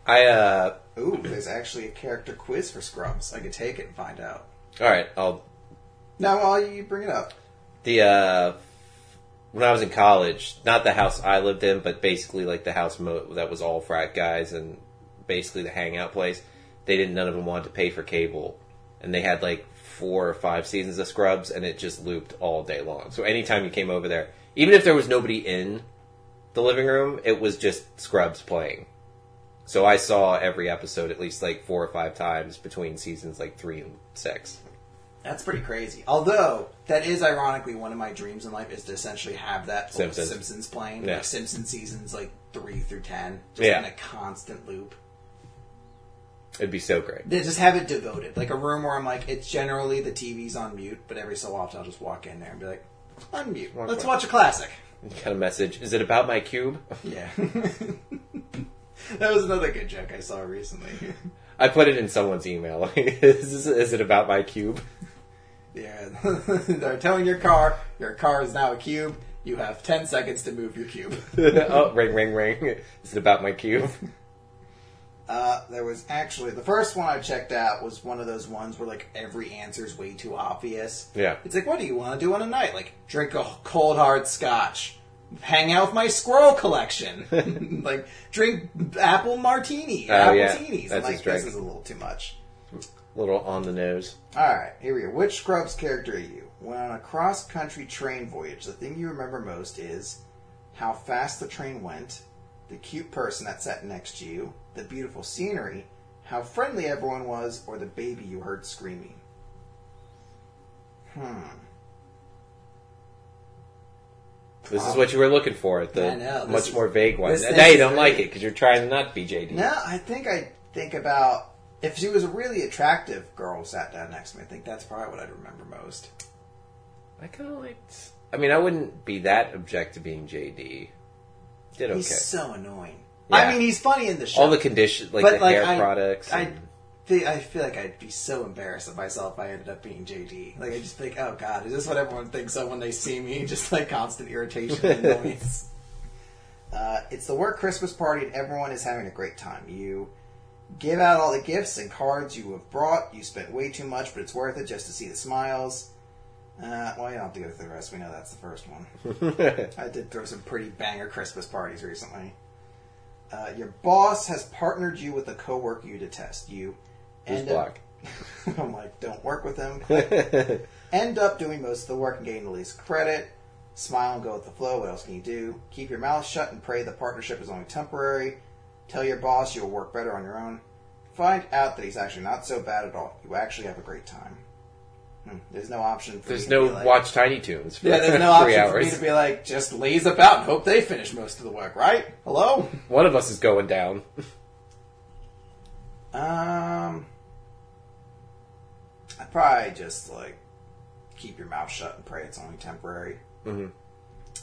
Speaker 2: I, uh,
Speaker 1: Ooh, there's actually a character quiz for Scrubs. I could take it and find out.
Speaker 2: alright, I'll
Speaker 1: Now, while you bring it up,
Speaker 2: the uh when I was in college, not the house I lived in, but basically like the house mo- that was all frat guys and basically the hangout place. They didn't. None of them wanted to pay for cable, and they had like four or five seasons of Scrubs, and it just looped all day long. So anytime you came over there, even if there was nobody in the living room, it was just Scrubs playing. So I saw every episode at least like four or five times between seasons like three and six.
Speaker 1: that's pretty crazy. Although that is ironically one of my dreams in life is to essentially have that full
Speaker 2: Simpsons.
Speaker 1: Simpsons playing,
Speaker 2: Yeah.
Speaker 1: like Simpsons seasons like three through ten, just
Speaker 2: Yeah.
Speaker 1: in a constant loop.
Speaker 2: It'd be so great.
Speaker 1: They just have it devoted, like a room where I'm like, it's generally the TV's on mute, but every so often I'll just walk in there and be like, unmute. Let's watch a classic.
Speaker 2: *laughs* Got a message. Is it about my cube? *laughs*
Speaker 1: Yeah. that was another good joke I saw recently.
Speaker 2: I put it in someone's email. *laughs* is, this- is it about my cube? *laughs*
Speaker 1: yeah. *laughs* They're towing your car. Your car is now a cube. You have 10 seconds to move your
Speaker 2: *laughs*
Speaker 1: cube.
Speaker 2: oh, ring, ring, ring. Is it about my cube? *laughs*
Speaker 1: Uh, there was actually the first one I checked out was one of those ones where like every answer is way too obvious.
Speaker 2: Yeah.
Speaker 1: it's like, what do you want to do on a night? Like, drink a cold hard scotch, hang out with my squirrel
Speaker 2: *laughs*
Speaker 1: collection, like drink apple martini,
Speaker 2: Oh,
Speaker 1: apple
Speaker 2: yeah.
Speaker 1: teenies. I'm
Speaker 2: That's
Speaker 1: like,
Speaker 2: his drink.
Speaker 1: this is a little too much.
Speaker 2: Little on the nose.
Speaker 1: All right, here we go. Which Scrubs character are you? When on a cross country train voyage, the thing you remember most is how fast the train went, the cute person that sat next to you, the beautiful scenery, how friendly everyone was, or the baby you heard screaming.
Speaker 2: This is what you were looking for. The
Speaker 1: I know, this
Speaker 2: much
Speaker 1: is-
Speaker 2: more vague one.
Speaker 1: this
Speaker 2: Now
Speaker 1: is
Speaker 2: you don't
Speaker 1: great.
Speaker 2: like it because you're trying to not be JD.
Speaker 1: Now I think I think about If she was a really attractive girl sat down next to me, I think that's probably what I'd remember most.
Speaker 2: I kind of liked. I mean, I wouldn't be that object to being JD. Did okay.
Speaker 1: He's so annoying.
Speaker 2: Yeah.
Speaker 1: I mean, he's funny in the show.
Speaker 2: All the condition, like
Speaker 1: But,
Speaker 2: the
Speaker 1: like,
Speaker 2: hair
Speaker 1: I-
Speaker 2: products.
Speaker 1: I,
Speaker 2: and-
Speaker 1: thi- I feel like I'd be so embarrassed of myself if I ended up being JD. Like, I'd just think, oh god, is this what everyone thinks of when they see me? *laughs* Just like constant irritation
Speaker 2: *laughs*
Speaker 1: and annoyance. Uh, it's the work Christmas party and everyone is having a great time. You give out all the gifts and cards you have brought. You spent way too much, but it's worth it just to see the smiles. Uh, well, you don't have to go through the rest. We know that's the first one. I did throw some pretty banger Christmas parties recently. Uh, your boss has partnered you with a coworker you detest. You
Speaker 2: Who's
Speaker 1: end up,
Speaker 2: Block?
Speaker 1: *laughs* I'm like, don't work with him. end up doing most of the work and getting the least credit. Smile and go with the flow. What else can you do? Keep your mouth shut and pray the partnership is only temporary. Tell your boss you'll work better on your own. Find out that he's actually not so bad at all. You actually have a great time. Hmm, There's no option. For
Speaker 2: There's
Speaker 1: you to
Speaker 2: no
Speaker 1: be like-
Speaker 2: watch Tiny Toons. For
Speaker 1: yeah, there's no
Speaker 2: *laughs* three
Speaker 1: option for me
Speaker 2: hours.
Speaker 1: to be like, just laze about and hope they finish most of the work, right? Hello?
Speaker 2: One of us is going down. *laughs*
Speaker 1: Um, I'd probably just, like, keep your mouth shut and pray it's only temporary. Mm-hmm.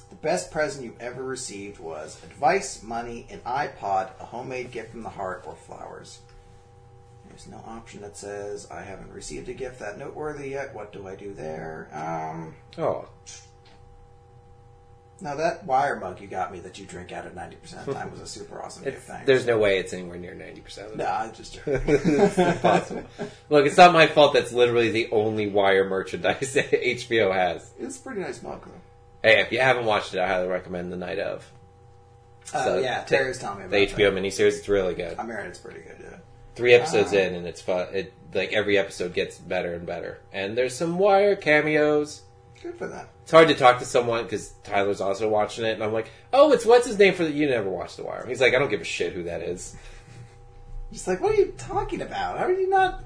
Speaker 1: The best present you ever received was advice, money, an iPod, a homemade gift from the heart, or flowers. There's no option that says, I haven't received a gift that noteworthy yet. What do I do there? Um,
Speaker 2: Oh,
Speaker 1: Now that wire mug you got me that you drink out of ninety percent of the time was a super
Speaker 2: *laughs*
Speaker 1: awesome gift. Thanks.
Speaker 2: there's no way it's anywhere near ninety percent.
Speaker 1: no, I'm just
Speaker 2: *laughs* it's impossible. Look, it's not my fault. That's literally the only Wire merchandise *laughs* that HBO has.
Speaker 1: it's a pretty nice mug though.
Speaker 2: Hey, if you haven't watched it, I highly recommend The Night of
Speaker 1: Oh
Speaker 2: So,
Speaker 1: yeah,
Speaker 2: the-
Speaker 1: Terry's telling me
Speaker 2: the
Speaker 1: about that.
Speaker 2: HBO miniseries. It's really good.
Speaker 1: I mean, it's pretty good. Yeah.
Speaker 2: Three episodes in, and it's fun. It like every episode gets better and better. And there's some Wire cameos.
Speaker 1: Good for that.
Speaker 2: It's hard to talk to someone because Tyler's also watching it, and I'm like, "Oh, it's what's his name for the you never watched The Wire." He's like, "I don't give a shit who that is."
Speaker 1: Just like, what are you talking about? How are you not?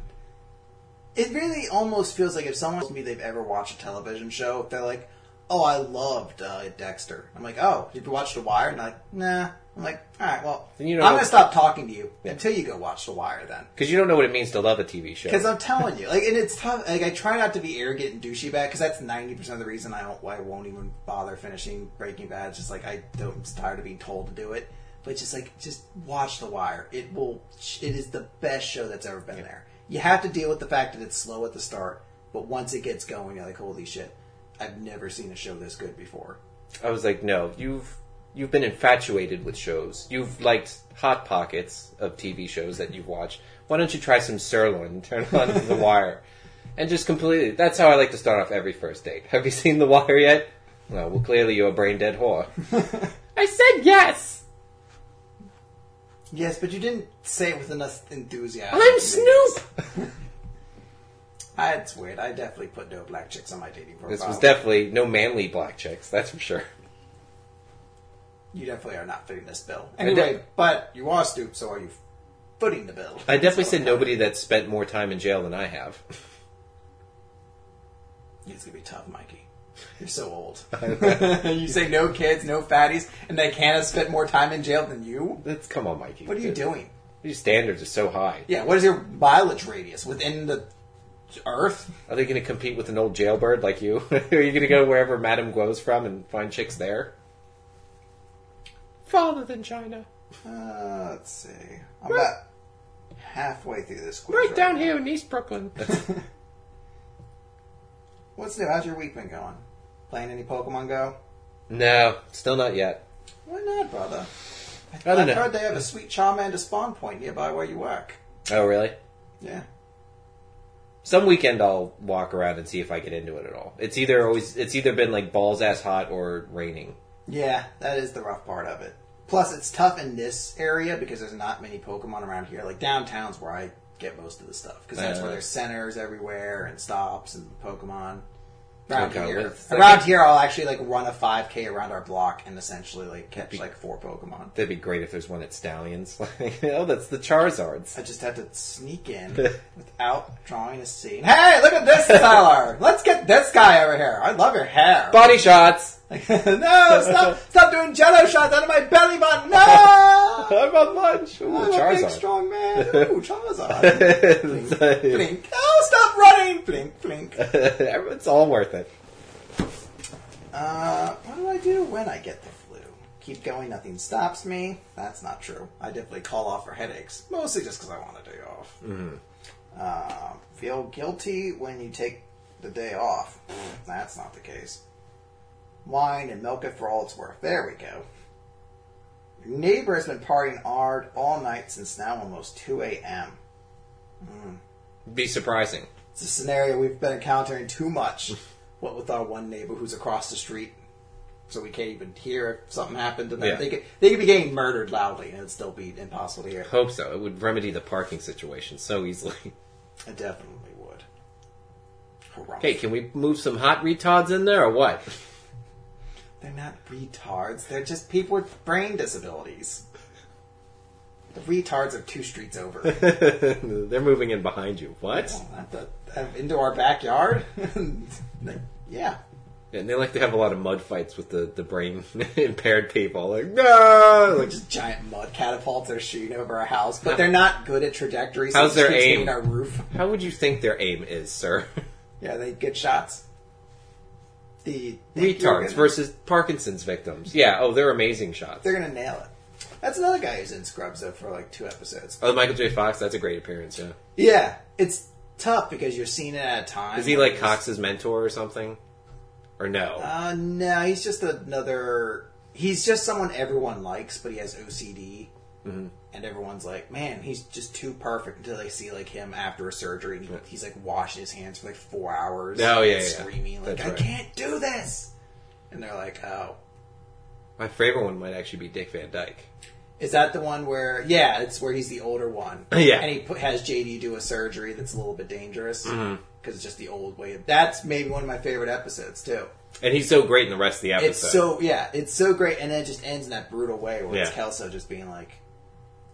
Speaker 1: It really almost feels like if someone told me they've ever watched a television show, they're like, "Oh, I loved uh, Dexter." I'm like, "Oh, did you watch The Wire?" And they're like, "Nah." I'm like, "All right, well,
Speaker 2: Then you don't
Speaker 1: I'm
Speaker 2: know-
Speaker 1: gonna stop talking to you until you go watch The Wire." Then
Speaker 2: Because you don't know what it means to love a TV show.
Speaker 1: Because I'm telling you, like, and it's tough. Like, I try not to be arrogant and douchey about because that's ninety percent of the reason I don't, why I won't even bother finishing Breaking Bad. It's just like I don't, I'm just tired of being told to do it. But just like, just watch The Wire. It will. It is the best show that's ever been there. You have to deal with the fact that it's slow at the start, but once it gets going, you're like, holy shit! I've never seen a show this good before.
Speaker 2: I was like, no, you've you've been infatuated with shows. You've liked hot pockets of TV shows that you've watched. Why don't you try some Sirloin? *laughs* and Turn on The Wire, and just completely. That's how I like to start off every first date. Have you seen The Wire yet? Well, well clearly you're a brain dead
Speaker 1: *laughs*
Speaker 2: whore. I said yes.
Speaker 1: Yes, but you didn't say it with enough enthusiasm.
Speaker 2: I'm Snoop.
Speaker 1: That's weird. I definitely put no black chicks on my dating profile.
Speaker 2: This was definitely no manly black chicks. That's for sure.
Speaker 1: you definitely are not footing this bill.
Speaker 2: def-
Speaker 1: Anyway, but you are stoop, so are you footing the bill?
Speaker 2: I definitely
Speaker 1: So,
Speaker 2: said nobody that spent more time in jail than I have.
Speaker 1: It's gonna be tough, Mikey. You're so
Speaker 2: *laughs*
Speaker 1: old. *laughs* you say no kids, no fatties, and then Canna spent more time in jail than you.
Speaker 2: That's come on, Mikey.
Speaker 1: What are you
Speaker 2: Dude,
Speaker 1: doing?
Speaker 2: These standards are so high.
Speaker 1: Yeah, what is your mileage radius within the Earth?
Speaker 2: Are they going to compete with an old jailbird like you? *laughs* Are you going to go wherever Madame Guo's from and find chicks there? Farther than China.
Speaker 1: Uh, let's see. I'm about halfway through this quiz.
Speaker 2: Right down
Speaker 1: now.
Speaker 2: here in East Brooklyn.
Speaker 1: What's new? How's your week been going? Playing any Pokemon Go?
Speaker 2: no, still not yet.
Speaker 1: Why not, brother?
Speaker 2: I don't
Speaker 1: I've
Speaker 2: know.
Speaker 1: heard they have a sweet Charmander spawn point nearby where you work.
Speaker 2: Oh, really?
Speaker 1: Yeah.
Speaker 2: Some weekend I'll walk around and see if I get into it at all. It's either always it's either been like balls ass hot or raining.
Speaker 1: Yeah, that is the rough part of it. Plus, it's tough in this area because there's not many Pokemon around here. Like downtown's where I get most of the stuff because that's
Speaker 2: Uh.
Speaker 1: where there's centers everywhere and stops and Pokemon. Around
Speaker 2: Okay,
Speaker 1: here,
Speaker 2: let's-
Speaker 1: around here, I'll actually like run a 5K around our block and essentially like catch like four Pokemon.
Speaker 2: That'd be great if there's one at Stallions. *laughs* Like, oh, that's the Charizards.
Speaker 1: I just have to sneak in without drawing a scene. Hey, look at this, Tyler! Let's get this guy over here. I love your hair.
Speaker 2: Body shots.
Speaker 1: Like, *laughs* no, stop, stop doing jello shots out of my belly button.
Speaker 2: *laughs*
Speaker 1: No!
Speaker 2: I'm on lunch. Ooh,
Speaker 1: I'm a big,
Speaker 2: *laughs* Charizard.
Speaker 1: strong man. Ooh, Charizard.
Speaker 2: *laughs*
Speaker 1: blink. Oh, stop running. Blink, blink.
Speaker 2: it's all worth it.
Speaker 1: Uh, what do I do when I get the flu? Keep going, nothing stops me. That's not true. I definitely call off for headaches, mostly just because I want a day off.
Speaker 2: Mm-hmm.
Speaker 1: Uh, feel guilty when you take the day off. That's not the case. Wine and milk it for all it's worth. There we go. Your neighbor has been partying hard all night since now almost 2 a.m.
Speaker 2: Be surprising.
Speaker 1: It's a scenario we've been encountering too much. what with our one neighbor who's across the street, so we can't even hear if something happened to them.
Speaker 2: Yeah.
Speaker 1: They could they could be getting murdered loudly, and it'd still be impossible to hear.
Speaker 2: Hope so. It would remedy the parking situation so easily. *laughs*
Speaker 1: It definitely would. Harumph.
Speaker 2: Hey, can we move some hot retards in there or what? *laughs*
Speaker 1: They're not retards. They're just people with brain disabilities. The retards are two streets over.
Speaker 2: *laughs* They're moving in behind you. What?
Speaker 1: Not the- uh, into our backyard. *laughs* Like, yeah.
Speaker 2: And they like to have a lot of mud fights with the, the brain *laughs* impaired people. Like, no! Like,
Speaker 1: Just giant mud catapults are shooting over our house, but they're not good at trajectories. so
Speaker 2: How's
Speaker 1: it just
Speaker 2: their
Speaker 1: keeps
Speaker 2: aim?
Speaker 1: hitting Our roof.
Speaker 2: how would you think their aim is, sir? *laughs*
Speaker 1: Yeah, they get shots. The they- they're
Speaker 2: Retards
Speaker 1: gonna-
Speaker 2: versus Parkinson's victims. Yeah, oh, they're amazing shots.
Speaker 1: They're gonna nail it. That's another guy who's in Scrubs though for like two episodes.
Speaker 2: Oh, the Michael J. Fox, that's a great appearance, yeah.
Speaker 1: Yeah, it's tough because you're seeing it at a time.
Speaker 2: Is he like Cox's mentor or something? Or no?
Speaker 1: Uh, no, he's just another. He's just someone everyone likes, but he has OCD,
Speaker 2: Mm-hmm.
Speaker 1: and everyone's like, "Man, he's just too perfect." Until they see like him after a surgery, and he, he's like washing his hands for like four hours.
Speaker 2: Oh, yeah,
Speaker 1: and
Speaker 2: yeah, yeah.
Speaker 1: screaming like,
Speaker 2: That's
Speaker 1: "I
Speaker 2: right.
Speaker 1: can't do this," and they're like, "Oh."
Speaker 2: My favorite one might actually be Dick Van Dyke.
Speaker 1: Is that the one where? Yeah, it's where he's the older one.
Speaker 2: *laughs* Yeah.
Speaker 1: and he put, has JD do a surgery that's a little bit dangerous because
Speaker 2: Mm-hmm.
Speaker 1: it's just the old way. Of, that's maybe one of my favorite episodes too.
Speaker 2: And he's so great in the rest of the episode.
Speaker 1: It's so yeah, it's so great, and then it just ends in that brutal way where it's
Speaker 2: Yeah.
Speaker 1: Kelso just being like,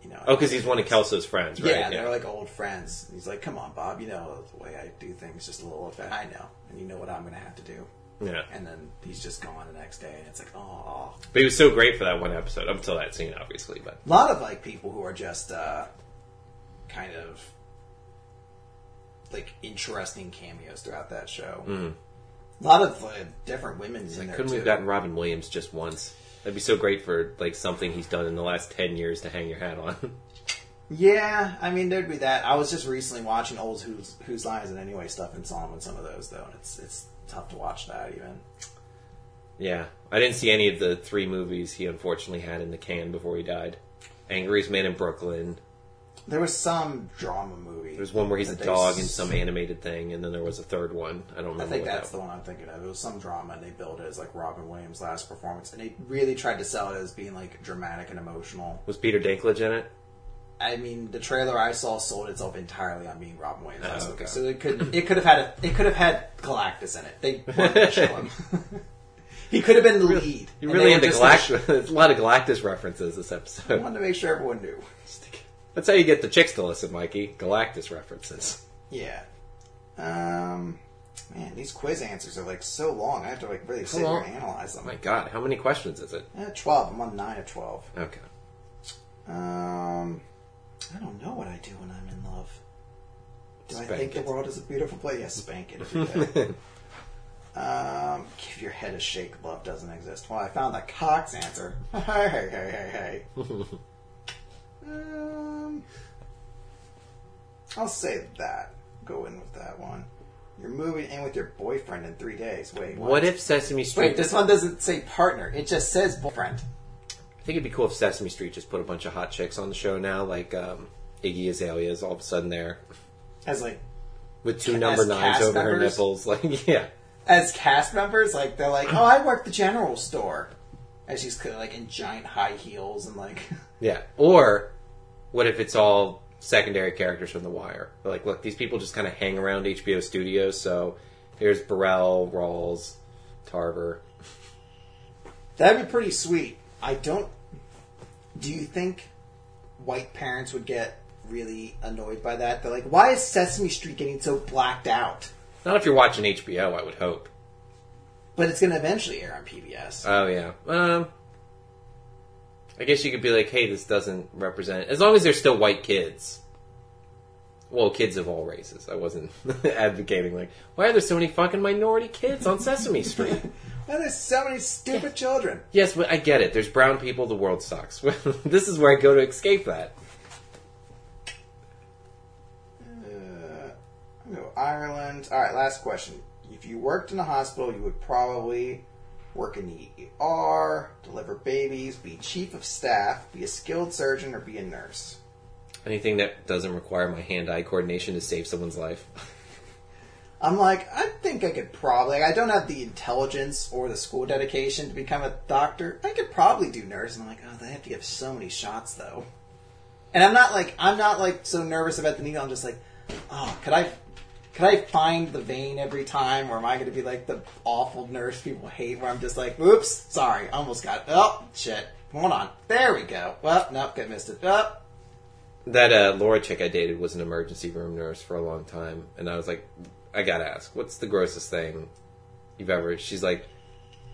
Speaker 1: you know,
Speaker 2: oh, because he's one of Kelso's friends, right?
Speaker 1: yeah, they're like old friends. And he's like, come on, Bob, you know the way I do things, just a little old fashioned. I know, and you know what I'm gonna have to do.
Speaker 2: Yeah.
Speaker 1: And then he's just gone the next day, and it's like, oh,
Speaker 2: But he was so great for that one episode, up until that scene, obviously. But
Speaker 1: a lot of like people who are just uh, kind of like interesting cameos throughout that show. A lot of uh, different women's in there
Speaker 2: Hmm. couldn't we
Speaker 1: too.
Speaker 2: have gotten Robin Williams just once? That'd be so great for like something he's done in the last ten years to hang your hat on. *laughs*
Speaker 1: Yeah, I mean there'd be that. I was just recently watching old Who's Who's Lines and Anyway stuff and saw him in some of those though, and it's it's tough to watch that even.
Speaker 2: yeah, I didn't see any of the three movies he unfortunately had in the can before he died. Angry's Man in Brooklyn.
Speaker 1: There was some drama movie.
Speaker 2: There's one where he's a
Speaker 1: that they
Speaker 2: dog in
Speaker 1: s-
Speaker 2: some animated thing, and then there was a third one. I don't remember.
Speaker 1: I think
Speaker 2: what
Speaker 1: that's
Speaker 2: that
Speaker 1: the one I'm thinking of. It was some drama, and they billed it as like Robin Williams' last performance, and they really tried to sell it as being like dramatic and emotional.
Speaker 2: was. Peter Dinklage in it?
Speaker 1: I mean, the trailer I saw sold itself entirely on being Robin Williams.
Speaker 2: Oh,
Speaker 1: last movie.
Speaker 2: okay.
Speaker 1: So it could it could have had a, it could have had Galactus in it.
Speaker 2: *laughs*
Speaker 1: They wanted to show him. *laughs* he could have been the lead.
Speaker 2: You
Speaker 1: and
Speaker 2: really
Speaker 1: they
Speaker 2: into
Speaker 1: were just gonna
Speaker 2: Galactus? *laughs* There's a lot of Galactus references this
Speaker 1: I
Speaker 2: episode.
Speaker 1: wanted to make sure everyone knew.
Speaker 2: That's how you get the chicks to listen, Mikey. Galactus references.
Speaker 1: Yeah. Um. Man, these quiz answers are like so long. I have to like really sit here
Speaker 2: long?
Speaker 1: and analyze them.
Speaker 2: My God, how many questions is it?
Speaker 1: Eh, twelve. I'm on nine of twelve.
Speaker 2: Okay.
Speaker 1: Um. I don't know what I do when I'm in love. Do I
Speaker 2: Spank
Speaker 1: think
Speaker 2: it.
Speaker 1: the world is a beautiful place? Yes, spank it. if
Speaker 2: *laughs*
Speaker 1: you did. um, give your head a shake. Love doesn't exist. Well, I found the Cox answer. *laughs* Hey, hey, hey, hey, hey. um, I'll say that. Go in with that one. You're moving in with your boyfriend in three days. Wait,
Speaker 2: What if Sesame Street?
Speaker 1: Wait, this one doesn't say partner. It just says boyfriend.
Speaker 2: I think it'd be cool if Sesame Street just put a bunch of hot chicks on the show now, like um, Iggy Azalea is all of a sudden there
Speaker 1: As like
Speaker 2: with two
Speaker 1: As
Speaker 2: number nines
Speaker 1: cast
Speaker 2: over her
Speaker 1: members?
Speaker 2: nipples. *laughs* Like, yeah,
Speaker 1: as cast members, like they're like, "Oh, I work the general store," and she's kinda, like in giant high heels and like, *laughs*
Speaker 2: yeah. Or what if it's all secondary characters from The Wire? They're like, look, these people just kind of hang around HBO studios. So here's Burrell, Rawls, Tarver.
Speaker 1: that'd be pretty sweet. I don't. Do you think white parents would get really annoyed by that? They're like, "Why is Sesame Street getting so blacked out?"
Speaker 2: Not if you're watching HBO, I would hope.
Speaker 1: But it's going to eventually air on PBS.
Speaker 2: Oh yeah. Um, I guess you could be like, hey, this doesn't represent. As long as they're still white kids. Well, kids of all races. I wasn't *laughs* advocating like, why are there so many fucking minority kids on Sesame Street?
Speaker 1: Why there's so many stupid children.
Speaker 2: yes, but I get it. There's brown people. The world sucks. *laughs* this is where I go to escape that.
Speaker 1: I'm gonna go Ireland. All right, last question. If you worked in a hospital, you would probably work in the ER, deliver babies, be chief of staff, be a skilled surgeon, or be a nurse.
Speaker 2: Anything that doesn't require my hand-eye coordination to save someone's life.
Speaker 1: I'm like, I think I could probably. I don't have the intelligence or the school dedication to become a doctor. I could probably do nurse. And I'm like, oh, they have to give so many shots though. And I'm not like, I'm not like so nervous about the needle. I'm just like, oh, could I, could I find the vein every time, or am I going to be like the awful nurse people hate, where I'm just like, oops, sorry, almost got. Oh shit, hold on, there we go. Well, nope, get missed it. Oh,
Speaker 2: That uh, Laura chick I dated was an emergency room nurse for a long time, and I was like, I gotta ask, what's the grossest thing you've ever? She's like,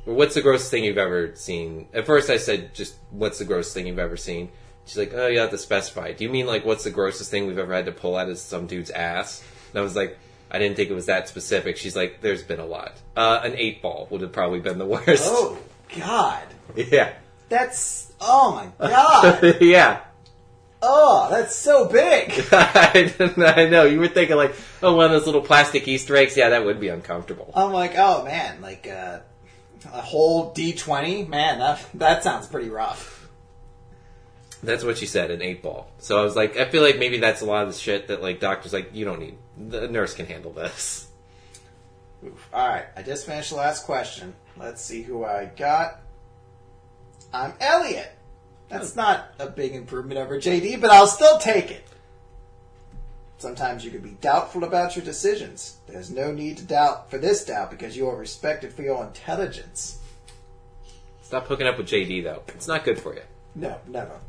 Speaker 2: well, what's the grossest thing you've ever seen? At first, I said, just what's the grossest thing you've ever seen? She's like, oh, you have to specify. Do you mean like what's the grossest thing we've ever had to pull out of some dude's ass? And I was like, I didn't think it was that specific. She's like, there's been a lot. Uh, an eight ball would have probably been the worst.
Speaker 1: oh God,
Speaker 2: *laughs* Yeah, *laughs*
Speaker 1: that's oh my God,
Speaker 2: yeah.
Speaker 1: oh that's so big.
Speaker 2: I *laughs* I know. You were thinking like, oh, one of those little plastic Easter eggs. Yeah, that would be uncomfortable.
Speaker 1: I'm like, oh man, like uh, a whole D20, man, that that sounds pretty rough.
Speaker 2: That's what she said, an eight ball. So I was like, I feel like maybe that's a lot of the shit that like doctors like, you don't need. The nurse can handle this. *laughs*
Speaker 1: Oof. All right, I just finished the last question. Let's see who I got. I'm Elliot. That's not a big improvement over JD, but I'll still take it. Sometimes you can be doubtful about your decisions. There's no need to doubt for this doubt because you are respected for your intelligence.
Speaker 2: Stop hooking up with JD though. It's not good for you.
Speaker 1: No, never.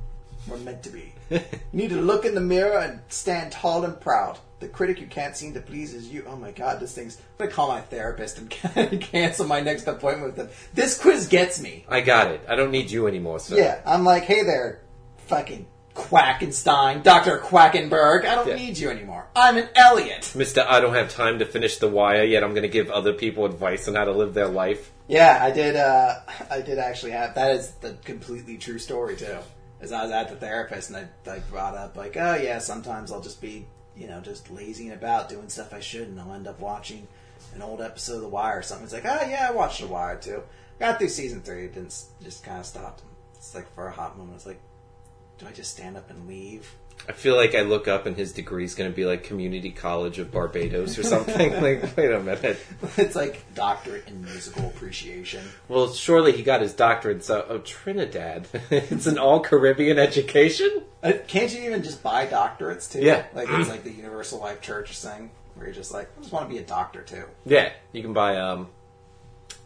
Speaker 1: We're meant to be. you need to look in the mirror and stand tall and proud. The critic you can't seem to please is you. Oh my god, this thing's. I'm gonna call my therapist and *laughs* cancel my next appointment with them. This quiz gets me.
Speaker 2: I got it. I don't need you anymore. So
Speaker 1: Yeah, I'm like, hey there, fucking Quackenstein, Dr. Quackenberg. I don't
Speaker 2: Yeah.
Speaker 1: need you anymore. I'm an Elliot.
Speaker 2: Mister, I don't have time to finish the wire yet. I'm going to give other people advice on how to live their life.
Speaker 1: Yeah, I did. Uh, I did actually have that is the completely true story too. As I was at the therapist and I, I brought up like, oh yeah, sometimes I'll just be you know just lazing about doing stuff I shouldn't. I'll end up watching an old episode of The Wire or something. It's like, oh yeah, I watched The Wire too. Got through season three, didn't s- just kind of stopped. It's like for a hot moment, it's like, do I just stand up and leave? *laughs*
Speaker 2: I feel like I look up and his degree's going to be like Community College of Barbados or something. *laughs* like, wait a minute.
Speaker 1: it's like doctorate in musical appreciation.
Speaker 2: Well, surely he got his doctorate. So, oh, Trinidad. *laughs* it's an all Caribbean education.
Speaker 1: Uh, Can't you even just buy doctorates too?
Speaker 2: Yeah.
Speaker 1: like it's like the Universal Life Church thing, where you're just like, I just want to be a doctor too.
Speaker 2: Yeah, you can buy. Um,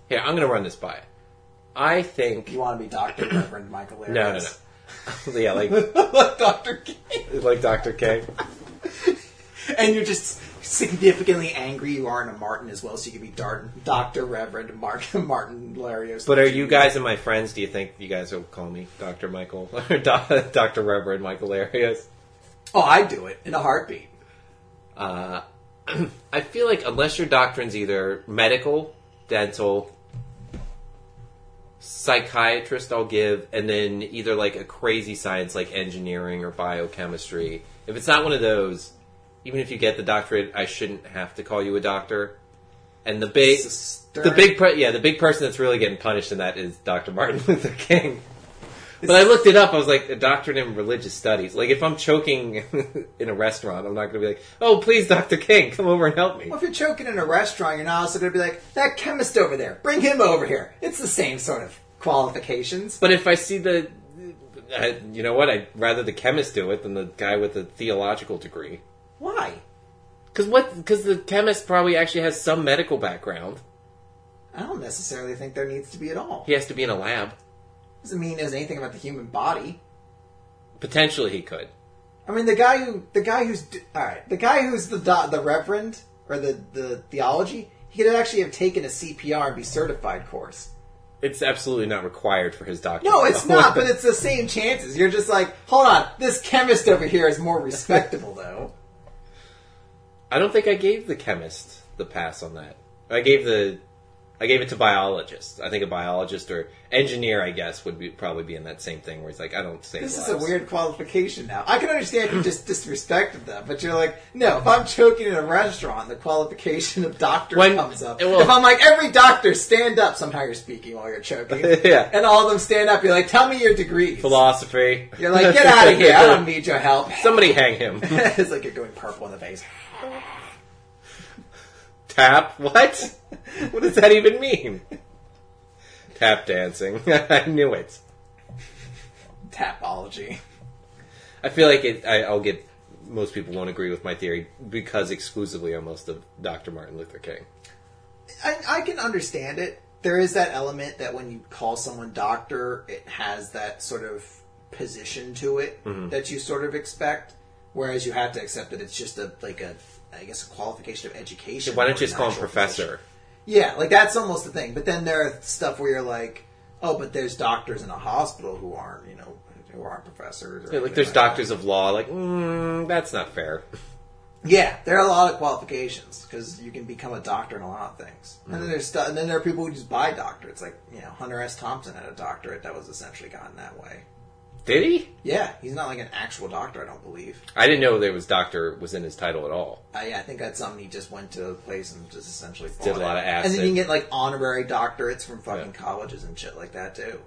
Speaker 2: here, I'm going to run this by. I think
Speaker 1: You want to be Doctor
Speaker 2: *clears throat*
Speaker 1: Reverend Michael Larry?
Speaker 2: no, no,
Speaker 1: *laughs*
Speaker 2: no. *laughs* yeah, like
Speaker 1: Doctor King,
Speaker 2: like Doctor K.
Speaker 1: and you're just significantly angry. You aren't a Martin as well, so you can be Doctor Reverend Mark *laughs* Martin Larios.
Speaker 2: But are you guys and my friends? Do you think you guys will call me Doctor Michael *laughs* or Doctor Reverend Michael Arias?
Speaker 1: oh, I do it in a heartbeat.
Speaker 2: Uh, I feel like unless your doctrine's either medical, dental, psychiatrist, I'll give, and then either like a crazy science like engineering or biochemistry. If it's not one of those, even if you get the doctorate, I shouldn't have to call you a doctor. And the big,
Speaker 1: It's a stern-
Speaker 2: the big, pre- yeah, the big person that's really getting punished in that is Dr. Martin *laughs* Luther King. But I looked it up. I was like, a doctorate in religious studies. Like, if I'm choking *laughs* in a restaurant, I'm not going to be like, oh, please, Dr. King, come over and help me.
Speaker 1: Well, if you're choking in a restaurant, you're not also going to be like that chemist over there. Bring him over here. It's the same sort of qualifications.
Speaker 2: But if I see the, uh, you know what? I'd rather the chemist do it than the guy with the theological degree.
Speaker 1: Why?
Speaker 2: Because what? Because the chemist probably actually has some medical background.
Speaker 1: I don't necessarily think there needs to be at all.
Speaker 2: He has to be in a lab.
Speaker 1: doesn't mean he knows anything about the human body.
Speaker 2: Potentially, he could.
Speaker 1: I mean, the guy who the guy who's all right, the guy who's the do- the reverend or the the theology, He could actually have taken a CPR and be certified course.
Speaker 2: It's absolutely not required for his doctor.
Speaker 1: No,
Speaker 2: *laughs*
Speaker 1: it's not, but it's the same chances. You're just like, hold on, this chemist over here is more respectable, though.
Speaker 2: I don't think I gave the chemist the pass on that. I gave the I gave it to biologists. I think a biologist or engineer, I guess, would be, probably be in that same thing where he's like, I don't save
Speaker 1: This is
Speaker 2: lives.
Speaker 1: a weird qualification now. I can understand if you just disrespected them, but you're like, no, if I'm choking in a restaurant, the qualification of doctor
Speaker 2: When-
Speaker 1: comes up.
Speaker 2: it will-
Speaker 1: if I'm like, every doctor, stand up, somehow you're speaking while you're choking.
Speaker 2: *laughs* Yeah.
Speaker 1: And all of them stand up, you're like, tell me your degrees.
Speaker 2: philosophy.
Speaker 1: You're like, get
Speaker 2: *laughs*
Speaker 1: out of here, I don't need your help. *laughs*
Speaker 2: Somebody hang him.
Speaker 1: it's like you're going purple in the face.
Speaker 2: Tap? What? *laughs* What does that even mean? Tap dancing. *laughs* I knew it.
Speaker 1: Tapology.
Speaker 2: I feel like it, I, I'll get. Most people won't agree with my theory because exclusively almost of Dr. Martin Luther King.
Speaker 1: I, I can understand it. There is that element that when you call someone doctor, it has that sort of position to it
Speaker 2: Mm-hmm.
Speaker 1: that you sort of expect. Whereas you have to accept that it's just a like a I guess a qualification of education.
Speaker 2: Why
Speaker 1: or
Speaker 2: don't you just
Speaker 1: an
Speaker 2: call him
Speaker 1: actual
Speaker 2: professor?
Speaker 1: Yeah, like that's almost the thing. But then there are stuff where you're like, oh, but there's doctors in a hospital who aren't you know who aren't professors. Or
Speaker 2: Yeah, like, there's
Speaker 1: anything
Speaker 2: doctors of law. Like, mm, that's not fair. *laughs*
Speaker 1: Yeah, there are a lot of qualifications because you can become a doctor in a lot of things. And then there's stu- and then there are people who just buy doctorates. Like you know, Hunter S. Thompson had a doctorate that was essentially gotten that way.
Speaker 2: Did he?
Speaker 1: Yeah, he's not like an actual doctor, I don't believe.
Speaker 2: I didn't know there was doctor was in his title at all.
Speaker 1: I, I think that's something he just went to a place and just essentially
Speaker 2: Did a
Speaker 1: bought
Speaker 2: lot
Speaker 1: it.
Speaker 2: of
Speaker 1: And then you
Speaker 2: acid.
Speaker 1: can get like honorary doctorates from fucking
Speaker 2: Yeah.
Speaker 1: colleges and shit like that too.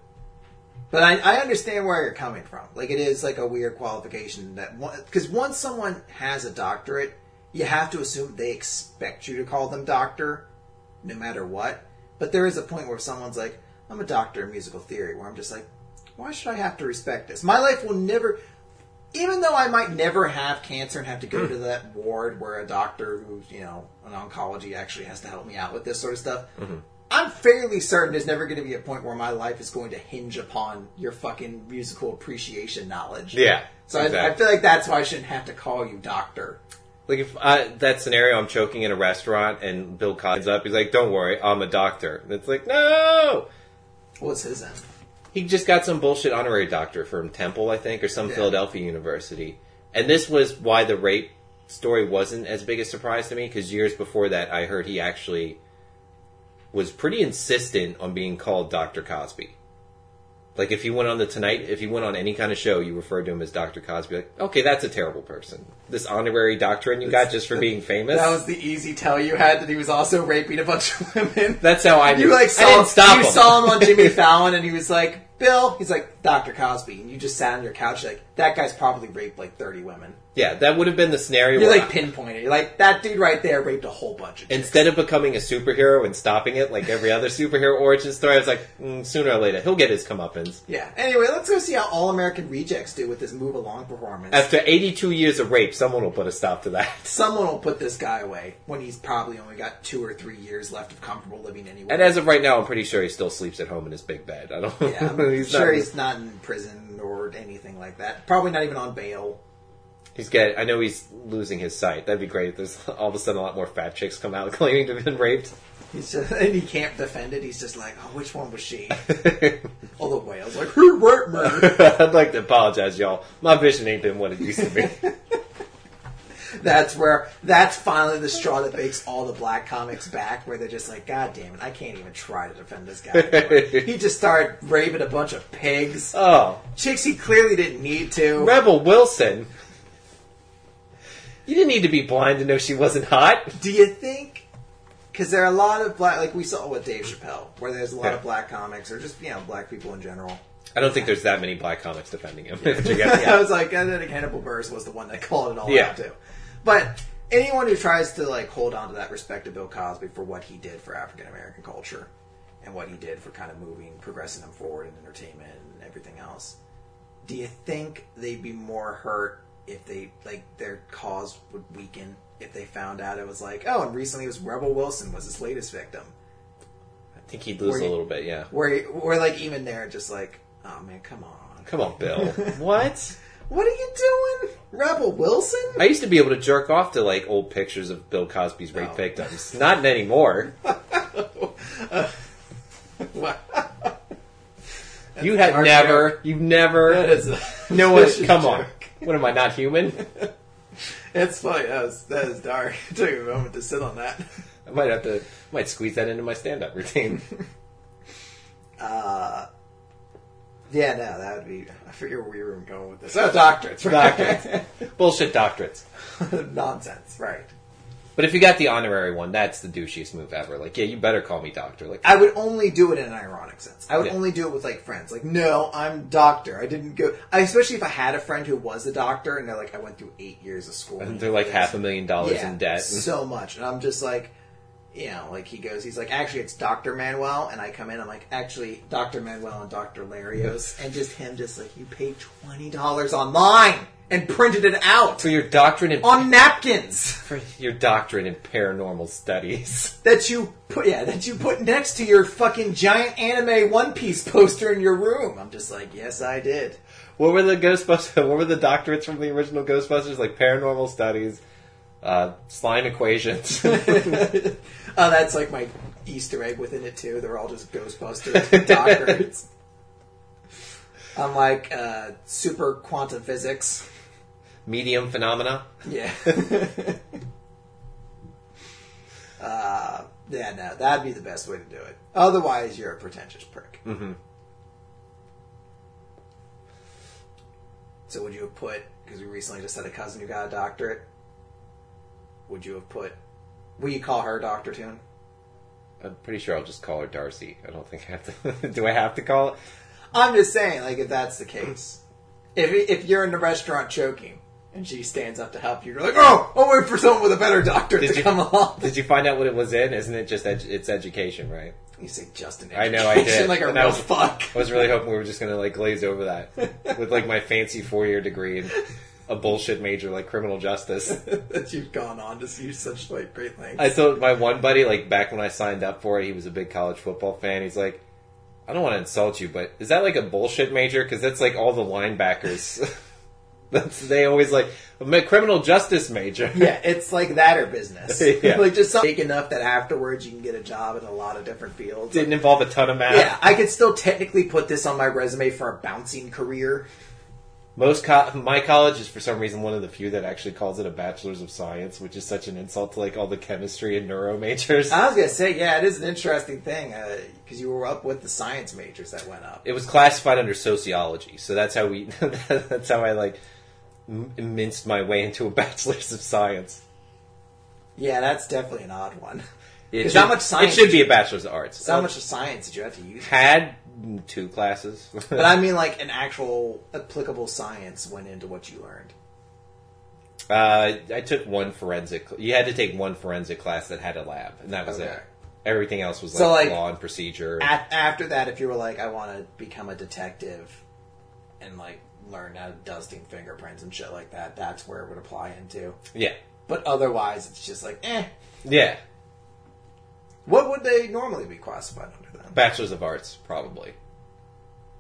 Speaker 1: But I, I understand where you're coming from. Like it is like a weird qualification that because once someone has a doctorate, you have to assume they expect you to call them doctor, no matter what. But there is a point where someone's like, "I'm a doctor in musical theory," where I'm just like, "Why should I have to respect this? My life will never." even though I might never have cancer and have to go to that ward where a doctor who's, you know, an oncology actually has to help me out with this sort of stuff,
Speaker 2: Mm-hmm.
Speaker 1: I'm fairly certain there's never going to be a point where my life is going to hinge upon your fucking musical appreciation knowledge.
Speaker 2: Yeah.
Speaker 1: So I, I
Speaker 2: exactly.
Speaker 1: feel like that's why I shouldn't have to call you doctor.
Speaker 2: Like if I, that scenario, I'm choking in a restaurant and Bill Cosby's up. He's like, "Don't worry, I'm a doctor." And it's like, no.
Speaker 1: What's his end?
Speaker 2: He just got some bullshit honorary doctor from Temple, I think, or some
Speaker 1: Yeah.
Speaker 2: Philadelphia university. And this was why the rape story wasn't as big a surprise to me because years before that, I heard he actually was pretty insistent on being called Doctor Cosby. Like if you went on the Tonight, if you went on any kind of show, you referred to him as Doctor Cosby. Like, okay, that's a terrible person. This honorary doctorate you got just for being famous.
Speaker 1: That was the easy tell you had that he was also raping a bunch of women.
Speaker 2: That's how I knew.
Speaker 1: You like
Speaker 2: I
Speaker 1: saw,
Speaker 2: didn't stop
Speaker 1: you
Speaker 2: him.
Speaker 1: saw him on
Speaker 2: *laughs*
Speaker 1: Jimmy Fallon, and he was like, "Bill," he's like, "Dr. Cosby," and you just sat on your couch like, "That guy's probably raped like thirty women."
Speaker 2: yeah, that would have been the scenario.
Speaker 1: You're
Speaker 2: where
Speaker 1: like
Speaker 2: I-
Speaker 1: pinpointed. You're like, "That dude right there raped a whole bunch of." Chicks.
Speaker 2: instead of becoming a superhero and stopping it like every other superhero origin story, I was like, mm, sooner or later he'll get his comeuppance.
Speaker 1: yeah. Anyway, let's go see how All American Rejects do with this "Move Along" performance.
Speaker 2: After 82 years of rape, someone will put a stop to that. *laughs*
Speaker 1: Someone will put this guy away when he's probably only got two or three years left of comfortable living anyway.
Speaker 2: And as of right now, I'm pretty sure he still sleeps at home in his big bed. I don't.
Speaker 1: yeah, I'm
Speaker 2: *laughs* *laughs* he's
Speaker 1: sure
Speaker 2: not,
Speaker 1: he's not in prison or anything like that. Probably not even on bail.
Speaker 2: He's get. I know he's losing his sight. That'd be great. if There's *laughs* all of a sudden a lot more fat chicks come out *laughs* claiming to have been raped.
Speaker 1: He's just, and he can't defend it. He's just like, oh, which one was she? All the whales like, who raped me?
Speaker 2: I'd like to apologize, y'all. My vision ain't been what it used to
Speaker 1: *laughs*
Speaker 2: be.
Speaker 1: That's where that's finally the straw that breaks all the black comics back, where they're just like, God damn it, I can't even try to defend this guy. anymore." he just started raping a bunch of pigs,
Speaker 2: oh,
Speaker 1: chicks he clearly didn't need to.
Speaker 2: Rebel Wilson. You didn't need to be blind to know she wasn't hot.
Speaker 1: Do you think? Because there are a lot of black, like we saw with Dave Chappelle, where there's a lot of
Speaker 2: Yeah.
Speaker 1: black comics or just you know black people in general.
Speaker 2: I don't think there's that many black comics defending him. *laughs* If
Speaker 1: *laughs*
Speaker 2: you get-
Speaker 1: I was like, and then Hannibal Buress was the one that *laughs* called it all
Speaker 2: Yeah.
Speaker 1: out too. But anyone who tries to like hold on to that respect to Bill Cosby for what he did for African American culture and what he did for kind of moving, progressing them forward in entertainment and everything else, do you think they'd be more hurt if they like their cause would weaken if they found out it was like, oh, and recently it was Rebel Wilson was his latest victim,
Speaker 2: I think he'd lose
Speaker 1: Were
Speaker 2: a
Speaker 1: you-
Speaker 2: little bit, yeah.
Speaker 1: where where like even they're just like, oh man, come on. *laughs*
Speaker 2: Come on, Bill. what?
Speaker 1: What are you doing, Rebel Wilson?
Speaker 2: I used to be able to jerk off to like old pictures of Bill Cosby's rape
Speaker 1: No.
Speaker 2: victims. Not
Speaker 1: *laughs*
Speaker 2: anymore. you have
Speaker 1: dark
Speaker 2: never, you've
Speaker 1: That
Speaker 2: never.
Speaker 1: is a
Speaker 2: *laughs* No one.
Speaker 1: vicious
Speaker 2: Come on.
Speaker 1: joke.
Speaker 2: What am I not human?
Speaker 1: It's funny. That is, that is dark. *laughs* It took me a moment to sit on that.
Speaker 2: I might have to. Might squeeze that into my stand-up
Speaker 1: *laughs*
Speaker 2: routine.
Speaker 1: Yeah, no, that would be. I figure where we were going with this. Oh, doctorates, right?
Speaker 2: doctorates, bullshit doctorates.
Speaker 1: *laughs* nonsense, right?
Speaker 2: But if you got the honorary one, that's the douchiest move ever. Like, yeah, you better call me doctor. Like, *laughs*
Speaker 1: I would only do it in an ironic sense. I would
Speaker 2: Yeah.
Speaker 1: only do it with like friends. Like, no, I'm doctor. I didn't go. I, especially if I had a friend who was a doctor, and they're like, I went through eight years of school.
Speaker 2: and they're like half a million dollars
Speaker 1: Yeah,
Speaker 2: in debt.
Speaker 1: so much, and I'm just like, you know, like he goes, he's like, actually, it's Doctor Manuel, and I come in, I'm like, actually, Doctor Manuel and Doctor
Speaker 2: *laughs*
Speaker 1: Larios, and just him, just like, you paid twenty dollars online and printed it out
Speaker 2: for your doctorate in
Speaker 1: on napkins.
Speaker 2: for *laughs* your doctorate in paranormal studies. *laughs*
Speaker 1: that you put yeah that you put next to your fucking giant anime One Piece poster in your room. I'm just like, yes, I did.
Speaker 2: What were the Ghostbusters? *laughs* What were the doctorates from the original Ghostbusters? Like paranormal studies, uh, slime equations. *laughs*
Speaker 1: Oh, that's like my Easter egg within it too. They're all just Ghostbusters doctorates. I'm like uh, super quantum physics.
Speaker 2: medium phenomena.
Speaker 1: Yeah. *laughs* uh, yeah, no, that'd be the best way to do it. Otherwise, you're a pretentious prick. Mm-hmm. So, would you have put? Because we recently just had a cousin who got a doctorate. Would you have put? Will you call her Doctor Tune?
Speaker 2: I'm pretty sure I'll just call her Darcy. I don't think I have to. *laughs* do I have to call it?
Speaker 1: I'm just saying, like, if that's the case, if if you're in the restaurant choking and she stands up to help you, you're like, oh, I'll wait for someone with a better doctor
Speaker 2: Did
Speaker 1: to
Speaker 2: you-
Speaker 1: come along.
Speaker 2: Did you find out what it was in? Isn't it just edu- it's education, right?
Speaker 1: You say Justin.
Speaker 2: I know I did.
Speaker 1: Education, Like a
Speaker 2: And I
Speaker 1: real
Speaker 2: was-
Speaker 1: fuck. *laughs*
Speaker 2: I was really hoping we were just gonna like glaze over that with like my fancy four year degree and a bullshit major like criminal justice. *laughs*
Speaker 1: that you've gone on to see such like great lengths.
Speaker 2: I told my one buddy like back when I signed up for it, he was a big college football fan. He's like, I don't want to insult you, but is that like a bullshit major? Because that's like all the linebackers. *laughs* that's they always like "I'm a criminal justice major.
Speaker 1: yeah, it's like that or business.
Speaker 2: *laughs* Yeah.
Speaker 1: *laughs* Like just something big enough that afterwards you can get a job in a lot of different fields.
Speaker 2: *laughs* Didn't involve a ton of math.
Speaker 1: yeah, I could still technically put this on my resume for a bouncing career.
Speaker 2: Most co- my college is for some reason one of the few that actually calls it a bachelor's of science, which is such an insult to like all the chemistry and neuro majors.
Speaker 1: I was gonna say, yeah, it is an interesting thing because you were up with the science majors that went up.
Speaker 2: it was classified under sociology, so that's how we. *laughs* that's how I like m- minced my way into a *laughs* bachelor's of science.
Speaker 1: Yeah, that's definitely an odd one. *laughs*
Speaker 2: It
Speaker 1: 'Cause how much science
Speaker 2: It should be a bachelor's of arts. Um,
Speaker 1: So how much science did you have to use?
Speaker 2: had two classes.
Speaker 1: But I mean, like an actual applicable science went into what you learned.
Speaker 2: *laughs* uh, I took one forensic. You had to take one forensic class that had a lab, and that was
Speaker 1: Okay.
Speaker 2: it. Everything else was like,
Speaker 1: So, like,
Speaker 2: law and procedure.
Speaker 1: At, after that, if you were like, I want to become a detective and like learn how to dusting fingerprints and shit like that, that's where it would apply into.
Speaker 2: yeah,
Speaker 1: But otherwise, it's just like, eh.
Speaker 2: yeah.
Speaker 1: What would they normally be classified under then?
Speaker 2: Bachelor's of Arts, probably.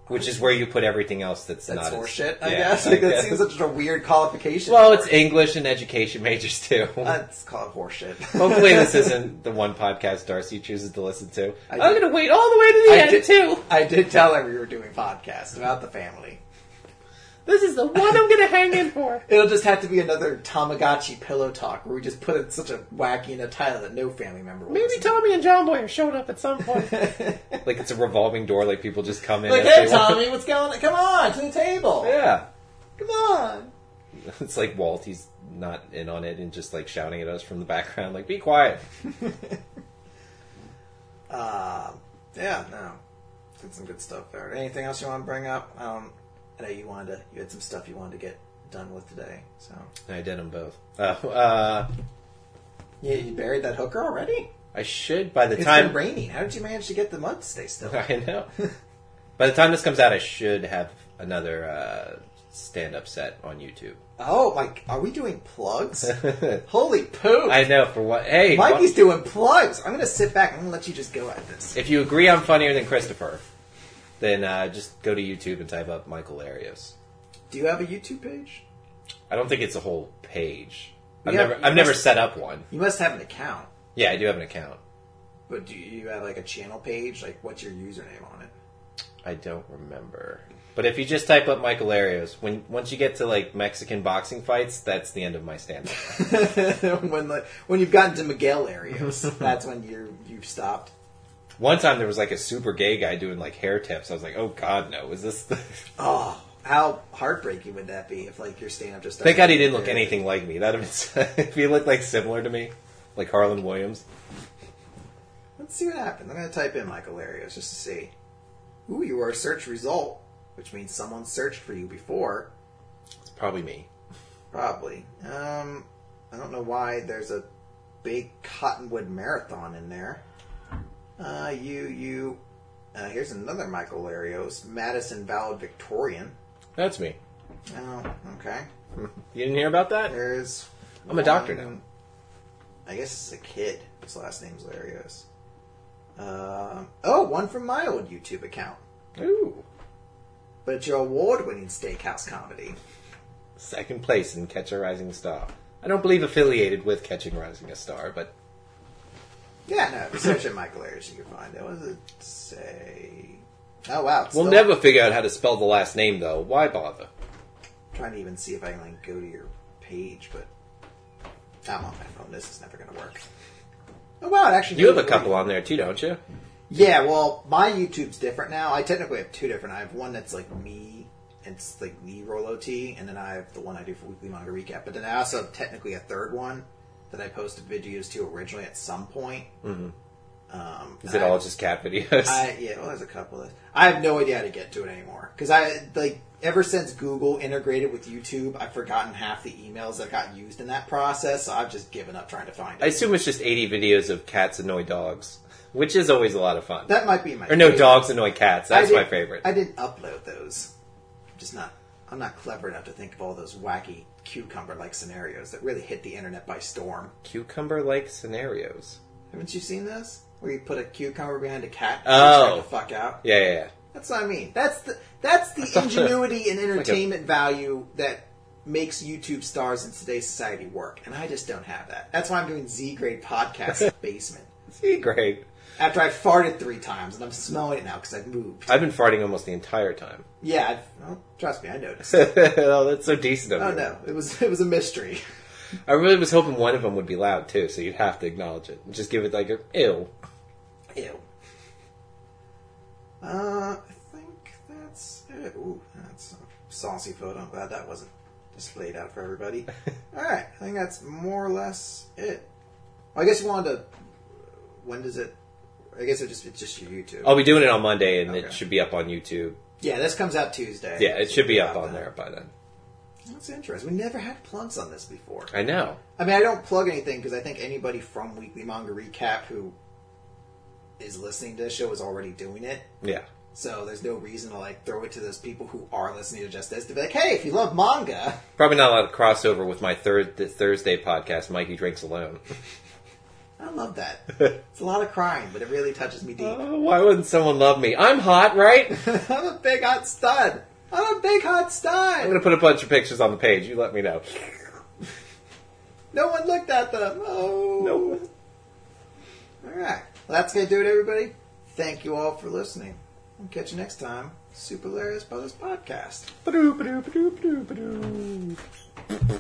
Speaker 2: Which is where you put everything else that's,
Speaker 1: That's
Speaker 2: not as-
Speaker 1: horseshit, I
Speaker 2: Yeah,
Speaker 1: guess. *laughs* Like, that seems such a weird qualification.
Speaker 2: *laughs* well, it's
Speaker 1: for it.
Speaker 2: English and education
Speaker 1: *laughs*
Speaker 2: majors too.
Speaker 1: Let's call it horseshit.
Speaker 2: *laughs* Hopefully, this isn't the one podcast Darcy chooses to listen to. I am
Speaker 1: did-
Speaker 2: going to wait all the way to the end
Speaker 1: did,
Speaker 2: too.
Speaker 1: *laughs* I did tell her we were doing podcasts about the family.
Speaker 2: This is the one I'm going to hang in for.
Speaker 1: It'll just have to be another Tamagotchi pillow talk where we just put it such a wacky in a title that no family member will
Speaker 2: Maybe
Speaker 1: listen to.
Speaker 2: Tommy and John Boy are showing up at some point. like it's a revolving door. Like people just come in.
Speaker 1: Like,
Speaker 2: as
Speaker 1: hey,
Speaker 2: they want.
Speaker 1: Tommy, what's going on? Come on, to the table.
Speaker 2: Yeah.
Speaker 1: Come on.
Speaker 2: *laughs* It's like Walt. He's not in on it and just like shouting at us from the background. Like, be quiet.
Speaker 1: Yeah, no. Did some good stuff there. Anything else you want to bring up? Um, I know you wanted to, you had some stuff you wanted to get done with today, so.
Speaker 2: And I did them both. Oh, uh,
Speaker 1: Yeah, you buried that hooker already?
Speaker 2: I should by the
Speaker 1: It's
Speaker 2: time *laughs*
Speaker 1: been raining. How did you manage to get the mud to stay still?
Speaker 2: I know. By the time this comes out, I should have another uh, stand-up set on YouTube.
Speaker 1: Oh, my, are we doing *laughs* plugs? Holy poop.
Speaker 2: I know for what? Hey,
Speaker 1: Mikey's
Speaker 2: wha-
Speaker 1: doing plugs. I'm going to sit back. I'm going to let you just go at this.
Speaker 2: if you agree I'm funnier than Christopher, then uh, just go to YouTube and type up Michael Larios.
Speaker 1: Do you have a YouTube page?
Speaker 2: I don't think it's a whole page. I've
Speaker 1: Yeah,
Speaker 2: never
Speaker 1: you
Speaker 2: I've never
Speaker 1: must-
Speaker 2: set up one.
Speaker 1: You must have an account,
Speaker 2: Yeah, I do have an account.
Speaker 1: but do you have like a channel page? Like, what's your username on it?
Speaker 2: I don't remember. But if you just type up Michael Arios, when once you get to like Mexican boxing fights, that's the end of my stand
Speaker 1: *laughs*
Speaker 2: up.
Speaker 1: when like when you've gotten to Miguel
Speaker 2: *laughs*
Speaker 1: areas, that's when you you've stopped.
Speaker 2: One time there was like a super gay guy doing like hair tips. I was like, "Oh god, no. Is this the... *laughs*
Speaker 1: Oh, how heartbreaking would that be if like your stand up just started
Speaker 2: Thank god he didn't look
Speaker 1: there.
Speaker 2: anything like me. That'd have been *laughs* if he looked like similar to me, like Harlan Williams.
Speaker 1: Let's see what happens. I'm gonna type in Michael Arias just to see. Ooh, you are a search result, which means someone searched for you before,
Speaker 2: It's probably me.
Speaker 1: probably. Um, I don't know why there's a big Cottonwood Marathon in there. Uh, you, you. Uh, here's another Michael Arias, Madison Valedictorian.
Speaker 2: That's me.
Speaker 1: Oh, okay.
Speaker 2: You didn't hear about that?
Speaker 1: There's.
Speaker 2: I'm a doctor now.
Speaker 1: I guess it's a kid. His last name's Larios. Um oh, one from my old YouTube account.
Speaker 2: Ooh.
Speaker 1: But it's your award winning steakhouse comedy.
Speaker 2: Second place in Catch a Rising Star. I don't believe affiliated with Catching Rising a Star, but
Speaker 1: Yeah, no, if you search in Michael Larios, you can find it. What does it say? Oh, wow. it's
Speaker 2: we'll
Speaker 1: still-
Speaker 2: never figure out how to spell the last name though. Why bother?
Speaker 1: trying to even see if I can like go to your page, but I'm on my phone. This is never going to work. Oh, wow, it actually
Speaker 2: You have
Speaker 1: did
Speaker 2: a couple
Speaker 1: work.
Speaker 2: on there too, don't you?
Speaker 1: Yeah, well, my YouTube's different now. I technically have two different. I have one that's like me, it's like me Rolo T, and then I have the one I do for Weekly Manga Recap. But then I also have technically a third one that I posted videos to originally at some point. Um,
Speaker 2: Is it
Speaker 1: and I-
Speaker 2: all just cat videos?
Speaker 1: I, yeah, well, there's a couple. Of, I have no idea how to get to it anymore because I like ever since Google integrated with YouTube, I've forgotten half the emails that got used in that process. So I've just given up trying to find
Speaker 2: *laughs* I
Speaker 1: it.
Speaker 2: assume it's just 80 videos of cats annoy dogs, which is always a lot of fun.
Speaker 1: that might be my
Speaker 2: or no,
Speaker 1: favorite.
Speaker 2: dogs annoy cats.
Speaker 1: I
Speaker 2: That's
Speaker 1: did-
Speaker 2: my favorite.
Speaker 1: I didn't upload those. I'm just not. I'm not clever enough to think of all those wacky cucumber-like scenarios that really hit the internet by storm.
Speaker 2: Cucumber-like scenarios.
Speaker 1: Haven't you seen those? Where you put a cucumber behind a cat and
Speaker 2: Oh.
Speaker 1: try to fuck out.
Speaker 2: Yeah, yeah, yeah.
Speaker 1: That's what I mean. That's the that's the
Speaker 2: thought-
Speaker 1: ingenuity and
Speaker 2: like a-
Speaker 1: entertainment value that makes YouTube stars in today's society work, and I just don't have that. That's why I'm doing Z grade podcast
Speaker 2: *laughs*
Speaker 1: in the basement
Speaker 2: See, great.
Speaker 1: after I farted three times, and I'm smelling it now because I've moved.
Speaker 2: I've been farting almost the entire time. *laughs*
Speaker 1: yeah, I've, well, trust me, I noticed.
Speaker 2: oh, that's so decent of
Speaker 1: Oh
Speaker 2: you.
Speaker 1: no, it was it was a mystery. *laughs*
Speaker 2: I really was hoping one of them would be loud too, so you'd have to acknowledge it. Just give it like a ew.
Speaker 1: Ew. Uh, I think that's it. Ooh, that's a saucy photo. I'm glad that wasn't displayed out for
Speaker 2: *laughs*
Speaker 1: everybody. All right, I think that's more or less it. I guess you wanted to. When does it? I guess it just it's just your YouTube.
Speaker 2: I'll be doing it on Monday, and
Speaker 1: Okay.
Speaker 2: it should be up on YouTube.
Speaker 1: Yeah, this comes out Tuesday.
Speaker 2: Yeah, it should be up
Speaker 1: About
Speaker 2: on
Speaker 1: that.
Speaker 2: there by then.
Speaker 1: That's interesting. We never had plugs on this before.
Speaker 2: I know.
Speaker 1: I mean, I don't plug anything because I think anybody from Weekly Manga Recap who is listening to this show is already doing it.
Speaker 2: Yeah.
Speaker 1: So there's no reason to like throw it to those people who are listening to just this to be like, hey, if you love manga,
Speaker 2: Probably not a lot of crossover with my third th- Thursday podcast, Mikey Drinks Alone. *laughs*
Speaker 1: I love that. it's a lot of crying, but it really touches me deep.
Speaker 2: Oh, why wouldn't someone love me? I'm hot, right?
Speaker 1: *laughs*
Speaker 2: *laughs*
Speaker 1: I'm a big hot stud. I'm a big hot
Speaker 2: I'm
Speaker 1: stud.
Speaker 2: gonna put a bunch of pictures on the page. You let me know.
Speaker 1: No one looked at them. Oh.
Speaker 2: No.
Speaker 1: All right. Well, that's going to do it, everybody. Thank you all for listening. I'll catch you next time. Super Hilarious Brothers Podcast.
Speaker 2: Ba-doo, ba-doo, ba-doo, ba-doo, ba-doo.